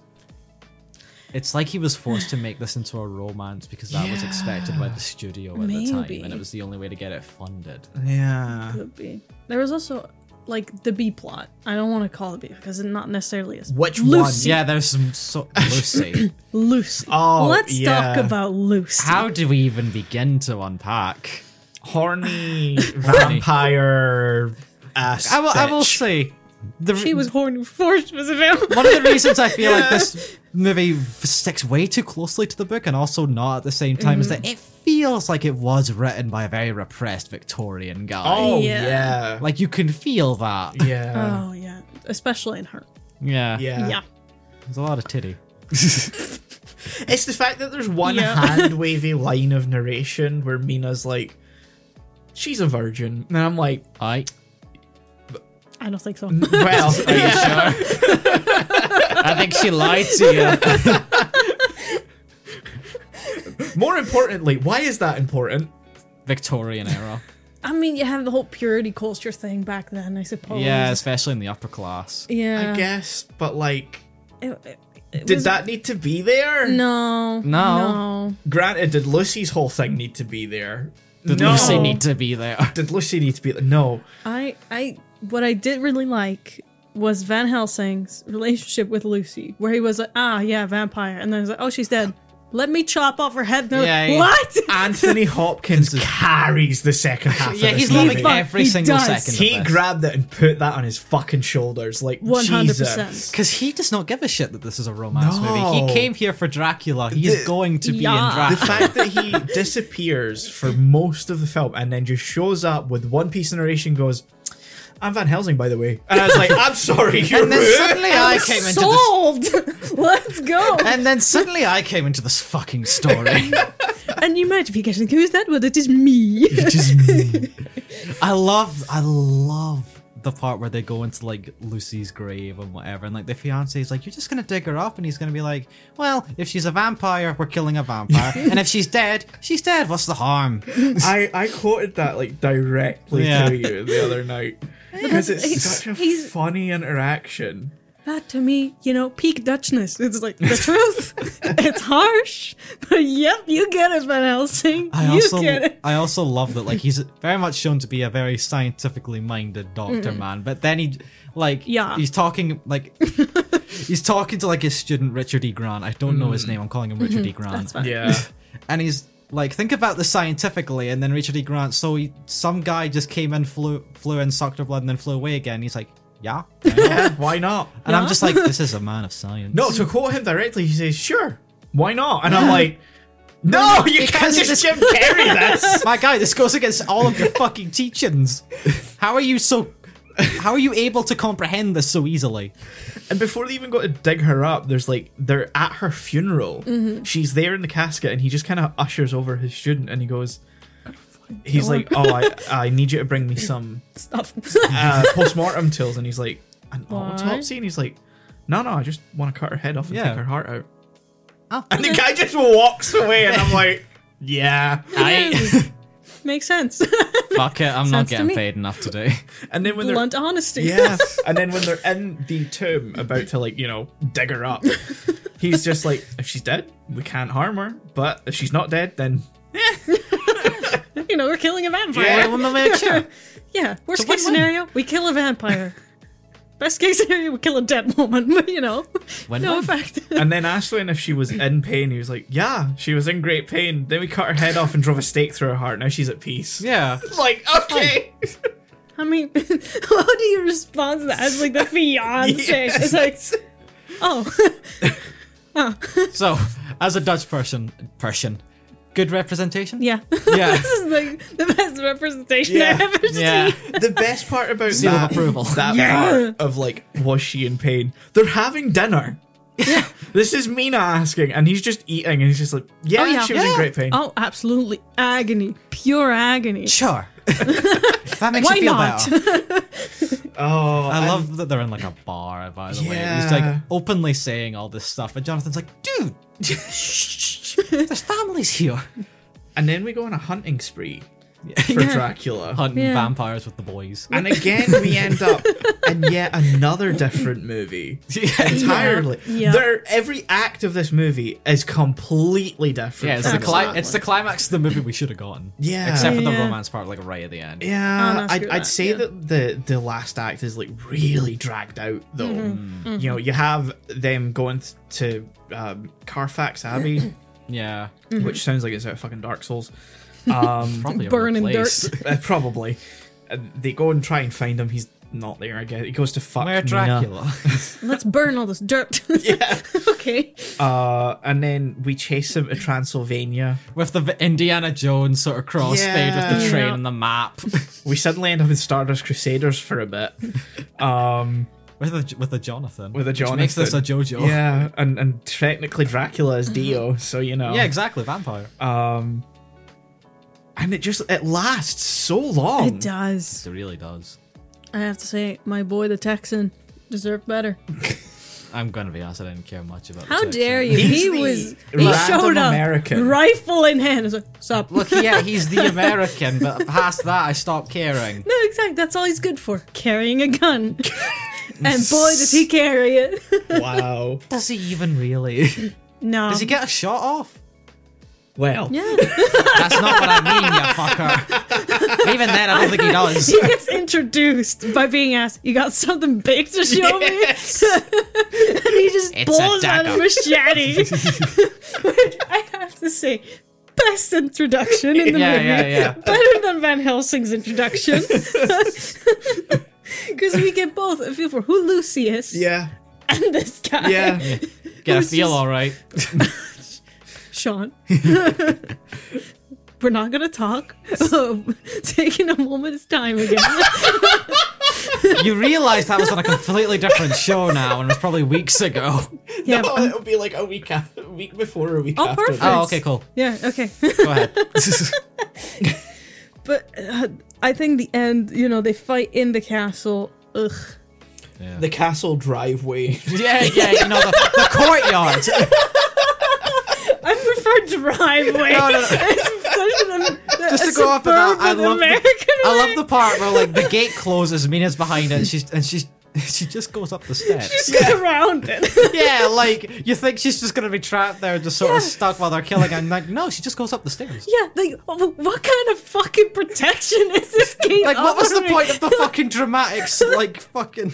Speaker 2: It's like he was forced to make this into a romance because that was expected by the studio at the time, and
Speaker 3: Maybe.
Speaker 2: it was the only way to get it funded.
Speaker 1: Yeah.
Speaker 3: Could be. There was also like the B plot. I don't want to call it B because it's not necessarily as
Speaker 1: Which one?
Speaker 3: Lucy.
Speaker 2: Yeah, there's some so-
Speaker 3: (coughs)
Speaker 2: Lucy.
Speaker 3: Lucy.
Speaker 1: Oh,
Speaker 3: let's talk
Speaker 1: yeah.
Speaker 3: about Lucy.
Speaker 2: How do we even begin to unpack? (laughs)
Speaker 1: horny vampire ass.
Speaker 2: I will. I will
Speaker 1: bitch.
Speaker 2: say, the,
Speaker 3: she was horny before she was a vampire.
Speaker 2: one of the reasons I feel like this movie f- sticks way too closely to the book, and also not at the same time, is that
Speaker 3: Mm.
Speaker 2: it feels like it was written by a very repressed Victorian guy.
Speaker 1: Oh
Speaker 3: Yeah.
Speaker 1: yeah,
Speaker 2: Like you can feel that.
Speaker 1: yeah, yeah.
Speaker 3: (laughs) Oh yeah, especially in her.
Speaker 2: Yeah.
Speaker 3: Yeah.
Speaker 2: There's a lot of titty.
Speaker 1: It's the fact that there's one
Speaker 3: Yeah. (laughs)
Speaker 1: hand wavy line of narration where Mina's like, "She's a virgin," and I'm like,
Speaker 2: I.
Speaker 3: I don't think so. (laughs)
Speaker 1: "Well, yeah.
Speaker 2: sure? I think she lied (laughs) to you.
Speaker 1: more importantly, why is that important?"
Speaker 2: Victorian era.
Speaker 3: I mean, you have the whole purity culture thing back then, I suppose.
Speaker 2: Yeah, especially in the upper class.
Speaker 3: Yeah.
Speaker 1: I guess, but like,
Speaker 3: It- it- it
Speaker 1: did
Speaker 3: was-
Speaker 1: that need to be there?
Speaker 3: No.
Speaker 2: No.
Speaker 1: Granted, did Lucy's whole thing need to be there?
Speaker 2: Did
Speaker 1: no.
Speaker 2: Lucy need to be there?
Speaker 1: Did Lucy need to be there? No.
Speaker 3: I I what I did really like was Van Helsing's relationship with Lucy, where he was like, ah, yeah, vampire, and then he's like, oh, she's dead. Let me chop off her head. No,
Speaker 2: Yeah, yeah.
Speaker 3: what?
Speaker 2: (laughs)
Speaker 1: Anthony Hopkins
Speaker 2: This is-
Speaker 1: carries the second half.
Speaker 2: Yeah,
Speaker 1: of this
Speaker 2: he's
Speaker 1: movie.
Speaker 2: loving every
Speaker 3: He
Speaker 2: single
Speaker 3: does.
Speaker 2: second.
Speaker 1: He
Speaker 2: of this.
Speaker 1: grabbed it and put that on his fucking shoulders, like
Speaker 3: (laughs) One hundred
Speaker 1: Jesus.
Speaker 3: percent.
Speaker 2: Because he does not give a shit that this is a romance
Speaker 1: No.
Speaker 2: movie. He came here for Dracula. He is
Speaker 1: The-
Speaker 2: going to be
Speaker 3: Yeah.
Speaker 2: in
Speaker 1: The
Speaker 2: Dracula.
Speaker 1: fact that
Speaker 2: (laughs)
Speaker 1: he disappears for most of the film and then just shows up with one piece of narration, goes, "I'm Van Helsing, by the way," and I was like, "I'm sorry, you're
Speaker 2: (laughs) And then
Speaker 1: who?" (laughs)
Speaker 2: suddenly I came into this.
Speaker 3: Sold. (laughs)
Speaker 2: (laughs)
Speaker 3: Let's go.
Speaker 2: And then suddenly I came into this fucking story.
Speaker 3: and you might be getting who's that? Well, it is
Speaker 2: (laughs)
Speaker 3: me.
Speaker 2: Which is me. I love, I love the part where they go into like Lucy's grave and whatever, and like the fiance is like, "You're just gonna dig her up," and he's gonna be like, "Well, if she's a vampire, we're killing a vampire, and if she's dead, she's dead. What's the
Speaker 3: (laughs)
Speaker 2: harm?"
Speaker 1: I I quoted that like directly
Speaker 2: Yeah.
Speaker 1: to you the other night because it's
Speaker 3: He's-
Speaker 1: such a
Speaker 3: he's-
Speaker 1: funny interaction.
Speaker 3: that to me, you know, peak Dutchness. It's like the
Speaker 1: (laughs)
Speaker 3: truth. it's harsh, but yep, you get it, Van Helsing.
Speaker 2: I
Speaker 3: you
Speaker 2: also,
Speaker 3: get it.
Speaker 2: I also love that like he's very much shown to be a very scientifically minded doctor man, but then he, like,
Speaker 3: Mm-hmm. Yeah.
Speaker 2: he's talking like.
Speaker 3: (laughs)
Speaker 2: He's talking to like his student Richard E. Grant. I don't know his name. I'm calling him Richard E. Grant.
Speaker 3: Mm. (laughs) That's fine.
Speaker 1: Yeah,
Speaker 2: and he's like, think about this scientifically, and then Richard E. Grant. So he, some guy just came in, flew, flew in, sucked her blood, and then flew away again. He's like,
Speaker 3: (laughs)
Speaker 2: yeah, why not?"
Speaker 1: (laughs) yeah. Why not?
Speaker 2: and I'm
Speaker 3: Yeah.
Speaker 2: just like, this is a man of science.
Speaker 1: No, to quote him directly, he says, "Sure, why not?" And I'm like, "No, you can't
Speaker 2: Because
Speaker 1: just
Speaker 2: it's-
Speaker 1: Jim Carrey this."
Speaker 2: (laughs) my guy, this goes against all of your fucking teachings. How are you so? How are you able to comprehend this so easily?
Speaker 1: And before they even go to dig her up, there's like they're at her funeral. She's there in the casket, and he just kind of ushers over his student, and he goes, "He's like, oh, I, I need you to bring me some
Speaker 3: Stuff.
Speaker 1: uh, postmortem tools," and he's like, "An
Speaker 3: Why?
Speaker 1: autopsy," and he's like, "No, no, I just want to cut her head off and
Speaker 2: Yeah.
Speaker 1: take her heart out."
Speaker 2: (laughs) Oh.
Speaker 1: And the guy just walks away, and I'm like, "Yeah."
Speaker 3: I- (laughs) Makes
Speaker 1: (laughs)
Speaker 3: sense.
Speaker 2: Fuck it, I'm
Speaker 3: Sounds to me.
Speaker 2: enough
Speaker 3: (laughs)
Speaker 2: today.
Speaker 1: And then when they're
Speaker 3: Blunt honesty.
Speaker 1: Yeah. (laughs) and then when they're in the tomb about to like, you know, dig her (laughs) up, he's just like, if she's dead, we can't harm her. But if she's not dead, then
Speaker 3: (laughs) you know, we're killing a vampire.
Speaker 1: Yeah.
Speaker 3: Yeah.
Speaker 2: Well, make sure.
Speaker 3: Worst
Speaker 2: a
Speaker 3: case
Speaker 2: win-win.
Speaker 3: scenario, we kill
Speaker 1: (laughs)
Speaker 3: a vampire. Best case scenario, we kill a dead woman. (laughs) But you know, no
Speaker 2: Win-win.
Speaker 3: effect.
Speaker 1: and then Ashlyn, if she was in pain, he was like, Yeah, she was in great pain. Then we cut her head off and drove a stake through her heart. Now she's at peace.
Speaker 2: Yeah.
Speaker 1: (laughs) Like, okay.
Speaker 3: (laughs) I mean, (laughs) how do you respond to that
Speaker 1: (laughs)
Speaker 3: as like the fiance?
Speaker 1: Yes.
Speaker 3: It's like, oh, (laughs) Ah.
Speaker 2: So, as a Dutch person, person, good representation.
Speaker 3: yeah.
Speaker 2: Yeah.
Speaker 3: (laughs) this is like the best representation
Speaker 1: Yeah.
Speaker 3: I've ever
Speaker 2: Yeah.
Speaker 3: (laughs) seen.
Speaker 1: the best part about
Speaker 2: Seal
Speaker 1: (laughs)
Speaker 2: of
Speaker 1: that,
Speaker 2: approval.
Speaker 1: that
Speaker 3: Yeah.
Speaker 1: part of like, was she in pain? They're having dinner. This is Mina asking, and he's just eating, and he's just like, yeah,
Speaker 3: Oh, yeah.
Speaker 1: she was in
Speaker 2: Yeah.
Speaker 1: great pain.
Speaker 3: Oh, absolutely. Agony. Pure agony.
Speaker 2: Sure. (laughs) if that makes
Speaker 3: Why
Speaker 2: you feel
Speaker 3: not?
Speaker 2: better.
Speaker 1: Oh,
Speaker 2: I
Speaker 1: and-
Speaker 2: love that they're in like a bar, by the way. He's
Speaker 1: Yeah.
Speaker 2: like openly saying all this stuff, and Jonathan's like, dude,
Speaker 1: (laughs)
Speaker 2: shh, there's families
Speaker 3: (laughs)
Speaker 2: here.
Speaker 1: And then we go on a hunting spree for
Speaker 2: (laughs) Yeah.
Speaker 1: Dracula.
Speaker 2: Hunting
Speaker 3: Yeah.
Speaker 2: vampires with the (laughs) boys.
Speaker 1: and again, we end
Speaker 2: (laughs)
Speaker 1: up in yet another different movie.
Speaker 2: yeah,
Speaker 1: Entirely.
Speaker 3: Yeah.
Speaker 1: There, every act of this movie is completely different.
Speaker 2: it's the,
Speaker 1: from
Speaker 2: cli-
Speaker 3: Absolutely.
Speaker 2: it's the climax of the movie we should have gotten.
Speaker 1: Yeah.
Speaker 2: Except for the
Speaker 3: Yeah.
Speaker 2: romance part, like right at the end.
Speaker 3: Oh,
Speaker 1: Yeah,
Speaker 3: no,
Speaker 1: I'd,
Speaker 3: screw
Speaker 1: I'd
Speaker 3: that,
Speaker 1: say
Speaker 3: yeah.
Speaker 1: that the the last act is like really dragged out though.
Speaker 3: Mm-hmm.
Speaker 2: Mm.
Speaker 1: You know, you have them going th- to um, Carfax Abbey,
Speaker 2: Yeah.
Speaker 3: Mm, Mm-hmm.
Speaker 1: which sounds like it's out of fucking Dark
Speaker 3: (laughs)
Speaker 1: Souls. Um,
Speaker 2: Probably a
Speaker 3: Burning
Speaker 2: real
Speaker 3: (laughs)
Speaker 2: place.
Speaker 1: uh, probably. Uh, they go and try and find him. He's not there. I guess he goes to fuck
Speaker 2: Where
Speaker 1: Mina.
Speaker 2: Dracula.
Speaker 3: (laughs) Let's burn all this dirt.
Speaker 1: Yeah.
Speaker 3: (laughs) okay.
Speaker 1: Uh, and then we chase him to Transylvania.
Speaker 2: (laughs) with the v- Indiana Jones sort of crossfade with
Speaker 1: Yeah.
Speaker 2: the train
Speaker 3: Yeah.
Speaker 2: and the (laughs) map.
Speaker 1: We suddenly end up in Stardust Crusaders for a bit. Um,
Speaker 2: with a with a Jonathan.
Speaker 1: With a
Speaker 2: (laughs) Which makes this a JoJo.
Speaker 1: yeah, and and technically Dracula is
Speaker 3: Mm-hmm.
Speaker 1: Dio, so you know.
Speaker 2: Yeah, exactly. Vampire.
Speaker 1: Um, and it just it lasts so long.
Speaker 3: It does.
Speaker 2: it really does.
Speaker 3: I have to say, my boy the Texan deserved better.
Speaker 2: I'm gonna be honest. I didn't care much about. the
Speaker 3: How
Speaker 2: text,
Speaker 3: dare
Speaker 2: really.
Speaker 3: you?
Speaker 1: He's
Speaker 3: he
Speaker 1: the
Speaker 3: was he
Speaker 1: random
Speaker 3: showed up
Speaker 1: American.
Speaker 3: rifle in hand. I was like, stop.
Speaker 2: (laughs) Look, yeah, he's the American, but past that, I stopped caring.
Speaker 3: No, exactly. That's all he's good for. Carrying a gun. and boy does he carry it.
Speaker 1: Wow.
Speaker 2: (laughs) Does he even really?
Speaker 3: no.
Speaker 2: (laughs) Does he get a shot off?
Speaker 1: Well,
Speaker 3: yeah.
Speaker 2: That's not what I mean, you fucker. (laughs) Even then, I don't think he does.
Speaker 3: he gets introduced by being asked, "You got something big to show me?" (laughs) and he just
Speaker 2: It's a
Speaker 3: pulls out a
Speaker 2: dagger.
Speaker 3: machete. (laughs) Which I have to say, best introduction in
Speaker 2: (laughs)
Speaker 3: the
Speaker 2: Yeah,
Speaker 3: movie.
Speaker 2: yeah, yeah.
Speaker 3: Better than Van Helsing's introduction. (laughs) Because we get both a feel for who Lucy is
Speaker 1: yeah,
Speaker 3: and this guy,
Speaker 1: yeah.
Speaker 2: Get a
Speaker 3: was
Speaker 2: feel,
Speaker 3: just-
Speaker 2: all right.
Speaker 3: Sean. (laughs) We're not gonna talk. (laughs) Taking a moment's
Speaker 1: (laughs)
Speaker 3: time again.
Speaker 2: You realise that was on a completely different show now, and it was probably weeks (laughs) ago.
Speaker 3: (laughs) Yeah,
Speaker 1: (laughs) Oh,
Speaker 3: um,
Speaker 1: it'll be like a week after, week before or a week
Speaker 3: Oh,
Speaker 1: after.
Speaker 3: perfect.
Speaker 2: Oh, okay, cool.
Speaker 3: yeah. Okay.
Speaker 2: Go (laughs) ahead.
Speaker 3: But uh, I think the end, you know, they fight in the castle. Ugh.
Speaker 2: yeah.
Speaker 1: The castle driveway.
Speaker 2: yeah, yeah, you know, the, the courtyard.
Speaker 3: I
Speaker 2: (laughs)
Speaker 3: prefer driveway.
Speaker 2: No, no, no. (laughs)
Speaker 3: Just
Speaker 2: to go off of that, I love the-
Speaker 3: American
Speaker 2: I
Speaker 3: way.
Speaker 2: love the part where like the gate closes, Mina's behind it, and she's and she's (laughs) she just goes up the steps.
Speaker 3: Just around it.
Speaker 2: (laughs) yeah, like you think she's just gonna be trapped there, just sort of
Speaker 3: Yeah.
Speaker 2: stuck while they're killing, and like no, she just goes up the stairs.
Speaker 3: yeah, like, wh- what kind of fucking protection is this game?
Speaker 2: Like, what was the
Speaker 3: offering?
Speaker 2: point of the fucking dramatics? Like, fucking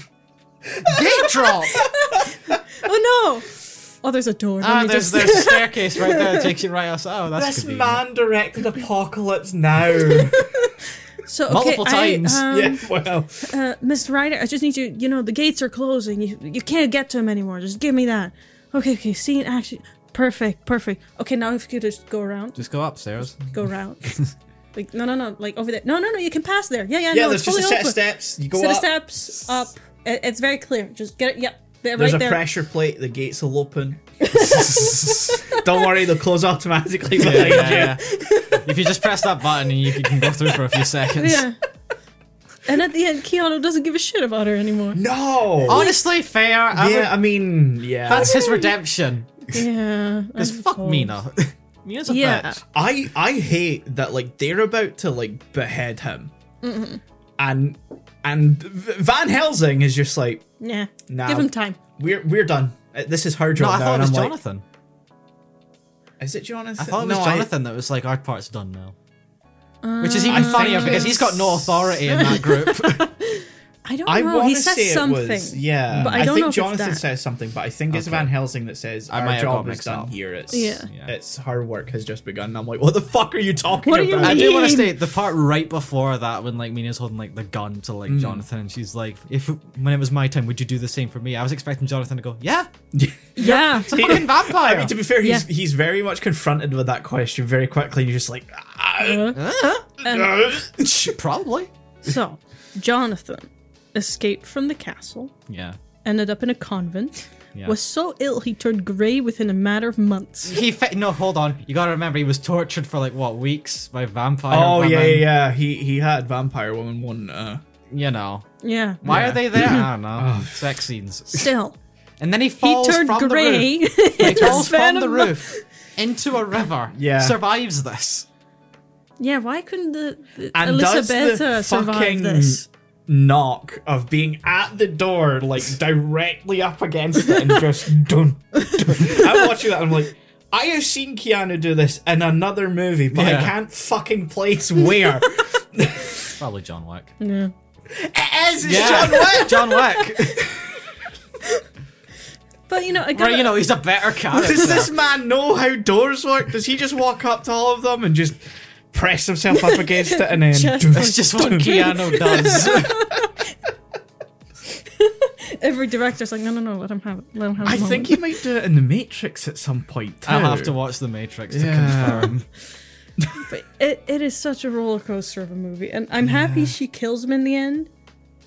Speaker 2: gate
Speaker 3: (laughs)
Speaker 2: drop.
Speaker 3: (laughs) Oh no! Oh, there's a door. Let
Speaker 2: Ah,
Speaker 3: me
Speaker 2: there's
Speaker 3: just-
Speaker 2: there's a staircase right there that takes you right outside. Oh, that's
Speaker 1: this
Speaker 2: convenient.
Speaker 1: man directed Apocalypse Now.
Speaker 3: (laughs) (laughs)
Speaker 1: (laughs)
Speaker 3: so, okay,
Speaker 2: multiple
Speaker 3: I,
Speaker 2: times.
Speaker 3: um,
Speaker 1: yeah, well,
Speaker 3: uh, Miss Ryder, I just need you. You know, the gates are closing. You, you can't get to him anymore. Just give me that. Okay, okay. See in action. Perfect, perfect. Okay, now if you just go around,
Speaker 2: Just go upstairs.
Speaker 3: go
Speaker 1: (laughs)
Speaker 3: around. like no, no, no. Like over there. No, no, no. You can pass there. Yeah, yeah.
Speaker 1: yeah.
Speaker 3: no,
Speaker 1: there's
Speaker 3: it's
Speaker 1: just a
Speaker 3: fully
Speaker 1: set
Speaker 3: open.
Speaker 1: of steps. You go
Speaker 3: Set
Speaker 1: up.
Speaker 3: of steps up. It- it's very clear. Just get it. Yep. They're
Speaker 1: There's
Speaker 3: right
Speaker 1: a
Speaker 3: there.
Speaker 1: pressure plate. The gates will
Speaker 3: (laughs)
Speaker 1: open. Don't worry, they'll close automatically
Speaker 2: (laughs) Yeah,
Speaker 1: behind you.
Speaker 2: yeah, yeah. (laughs) If you just press that button, you can go through for a few seconds.
Speaker 3: Yeah. and at the end, Keanu doesn't give a shit about her
Speaker 1: (laughs)
Speaker 3: anymore.
Speaker 1: No.
Speaker 2: Honestly, fair. I would-
Speaker 1: yeah, I mean, yeah.
Speaker 2: that's his redemption.
Speaker 3: Yeah. I
Speaker 2: Because fuck
Speaker 3: suppose.
Speaker 2: Mina. (laughs) Mina's a
Speaker 3: Oh. Yeah.
Speaker 2: bitch.
Speaker 1: I I hate that like they're about to like behead him,
Speaker 3: Mm-hmm.
Speaker 1: and and V- Van Helsing is just like
Speaker 3: Nah.
Speaker 1: Nah.
Speaker 3: Give him time.
Speaker 1: we're we're done. Uh, This is her
Speaker 2: No,
Speaker 1: job
Speaker 2: I
Speaker 1: now,
Speaker 2: thought it
Speaker 1: and
Speaker 2: was
Speaker 1: I'm like,
Speaker 2: Jonathan.
Speaker 1: is it Jonathan?
Speaker 2: I Ah. thought it was
Speaker 1: No,
Speaker 2: Jonathan that was like, our part's done now. Which is even
Speaker 1: I
Speaker 2: funnier
Speaker 1: think
Speaker 2: because he's got no authority in that group.
Speaker 3: I don't
Speaker 1: I, I
Speaker 3: know.
Speaker 1: want
Speaker 3: Oh, He
Speaker 1: to
Speaker 3: says
Speaker 1: say
Speaker 3: something.
Speaker 1: it was yeah.
Speaker 3: But I don't
Speaker 1: think
Speaker 3: know if it's
Speaker 1: Jonathan
Speaker 3: that.
Speaker 1: says something, but I think it's
Speaker 2: Okay.
Speaker 1: Van Helsing that says
Speaker 2: I might
Speaker 1: our
Speaker 2: have
Speaker 1: job
Speaker 2: got
Speaker 1: is
Speaker 2: mixed
Speaker 1: done
Speaker 2: up.
Speaker 1: here. It's
Speaker 3: Yeah.
Speaker 2: Yeah.
Speaker 1: it's her work has just begun. And I'm like, what the fuck are you talking
Speaker 3: What do you
Speaker 1: about?
Speaker 2: (laughs) (laughs) I do want to
Speaker 3: Mean.
Speaker 2: state the part right before that when like Mina's holding like the gun to like Jonathan and she's like, if when it was my time, would you do the same for me? I was expecting Jonathan to go, (laughs) yeah,
Speaker 3: Yeah.
Speaker 2: it's a fucking
Speaker 1: (laughs)
Speaker 2: vampire.
Speaker 1: I mean, to be fair, he's he's very much confronted with that question very quickly. You're just like, "Ah, (laughs) uh,
Speaker 2: Uh-huh. Probably.
Speaker 3: So, Jonathan escaped from the castle,
Speaker 2: Yeah.
Speaker 3: ended up in a convent,
Speaker 2: Yeah.
Speaker 3: was so ill he turned gray within a matter of months.
Speaker 2: He fa- no, hold on. You gotta remember he was tortured for like what weeks by vampire.
Speaker 1: Oh yeah, yeah,
Speaker 2: women.
Speaker 1: yeah. He he had vampire woman one. Uh,
Speaker 2: You know
Speaker 3: Yeah.
Speaker 2: why
Speaker 1: Yeah.
Speaker 2: are they there? I don't (laughs) know. Sex scenes. (laughs)
Speaker 3: Still,
Speaker 2: And then he
Speaker 3: he
Speaker 2: falls
Speaker 3: turned
Speaker 2: from
Speaker 3: gray.
Speaker 2: the
Speaker 3: (laughs)
Speaker 2: roof. He
Speaker 3: in the
Speaker 2: falls
Speaker 3: span
Speaker 2: from the
Speaker 3: of months.
Speaker 2: roof into a river.
Speaker 1: (laughs) Yeah.
Speaker 2: survives this.
Speaker 3: Yeah, why couldn't the, the
Speaker 1: and does
Speaker 3: Elisabetta
Speaker 1: the
Speaker 3: survive
Speaker 1: fucking
Speaker 3: this?
Speaker 1: knock of being at the door, like directly up against it, and just (laughs) dun. dun. I'm watching that. I'm like. I have seen Keanu do this in another movie, but I
Speaker 2: Yeah.
Speaker 1: can't fucking place
Speaker 2: (laughs)
Speaker 1: where.
Speaker 2: Probably John Wick.
Speaker 3: Yeah.
Speaker 1: it is it's
Speaker 2: Yeah,
Speaker 1: (laughs) John Wick.
Speaker 2: John
Speaker 1: (laughs)
Speaker 2: Wick.
Speaker 3: But you know, I got
Speaker 2: right, you know he's a better character.
Speaker 1: Does
Speaker 2: (laughs)
Speaker 1: this man know how doors work? Does he just walk up to all of them and just press himself up against it and then?
Speaker 3: Just-
Speaker 2: That's (laughs)
Speaker 1: (laughs)
Speaker 2: just what Keanu does.
Speaker 3: every director's like, no, no, no, let him have it. Let him have.
Speaker 1: I
Speaker 3: his
Speaker 1: think
Speaker 3: moment.
Speaker 1: he might do it in the Matrix at some point. Too.
Speaker 2: I'll have to watch The Matrix to
Speaker 1: Yeah.
Speaker 2: confirm.
Speaker 3: But it, it is such a roller coaster of a movie, and I'm happy she kills him in the end.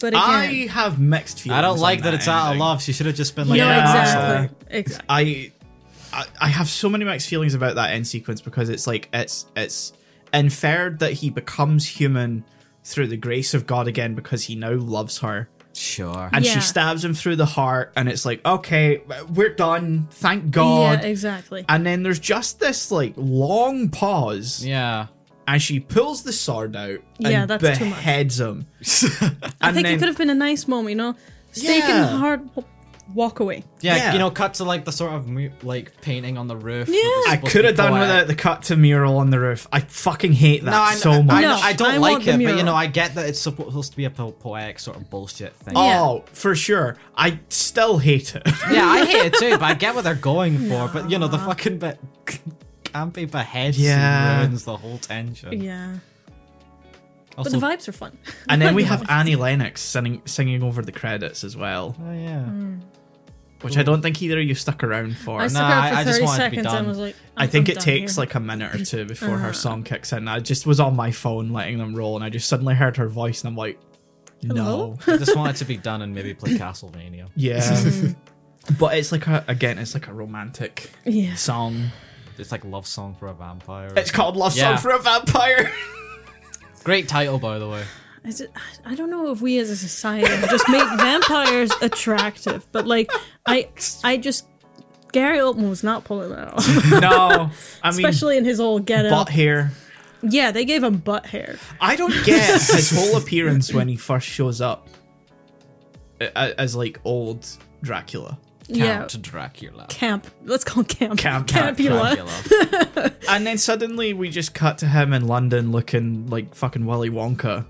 Speaker 3: But again,
Speaker 1: I have mixed feelings.
Speaker 2: I don't like
Speaker 1: on
Speaker 2: that it's out of
Speaker 1: ending.
Speaker 2: love. She should have just been
Speaker 3: no,
Speaker 2: like,
Speaker 1: Yeah.
Speaker 3: exactly, exactly.
Speaker 1: I, I I have so many mixed feelings about that end sequence because it's like it's it's inferred that he becomes human through the grace of God again because he now loves her.
Speaker 2: Sure.
Speaker 1: And
Speaker 3: Yeah.
Speaker 1: she stabs him through the heart, and it's like, okay, we're done. Thank God.
Speaker 3: Yeah, exactly.
Speaker 1: And then there's just this like long pause,
Speaker 2: Yeah.
Speaker 1: and she pulls the sword out and
Speaker 3: Yeah, that's too much.
Speaker 1: beheads him.
Speaker 3: I
Speaker 1: then-
Speaker 3: think it could have been a nice moment, you know, stake in the
Speaker 1: Yeah.
Speaker 3: heart, w- walk away.
Speaker 2: yeah,
Speaker 1: Yeah.
Speaker 2: You know, cut to like the sort of mu- like painting on the roof.
Speaker 3: Yeah.
Speaker 1: I could have done without the cut to mural on the roof. I fucking hate that
Speaker 2: No, I,
Speaker 1: so much.
Speaker 2: I,
Speaker 3: No,
Speaker 2: I don't
Speaker 3: I want
Speaker 2: like
Speaker 3: the
Speaker 2: it, but you
Speaker 3: mural.
Speaker 2: know, I get that it's supposed to be a po- poetic sort of bullshit thing.
Speaker 3: Yeah.
Speaker 1: Oh, for sure. I still hate it. (laughs)
Speaker 2: Yeah, I hate it too, but I get what they're going for. But you know, the fucking bit can't be beheads
Speaker 1: Yeah.
Speaker 2: yeah. ruins the whole tension.
Speaker 3: Yeah, but
Speaker 2: Also,
Speaker 3: the vibes are fun.
Speaker 1: and
Speaker 3: (laughs)
Speaker 1: then we have Annie Lennox singing singing over the credits as well,
Speaker 2: oh, yeah.
Speaker 3: Mm.
Speaker 1: which I don't think either of you stuck around for.
Speaker 3: I
Speaker 1: I,
Speaker 3: stuck
Speaker 2: Nah,
Speaker 3: out for
Speaker 2: I- I just
Speaker 3: thirty
Speaker 2: wanted to be
Speaker 3: seconds and
Speaker 2: done.
Speaker 3: was like,
Speaker 1: think
Speaker 3: I'm
Speaker 1: it
Speaker 3: done Uh-huh.
Speaker 1: takes
Speaker 3: here.
Speaker 1: like a minute or two before her song kicks in. I just was on my phone letting them roll, and I just suddenly heard her voice, and I'm like, no.
Speaker 3: Hello?
Speaker 2: I just wanted to be done and maybe play Castlevania.
Speaker 3: (laughs)
Speaker 1: Yeah. (laughs) but it's like a again, it's like a romantic
Speaker 3: Yeah.
Speaker 1: song.
Speaker 2: It's like love song for a vampire.
Speaker 1: It's called Love
Speaker 2: Yeah.
Speaker 1: Song for a Vampire. (laughs)
Speaker 2: Great title, by the way.
Speaker 3: Is it, I don't know if we as a society (laughs) just make vampires attractive, but like I, I just Gary Oldman was not pulling
Speaker 1: (laughs)
Speaker 3: that off,
Speaker 1: no,
Speaker 3: (laughs)
Speaker 1: I mean,
Speaker 3: especially in his old get
Speaker 1: butt
Speaker 3: up.
Speaker 1: hair.
Speaker 3: Yeah, they gave him butt hair.
Speaker 1: I don't get his whole appearance when he first shows up a- a- as like old Dracula.
Speaker 3: Yeah,
Speaker 2: Count Dracula.
Speaker 3: camp. Let's call him camp.
Speaker 1: Camp, camp,
Speaker 3: Campula.
Speaker 2: Dracula.
Speaker 1: And then suddenly we just cut to him in London looking like fucking Willy Wonka.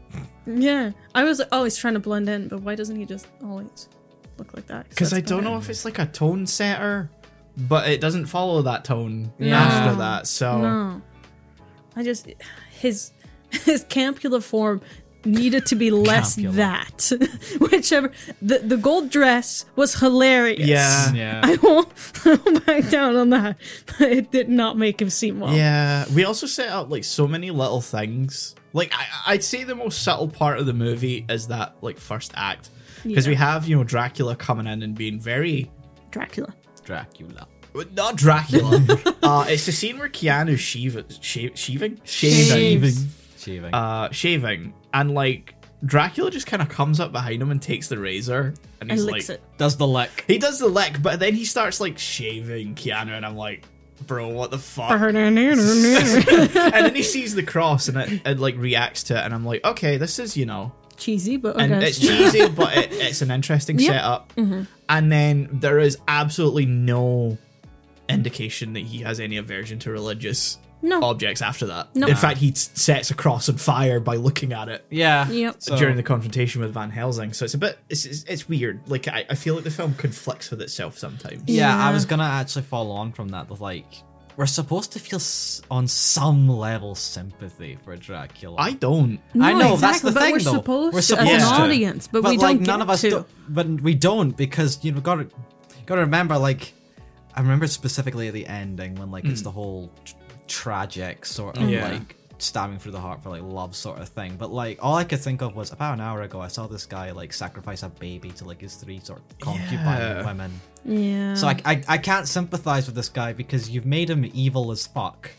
Speaker 3: Yeah, I was like, oh, he's trying to blend in, but why doesn't he just always look like that?
Speaker 1: Because I
Speaker 3: that's
Speaker 1: don't
Speaker 3: better.
Speaker 1: know if it's like a tone setter, but it doesn't follow that tone
Speaker 2: Yeah.
Speaker 1: after that. So
Speaker 3: No, I just his his campula form needed to be less
Speaker 2: Campula.
Speaker 3: that. (laughs) Whichever the the gold dress was hilarious.
Speaker 1: yeah.
Speaker 2: yeah.
Speaker 3: (laughs) I won't, I won't back down on that, but it did not make him seem well.
Speaker 1: Yeah, we also set up like so many little things. Like I, I'd say the most subtle part of the movie is that like first act, because
Speaker 3: Yeah.
Speaker 1: we have you know Dracula coming in and being very
Speaker 3: Dracula.
Speaker 2: Dracula.
Speaker 1: not Dracula. uh, it's the scene where Keanu sheav- sha- sheaving, shaving,
Speaker 3: Shaves.
Speaker 2: Achieving.
Speaker 1: uh, shaving, and like Dracula just kind of comes up behind him and takes the razor, and
Speaker 3: And
Speaker 1: he's
Speaker 3: licks
Speaker 1: like,
Speaker 3: it.
Speaker 2: Does the lick.
Speaker 1: he does the lick, but then he starts like shaving Keanu, and I'm like, bro, what the fuck? and then he sees the cross and it, it like reacts to it and i'm like okay this is you know
Speaker 3: (laughs) Cheesy, but
Speaker 1: and
Speaker 3: okay.
Speaker 1: it's
Speaker 3: (laughs)
Speaker 1: cheesy but it, it's an interesting
Speaker 3: Yep. Mm-hmm.
Speaker 1: setup and then there is absolutely no indication that he has any aversion to religious
Speaker 3: No.
Speaker 1: objects after that
Speaker 3: No.
Speaker 1: in fact he s- sets a cross on fire by looking at it
Speaker 2: Yeah.
Speaker 3: Yep.
Speaker 2: So-
Speaker 1: during the confrontation with van helsing so it's a bit it's, it's, it's weird like I, I feel like the film conflicts with itself sometimes
Speaker 2: Yeah,
Speaker 3: Yeah.
Speaker 2: I was gonna actually follow on from that with like we're supposed to feel s- on some level sympathy for Dracula.
Speaker 1: i don't
Speaker 2: I know that's the
Speaker 3: but
Speaker 2: thing
Speaker 3: we're
Speaker 2: though.
Speaker 3: Supposed
Speaker 2: we're
Speaker 3: to,
Speaker 2: supposed
Speaker 3: as an
Speaker 2: to.
Speaker 3: audience, but, we
Speaker 2: like
Speaker 3: don't
Speaker 2: none
Speaker 3: get
Speaker 2: of us
Speaker 3: to.
Speaker 2: do- but we don't because you know gotta gotta remember like I remember specifically the ending when like it's the whole tr- tragic sort of
Speaker 1: Hmm. Yeah.
Speaker 2: like stabbing through the heart for like love sort of thing. But like all I could think of was about an hour ago I saw this guy like sacrifice a baby to like his three sort of concubine
Speaker 1: Yeah.
Speaker 2: women.
Speaker 3: Yeah.
Speaker 2: So I, I I can't sympathize with this guy because you've made him evil as fuck.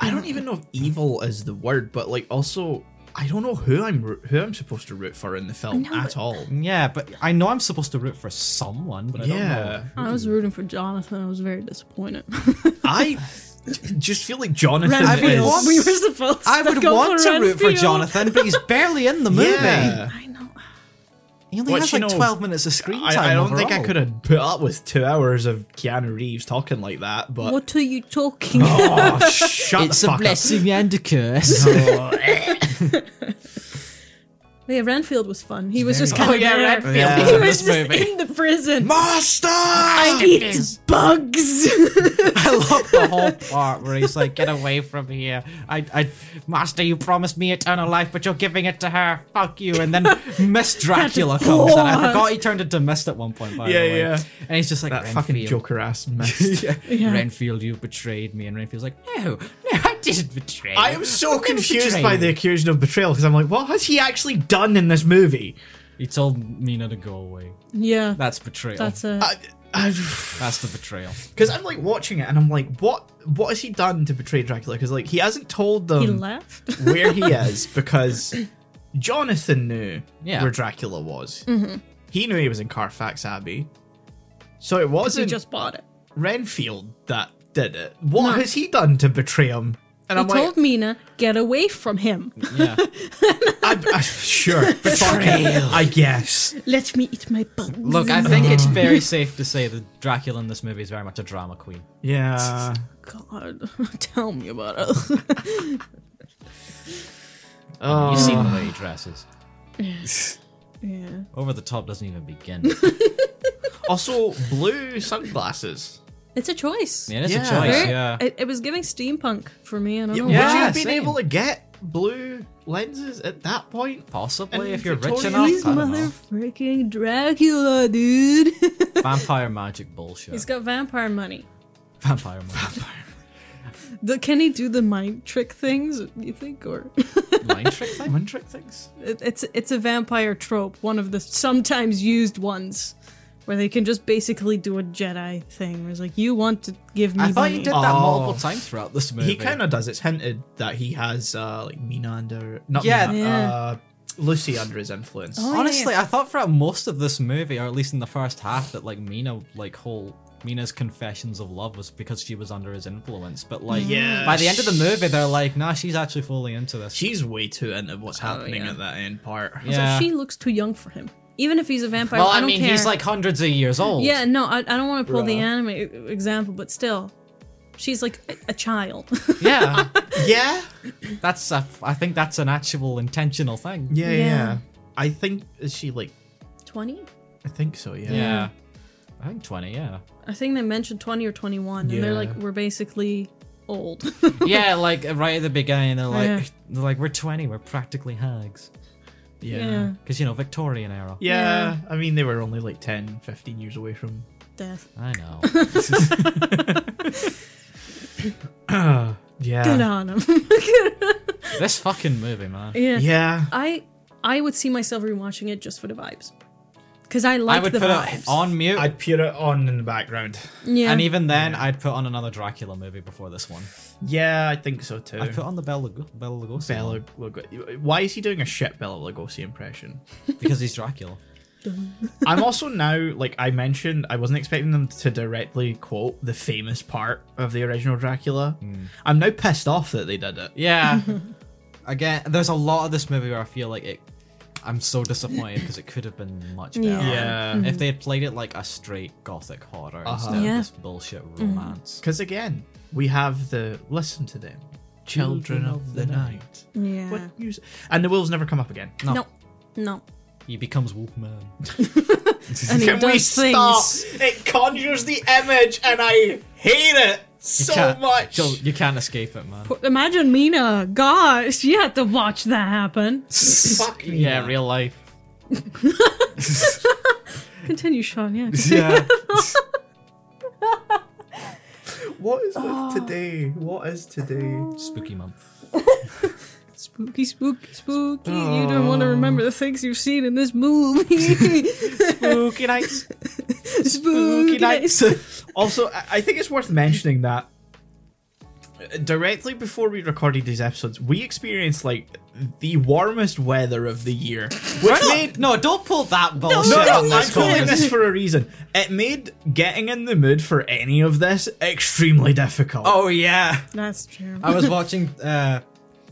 Speaker 1: I don't even know if evil is the word, but like also I don't know who I'm ro- who I'm supposed to root for in the film
Speaker 3: know,
Speaker 1: at all.
Speaker 2: Yeah, but I know I'm supposed to root for someone, but I
Speaker 1: Yeah,
Speaker 3: I
Speaker 2: Hmm.
Speaker 3: was rooting for Jonathan. I was very disappointed.
Speaker 2: (laughs)
Speaker 1: I j- just feel like Jonathan
Speaker 2: I would
Speaker 1: is.
Speaker 3: Renfield.
Speaker 2: want-
Speaker 3: we were supposed.
Speaker 2: don't know. I
Speaker 3: to
Speaker 2: would
Speaker 3: go
Speaker 2: want to root for
Speaker 3: Renfield.
Speaker 2: Jonathan, but he's barely (laughs) in the movie.
Speaker 1: Yeah.
Speaker 3: I know.
Speaker 2: He only
Speaker 1: What
Speaker 2: has
Speaker 1: you
Speaker 2: like
Speaker 1: know,
Speaker 2: 12 minutes of screen time.
Speaker 1: I, I don't think I
Speaker 2: overall.
Speaker 1: could have put up with two hours of Keanu Reeves talking like that, but
Speaker 3: What are you talking?
Speaker 1: (laughs) oh, shut the fuck up.
Speaker 2: and a (laughs) curse.
Speaker 3: yeah, Renfield was fun. He was
Speaker 2: very
Speaker 3: just kind
Speaker 2: good.
Speaker 3: of
Speaker 2: Oh, yeah, Renfield
Speaker 3: there.
Speaker 2: was
Speaker 3: He
Speaker 2: in
Speaker 3: was
Speaker 2: this
Speaker 3: just
Speaker 2: movie.
Speaker 3: in the prison.
Speaker 1: Master!
Speaker 3: I eat bugs. (laughs)
Speaker 2: I love the whole part where he's like, "Get away from here! I, I, Master, you promised me eternal life, but you're giving it to her. Fuck you!" (laughs) And then Miss (laughs) Dracula comes, and I forgot he turned into mist at one point. By
Speaker 1: Yeah,
Speaker 2: the way.
Speaker 1: yeah.
Speaker 2: And he's just like,
Speaker 1: that
Speaker 2: Renfield.
Speaker 1: fucking
Speaker 2: (laughs)
Speaker 1: Joker (laughs) ass mess.
Speaker 2: yeah.
Speaker 3: Yeah.
Speaker 2: Renfield, you betrayed me. And Renfield's like, "No, no, I didn't betray."
Speaker 1: I
Speaker 2: you.
Speaker 1: am so
Speaker 2: never
Speaker 1: confused
Speaker 2: betrayed
Speaker 1: by the
Speaker 2: you."
Speaker 1: accusation of betrayal because I'm like, what has he actually done in this movie?
Speaker 2: He told Nina to go away.
Speaker 3: yeah,
Speaker 2: That's betrayal.
Speaker 3: that's
Speaker 2: That's,
Speaker 3: a.
Speaker 1: I, I, (sighs)
Speaker 2: the betrayal.
Speaker 1: Because I'm like watching it and I'm like, what what has he done to betray Dracula? Because like he hasn't told
Speaker 3: he
Speaker 1: them
Speaker 3: left.
Speaker 1: where
Speaker 2: (laughs)
Speaker 1: he is because Jonathan knew
Speaker 2: Yeah.
Speaker 1: where Dracula was.
Speaker 3: Mm-hmm.
Speaker 1: He knew he was in Carfax Abbey. So it
Speaker 3: he
Speaker 1: wasn't
Speaker 3: just bought it.
Speaker 1: Renfield that did it. What has he done to betray him? And
Speaker 3: He
Speaker 1: I'm like,
Speaker 3: told Mina, get away from him.
Speaker 2: Yeah.
Speaker 1: I, I, (laughs)
Speaker 3: (laughs)
Speaker 1: sure, fuck it, I guess.
Speaker 3: Let me eat my bugs. Oh,
Speaker 2: Look, I think it's very safe to say that Dracula in this movie is very much a drama queen.
Speaker 1: Yeah.
Speaker 3: God, (laughs) tell me about it. (laughs)
Speaker 1: Oh.
Speaker 2: You see the way he dresses.
Speaker 3: yeah.
Speaker 2: Over the top doesn't even begin.
Speaker 1: also, blue sunglasses.
Speaker 3: It's a choice.
Speaker 2: Yeah, it's
Speaker 1: Yeah.
Speaker 2: a choice.
Speaker 3: Very-
Speaker 2: Yeah.
Speaker 3: It, it was giving steampunk for me. I don't know.
Speaker 1: Would you
Speaker 2: Yeah.
Speaker 1: have been
Speaker 2: same.
Speaker 1: able to get blue lenses at that point?
Speaker 2: Possibly
Speaker 1: And
Speaker 2: if you're rich
Speaker 1: Victorian-
Speaker 2: enough.
Speaker 3: He's
Speaker 2: I don't know.
Speaker 3: motherfucking Dracula, dude. (laughs)
Speaker 2: Vampire magic bullshit.
Speaker 3: He's got vampire money.
Speaker 2: Vampire magic.
Speaker 3: The, can he do the mind trick things? You think, or
Speaker 2: Mind trick
Speaker 1: (laughs)
Speaker 2: thing?
Speaker 1: Mind trick things.
Speaker 3: it, it's it's a vampire trope, one of the sometimes used ones, where they can just basically do a Jedi thing. Where it's like, you want to give me
Speaker 2: I thought
Speaker 3: money?
Speaker 2: you did that
Speaker 1: Oh.
Speaker 2: multiple times throughout this movie.
Speaker 1: He kind of does. It's hinted that he has uh, like Mina under, not
Speaker 2: Yeah.
Speaker 1: Mina,
Speaker 3: Yeah.
Speaker 1: Uh, Lucy under his influence.
Speaker 3: Oh.
Speaker 2: Honestly, I thought throughout most of this movie, or at least in the first half, that like Mina, like whole Mina's confessions of love was because she was under his influence. But like,
Speaker 1: Yeah.
Speaker 2: by the end of the movie, they're like, nah, she's actually fully into this.
Speaker 1: She's way too into what's happening
Speaker 3: yeah.
Speaker 1: at that end part. (laughs)
Speaker 3: So
Speaker 2: Yeah.
Speaker 3: she looks too young for him. Even if he's a vampire,
Speaker 2: well,
Speaker 3: I
Speaker 2: I,
Speaker 3: don't
Speaker 2: mean,
Speaker 3: care.
Speaker 2: he's like hundreds of years old.
Speaker 3: Yeah, no, I, I don't want to pull the
Speaker 1: Bruh.
Speaker 3: anime e- example, but still, she's like a, a child. (laughs)
Speaker 2: yeah.
Speaker 1: Yeah,
Speaker 2: That's a, I think that's an actual intentional thing.
Speaker 1: yeah, yeah.
Speaker 3: Yeah.
Speaker 1: I think is she like?
Speaker 3: Twenty?
Speaker 1: I think so. Yeah.
Speaker 2: Yeah. I think 20, yeah.
Speaker 3: I think they mentioned twenty or twenty-one, and
Speaker 1: Yeah.
Speaker 3: they're like, we're basically old.
Speaker 2: yeah, like right at the beginning, they're like,
Speaker 3: Yeah.
Speaker 2: they're like, we're 20, we're practically hags.
Speaker 1: Yeah.
Speaker 3: yeah,
Speaker 2: Because, you know, Victorian era.
Speaker 1: Yeah, I mean, they were only like 10, 15 years away from.
Speaker 3: (laughs) death.
Speaker 2: I know.
Speaker 3: Good
Speaker 1: yeah.
Speaker 3: on him.
Speaker 2: this fucking movie, man.
Speaker 3: (laughs) yeah.
Speaker 1: Yeah.
Speaker 3: I I would see myself rewatching it just for the vibes, because I
Speaker 2: I
Speaker 3: like
Speaker 2: would
Speaker 3: the
Speaker 2: put
Speaker 3: vibes.
Speaker 2: it on mute.
Speaker 1: I'd put it on in the background.
Speaker 3: yeah,
Speaker 2: And even then, I'd put on another Dracula movie before this one.
Speaker 1: Yeah, I think so too.
Speaker 2: I'd put on the Bela, Lugo- Bela Lugosi
Speaker 1: Bella
Speaker 2: one,
Speaker 1: Lugosi. Why is he doing a shit Bella Lugosi impression?
Speaker 2: because he's Dracula.
Speaker 1: I'm also now like I mentioned, I wasn't expecting them to directly quote the famous part of the original Dracula.
Speaker 2: Hmm.
Speaker 1: I'm now pissed off that they did it.
Speaker 2: Yeah. (laughs) Again, there's a lot of this movie where I feel like it. I'm so disappointed because it could have been much better.
Speaker 3: Yeah.
Speaker 1: Yeah.
Speaker 2: If they had played it like a straight gothic horror instead of
Speaker 3: Yeah.
Speaker 2: this bullshit romance.
Speaker 1: Because again, we have the listen to them, children, of the, night.
Speaker 3: yeah.
Speaker 1: What music? And the wolves never come up again.
Speaker 2: No.
Speaker 3: No, no,
Speaker 2: He becomes Wolfman. (laughs)
Speaker 3: and he
Speaker 1: Can we
Speaker 3: does things.
Speaker 1: stop? It conjures the image, and I hate it so
Speaker 2: Can't-
Speaker 1: much.
Speaker 2: Joel, you can't escape it, man.
Speaker 3: Imagine Mina. God, she had to watch that happen.
Speaker 1: Fuck
Speaker 2: (laughs)
Speaker 1: me.
Speaker 2: Yeah, real life.
Speaker 3: Continue, Sean. Yeah.
Speaker 2: Yeah.
Speaker 1: Ah. What is with today? What is today?
Speaker 2: Spooky month.
Speaker 3: spooky, spooky, spooky. You don't want to remember the things you've seen in this movie.
Speaker 1: Spooky nights.
Speaker 3: spooky nights. (laughs)
Speaker 1: also, I I think it's worth mentioning that uh, directly before we recorded these episodes, we experienced like the warmest weather of the year, which made.
Speaker 2: No, don't pull that bullshit
Speaker 1: No,
Speaker 2: on
Speaker 1: no, I'm
Speaker 2: this
Speaker 1: calling
Speaker 2: call.
Speaker 1: this for a reason. It made getting in the mood for any of this extremely difficult.
Speaker 2: Oh yeah.
Speaker 3: That's true.
Speaker 2: I was watching uh,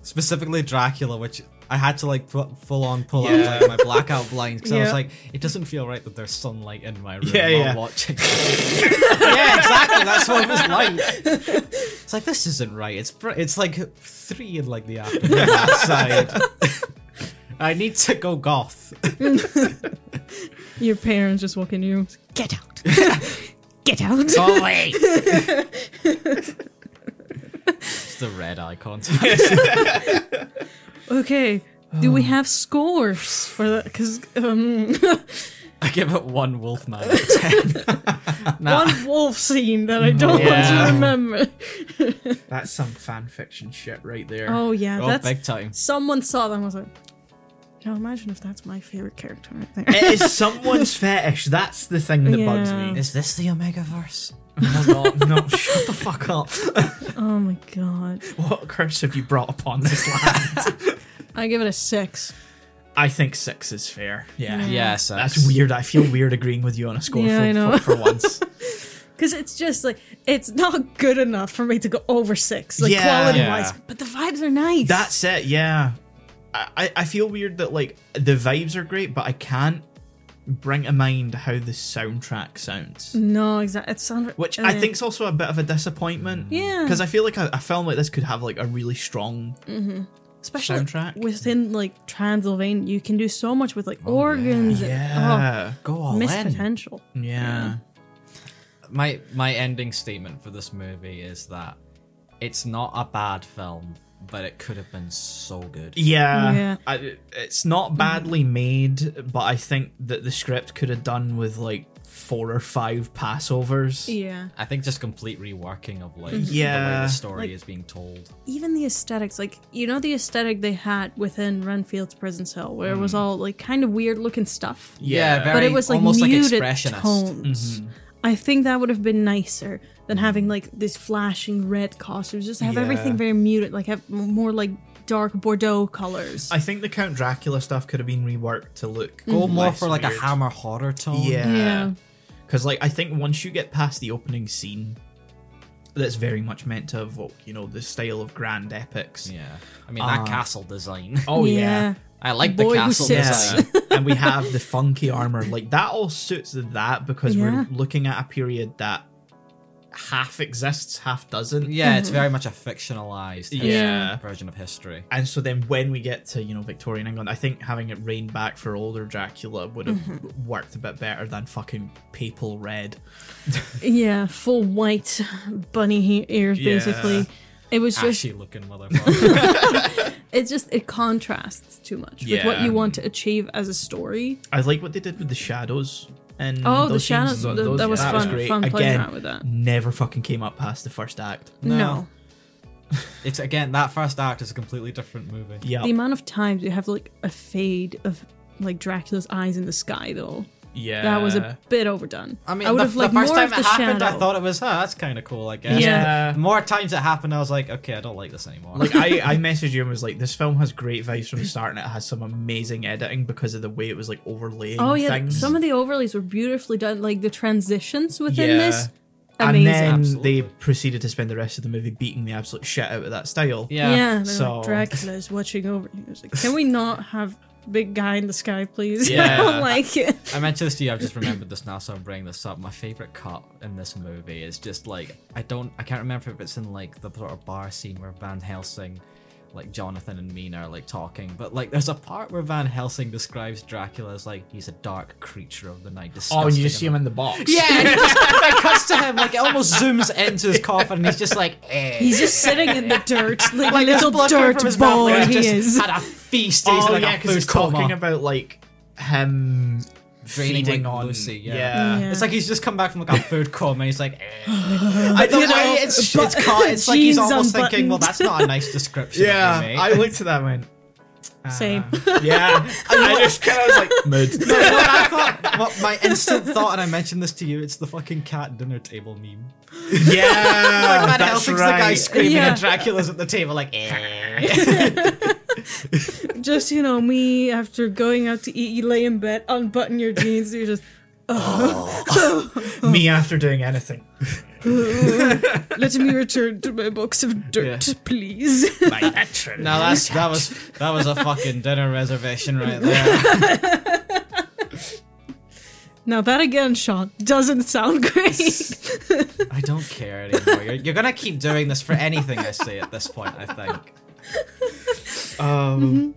Speaker 2: specifically Dracula, which I had to like put full on pull
Speaker 1: Yeah.
Speaker 2: out like, my blackout blinds because I
Speaker 3: Yeah.
Speaker 2: was like, it doesn't feel right that there's sunlight in my room
Speaker 1: Yeah,
Speaker 2: while
Speaker 1: yeah.
Speaker 2: watching. (laughs) yeah, exactly. That's what it was like. It's like this isn't right. It's br- it's like three in like the
Speaker 1: (laughs)
Speaker 2: afternoon outside. I need to go goth.
Speaker 3: Your parents just walk in your room.
Speaker 4: Get
Speaker 1: (laughs)
Speaker 4: out. Get out.
Speaker 2: Go away. it's the red
Speaker 1: (laughs)
Speaker 2: eye contact.
Speaker 3: (laughs) Okay, do
Speaker 1: Oh.
Speaker 3: we have scores for that? Because
Speaker 1: (laughs)
Speaker 3: um,
Speaker 2: (laughs) I give it one Wolfman out of ten. nah.
Speaker 3: one wolf scene that I don't want
Speaker 2: Yeah.
Speaker 3: to remember.
Speaker 1: That's some fan fiction shit right there.
Speaker 3: Oh yeah,
Speaker 2: Oh,
Speaker 3: that's
Speaker 2: big time.
Speaker 3: someone saw that and was like, "Now imagine if that's my favorite character right there."
Speaker 1: It is someone's fetish. That's the thing that bugs
Speaker 3: Yeah.
Speaker 1: me.
Speaker 2: Is this the Omegaverse?
Speaker 1: No, no, no, shut the fuck up.
Speaker 3: (laughs) oh my god,
Speaker 1: What curse have you brought upon this
Speaker 3: (laughs)
Speaker 1: land?
Speaker 3: I give it a six.
Speaker 1: I think six is fair. Yeah.
Speaker 2: Yes,
Speaker 1: That's weird. I feel weird agreeing with you on a score
Speaker 3: Yeah,
Speaker 1: for,
Speaker 3: I know.
Speaker 1: For, for
Speaker 3: (laughs)
Speaker 1: once.
Speaker 3: Because it's just like it's not good enough for me to go over six, like
Speaker 1: Yeah.
Speaker 3: quality wise.
Speaker 2: Yeah.
Speaker 3: But the vibes are nice.
Speaker 1: That's it, yeah. I, I- I feel weird that like the vibes are great, but I can't bring to mind how the soundtrack sounds.
Speaker 3: no, exactly. It sounded
Speaker 1: Which
Speaker 3: uh,
Speaker 1: I think's also a bit of a disappointment.
Speaker 3: Yeah.
Speaker 1: Because I feel like a, a film like this could have like a really strong
Speaker 3: especially
Speaker 1: soundtrack. Oh,
Speaker 3: within like Transylvania, you can do so much with like organs. And,
Speaker 1: Yeah.
Speaker 2: Go
Speaker 3: oh,
Speaker 2: all
Speaker 3: missed
Speaker 2: in.
Speaker 3: potential.
Speaker 1: Yeah.
Speaker 2: My my ending statement for this movie is that it's not a bad film, but it could have been so good.
Speaker 1: Yeah,
Speaker 3: Yeah.
Speaker 1: I, it's not badly made, but I think that the script could have done with like four or five passovers.
Speaker 3: Yeah.
Speaker 2: I think just complete reworking of like the way
Speaker 1: Yeah.
Speaker 2: the story
Speaker 3: Like- mm-hmm.
Speaker 2: is being told.
Speaker 3: Even the aesthetics, like you know, the aesthetic they had within Renfield's prison cell, where it was all like kind of weird looking stuff.
Speaker 1: Mm. Yeah,
Speaker 2: very
Speaker 3: but it was like
Speaker 2: almost
Speaker 3: muted
Speaker 2: like expressionist.
Speaker 3: tones.
Speaker 1: Mm-hmm.
Speaker 3: I think that would have been nicer
Speaker 1: Mm.
Speaker 3: than having like this flashing red costumes. Just have everything
Speaker 1: Yeah.
Speaker 3: very muted, like have m- more like dark Bordeaux colors.
Speaker 1: I think the Count Dracula stuff could have been reworked to look
Speaker 2: Go Mm-hmm. more
Speaker 1: less
Speaker 2: for like
Speaker 1: weird.
Speaker 2: a hammer horror tone.
Speaker 1: Yeah,
Speaker 3: Yeah.
Speaker 1: because like I think once you get past the opening scene, that's very much meant to evoke you know the style of grand epics.
Speaker 2: Yeah. Uh, I mean that castle design.
Speaker 1: Oh yeah.
Speaker 2: I like
Speaker 3: Boy,
Speaker 2: the
Speaker 3: you
Speaker 2: castle
Speaker 3: said-
Speaker 1: (laughs)
Speaker 2: design.
Speaker 3: (laughs)
Speaker 1: and we have the funky armor. Like that all suits that because
Speaker 3: Yeah.
Speaker 1: we're looking at a period that half exists, half doesn't.
Speaker 2: Yeah, it's very much a fictionalized history-
Speaker 1: Yeah.
Speaker 2: version of history.
Speaker 1: And so then when we get to, you know, Victorian England, I think having it rain back for older Dracula would have
Speaker 3: Mm-hmm.
Speaker 1: worked a bit better than fucking papal red.
Speaker 3: Yeah, full white bunny he- ears
Speaker 1: Yeah. Ah,
Speaker 3: basically. It was just
Speaker 2: Ashy looking motherfucker.
Speaker 3: it just it contrasts too much with what
Speaker 1: Yeah.
Speaker 3: you want to achieve as a story.
Speaker 1: I like what they did with the shadows and
Speaker 3: Oh, the
Speaker 1: those scenes.
Speaker 3: shadows,
Speaker 1: Tho-
Speaker 3: th- that was fun- fun playing around with that.
Speaker 1: Never fucking came up past the first act.
Speaker 3: No.
Speaker 2: it's again that first act is a completely different movie.
Speaker 1: Yeah.
Speaker 3: The amount of times you have like a fade of like Dracula's eyes in the sky though.
Speaker 1: yeah.
Speaker 3: That was
Speaker 1: Uh,
Speaker 3: a bit overdone.
Speaker 2: I mean,
Speaker 3: I would
Speaker 2: the,
Speaker 3: have liked
Speaker 2: the first
Speaker 3: more
Speaker 2: time
Speaker 3: of the
Speaker 2: it happened,
Speaker 3: shadow.
Speaker 2: I thought it was, huh, that's kind of cool, I guess.
Speaker 1: Yeah.
Speaker 2: The more times it happened, I was like, okay, I don't like this anymore.
Speaker 1: Like I, I messaged you and was like, this film has great vibes from the start and it has some amazing editing because of the way it was like overlaying
Speaker 3: Oh yeah,
Speaker 1: things.
Speaker 3: some of the overlays were beautifully done. Like the transitions within
Speaker 1: Yeah.
Speaker 3: this,
Speaker 1: and
Speaker 3: amazing.
Speaker 1: then
Speaker 2: Absolutely.
Speaker 1: they proceeded to spend the rest of the movie beating the absolute shit out of that style.
Speaker 3: yeah,
Speaker 2: (laughs) yeah.
Speaker 3: they're
Speaker 1: So-
Speaker 3: like, Dracula is watching over you. It's like, can we not have big guy in the sky, please? (laughs) I
Speaker 2: Yeah.
Speaker 3: don't like it.
Speaker 2: I mentioned this to you, I've just remembered this now, so I'm bringing this up. My favorite cut in this movie is just like, I don't, I can't remember if it's in like the sort of bar scene where Van Helsing. Like Jonathan and Mina are like talking, but like there's a part where Van Helsing describes Dracula as like he's a dark creature of the night.
Speaker 1: Oh, and you
Speaker 2: disgusting
Speaker 1: just see him in the box.
Speaker 2: (laughs) Yeah,
Speaker 1: (laughs)
Speaker 2: and it just it cuts to him, like it almost zooms into his coffin, and he's just like, eh.
Speaker 3: He's just sitting in the
Speaker 2: (laughs)
Speaker 3: dirt, like,
Speaker 2: like
Speaker 3: little
Speaker 2: blood coming
Speaker 3: dirt
Speaker 2: from his mouth,
Speaker 3: ball.
Speaker 2: like, (laughs)
Speaker 3: he
Speaker 2: just
Speaker 3: is.
Speaker 2: Had a feast. He's
Speaker 1: Oh
Speaker 2: like
Speaker 1: yeah,
Speaker 2: a
Speaker 1: because
Speaker 2: food
Speaker 1: it's
Speaker 2: coma.
Speaker 1: talking about like him
Speaker 2: draining
Speaker 1: feeding
Speaker 2: like
Speaker 1: on
Speaker 2: Lucy. Yeah.
Speaker 1: yeah.
Speaker 3: Yeah.
Speaker 2: It's like he's just come back from like a food coma and he's
Speaker 3: (sighs)
Speaker 2: like, eh.
Speaker 1: I
Speaker 2: the
Speaker 1: don't
Speaker 2: way
Speaker 1: know.
Speaker 2: it's, it's,
Speaker 3: but-
Speaker 2: caught, it's like he's
Speaker 3: jeans
Speaker 2: almost thinking, well,
Speaker 3: unbuttoned.
Speaker 2: that's not a nice description.
Speaker 1: Yeah,
Speaker 2: of me, mate. (laughs)
Speaker 1: I looked at that and went. ah.
Speaker 3: (laughs) Same.
Speaker 1: Yeah, (laughs) I just kind of was like (laughs) mood.
Speaker 2: No, what I thought, what my instant thought, and I mentioned this to you, it's the fucking cat dinner table meme.
Speaker 1: (laughs) Yeah,
Speaker 2: Like, Van
Speaker 1: that's
Speaker 2: Helsing's
Speaker 1: right.
Speaker 2: the guy screaming,
Speaker 3: Yeah.
Speaker 2: and Dracula's at the table, like, eh.
Speaker 3: (laughs) Just you know, me after going out to eat, you lay in bed, unbutton your jeans, and you're just
Speaker 1: (laughs) Me after doing anything.
Speaker 3: let me return to my
Speaker 2: (laughs)
Speaker 3: box of dirt,
Speaker 2: Yeah.
Speaker 3: please. (laughs)
Speaker 1: My natural.
Speaker 2: Now that's that was that was a fucking dinner reservation right
Speaker 3: (laughs)
Speaker 2: there.
Speaker 3: now that again, Sean, doesn't sound great. (laughs)
Speaker 2: I don't care anymore. You're, you're gonna keep doing this for anything I say at this point. I think.
Speaker 1: um,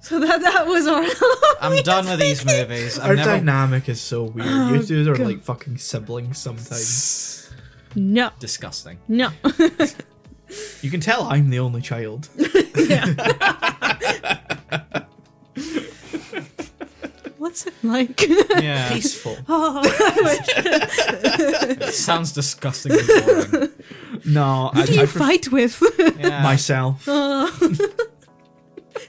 Speaker 3: so that that was our. (laughs)
Speaker 2: I'm done with these movies.
Speaker 1: our
Speaker 2: I've never
Speaker 1: dynamic is so weird. you
Speaker 3: Oh,
Speaker 1: two are
Speaker 3: God.
Speaker 1: like fucking siblings sometimes.
Speaker 3: no,
Speaker 2: disgusting.
Speaker 3: no. (laughs)
Speaker 1: You can tell I'm the only child.
Speaker 3: Yeah. What's it
Speaker 2: (laughs)
Speaker 3: like? (laughs)
Speaker 2: Yeah,
Speaker 1: Peaceful.
Speaker 3: oh,
Speaker 2: it sounds disgustingly boring.
Speaker 1: No, I,
Speaker 3: who do you
Speaker 1: I prefer
Speaker 3: fight with? (laughs)
Speaker 2: Yeah,
Speaker 1: myself.
Speaker 3: Oh,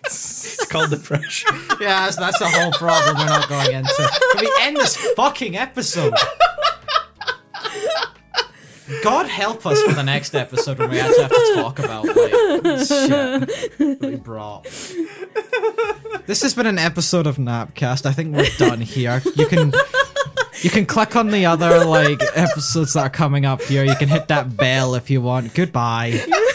Speaker 1: It's called depression. (laughs)
Speaker 2: yeah that's, that's the whole problem we're not going into. Can we end this fucking episode? God help us for the next episode when we actually have to talk about like shit that we brought. This has been an episode of Napcast. I think we're done here. You can you can click on the other like episodes that are coming up here. You can hit that bell if you want. Goodbye.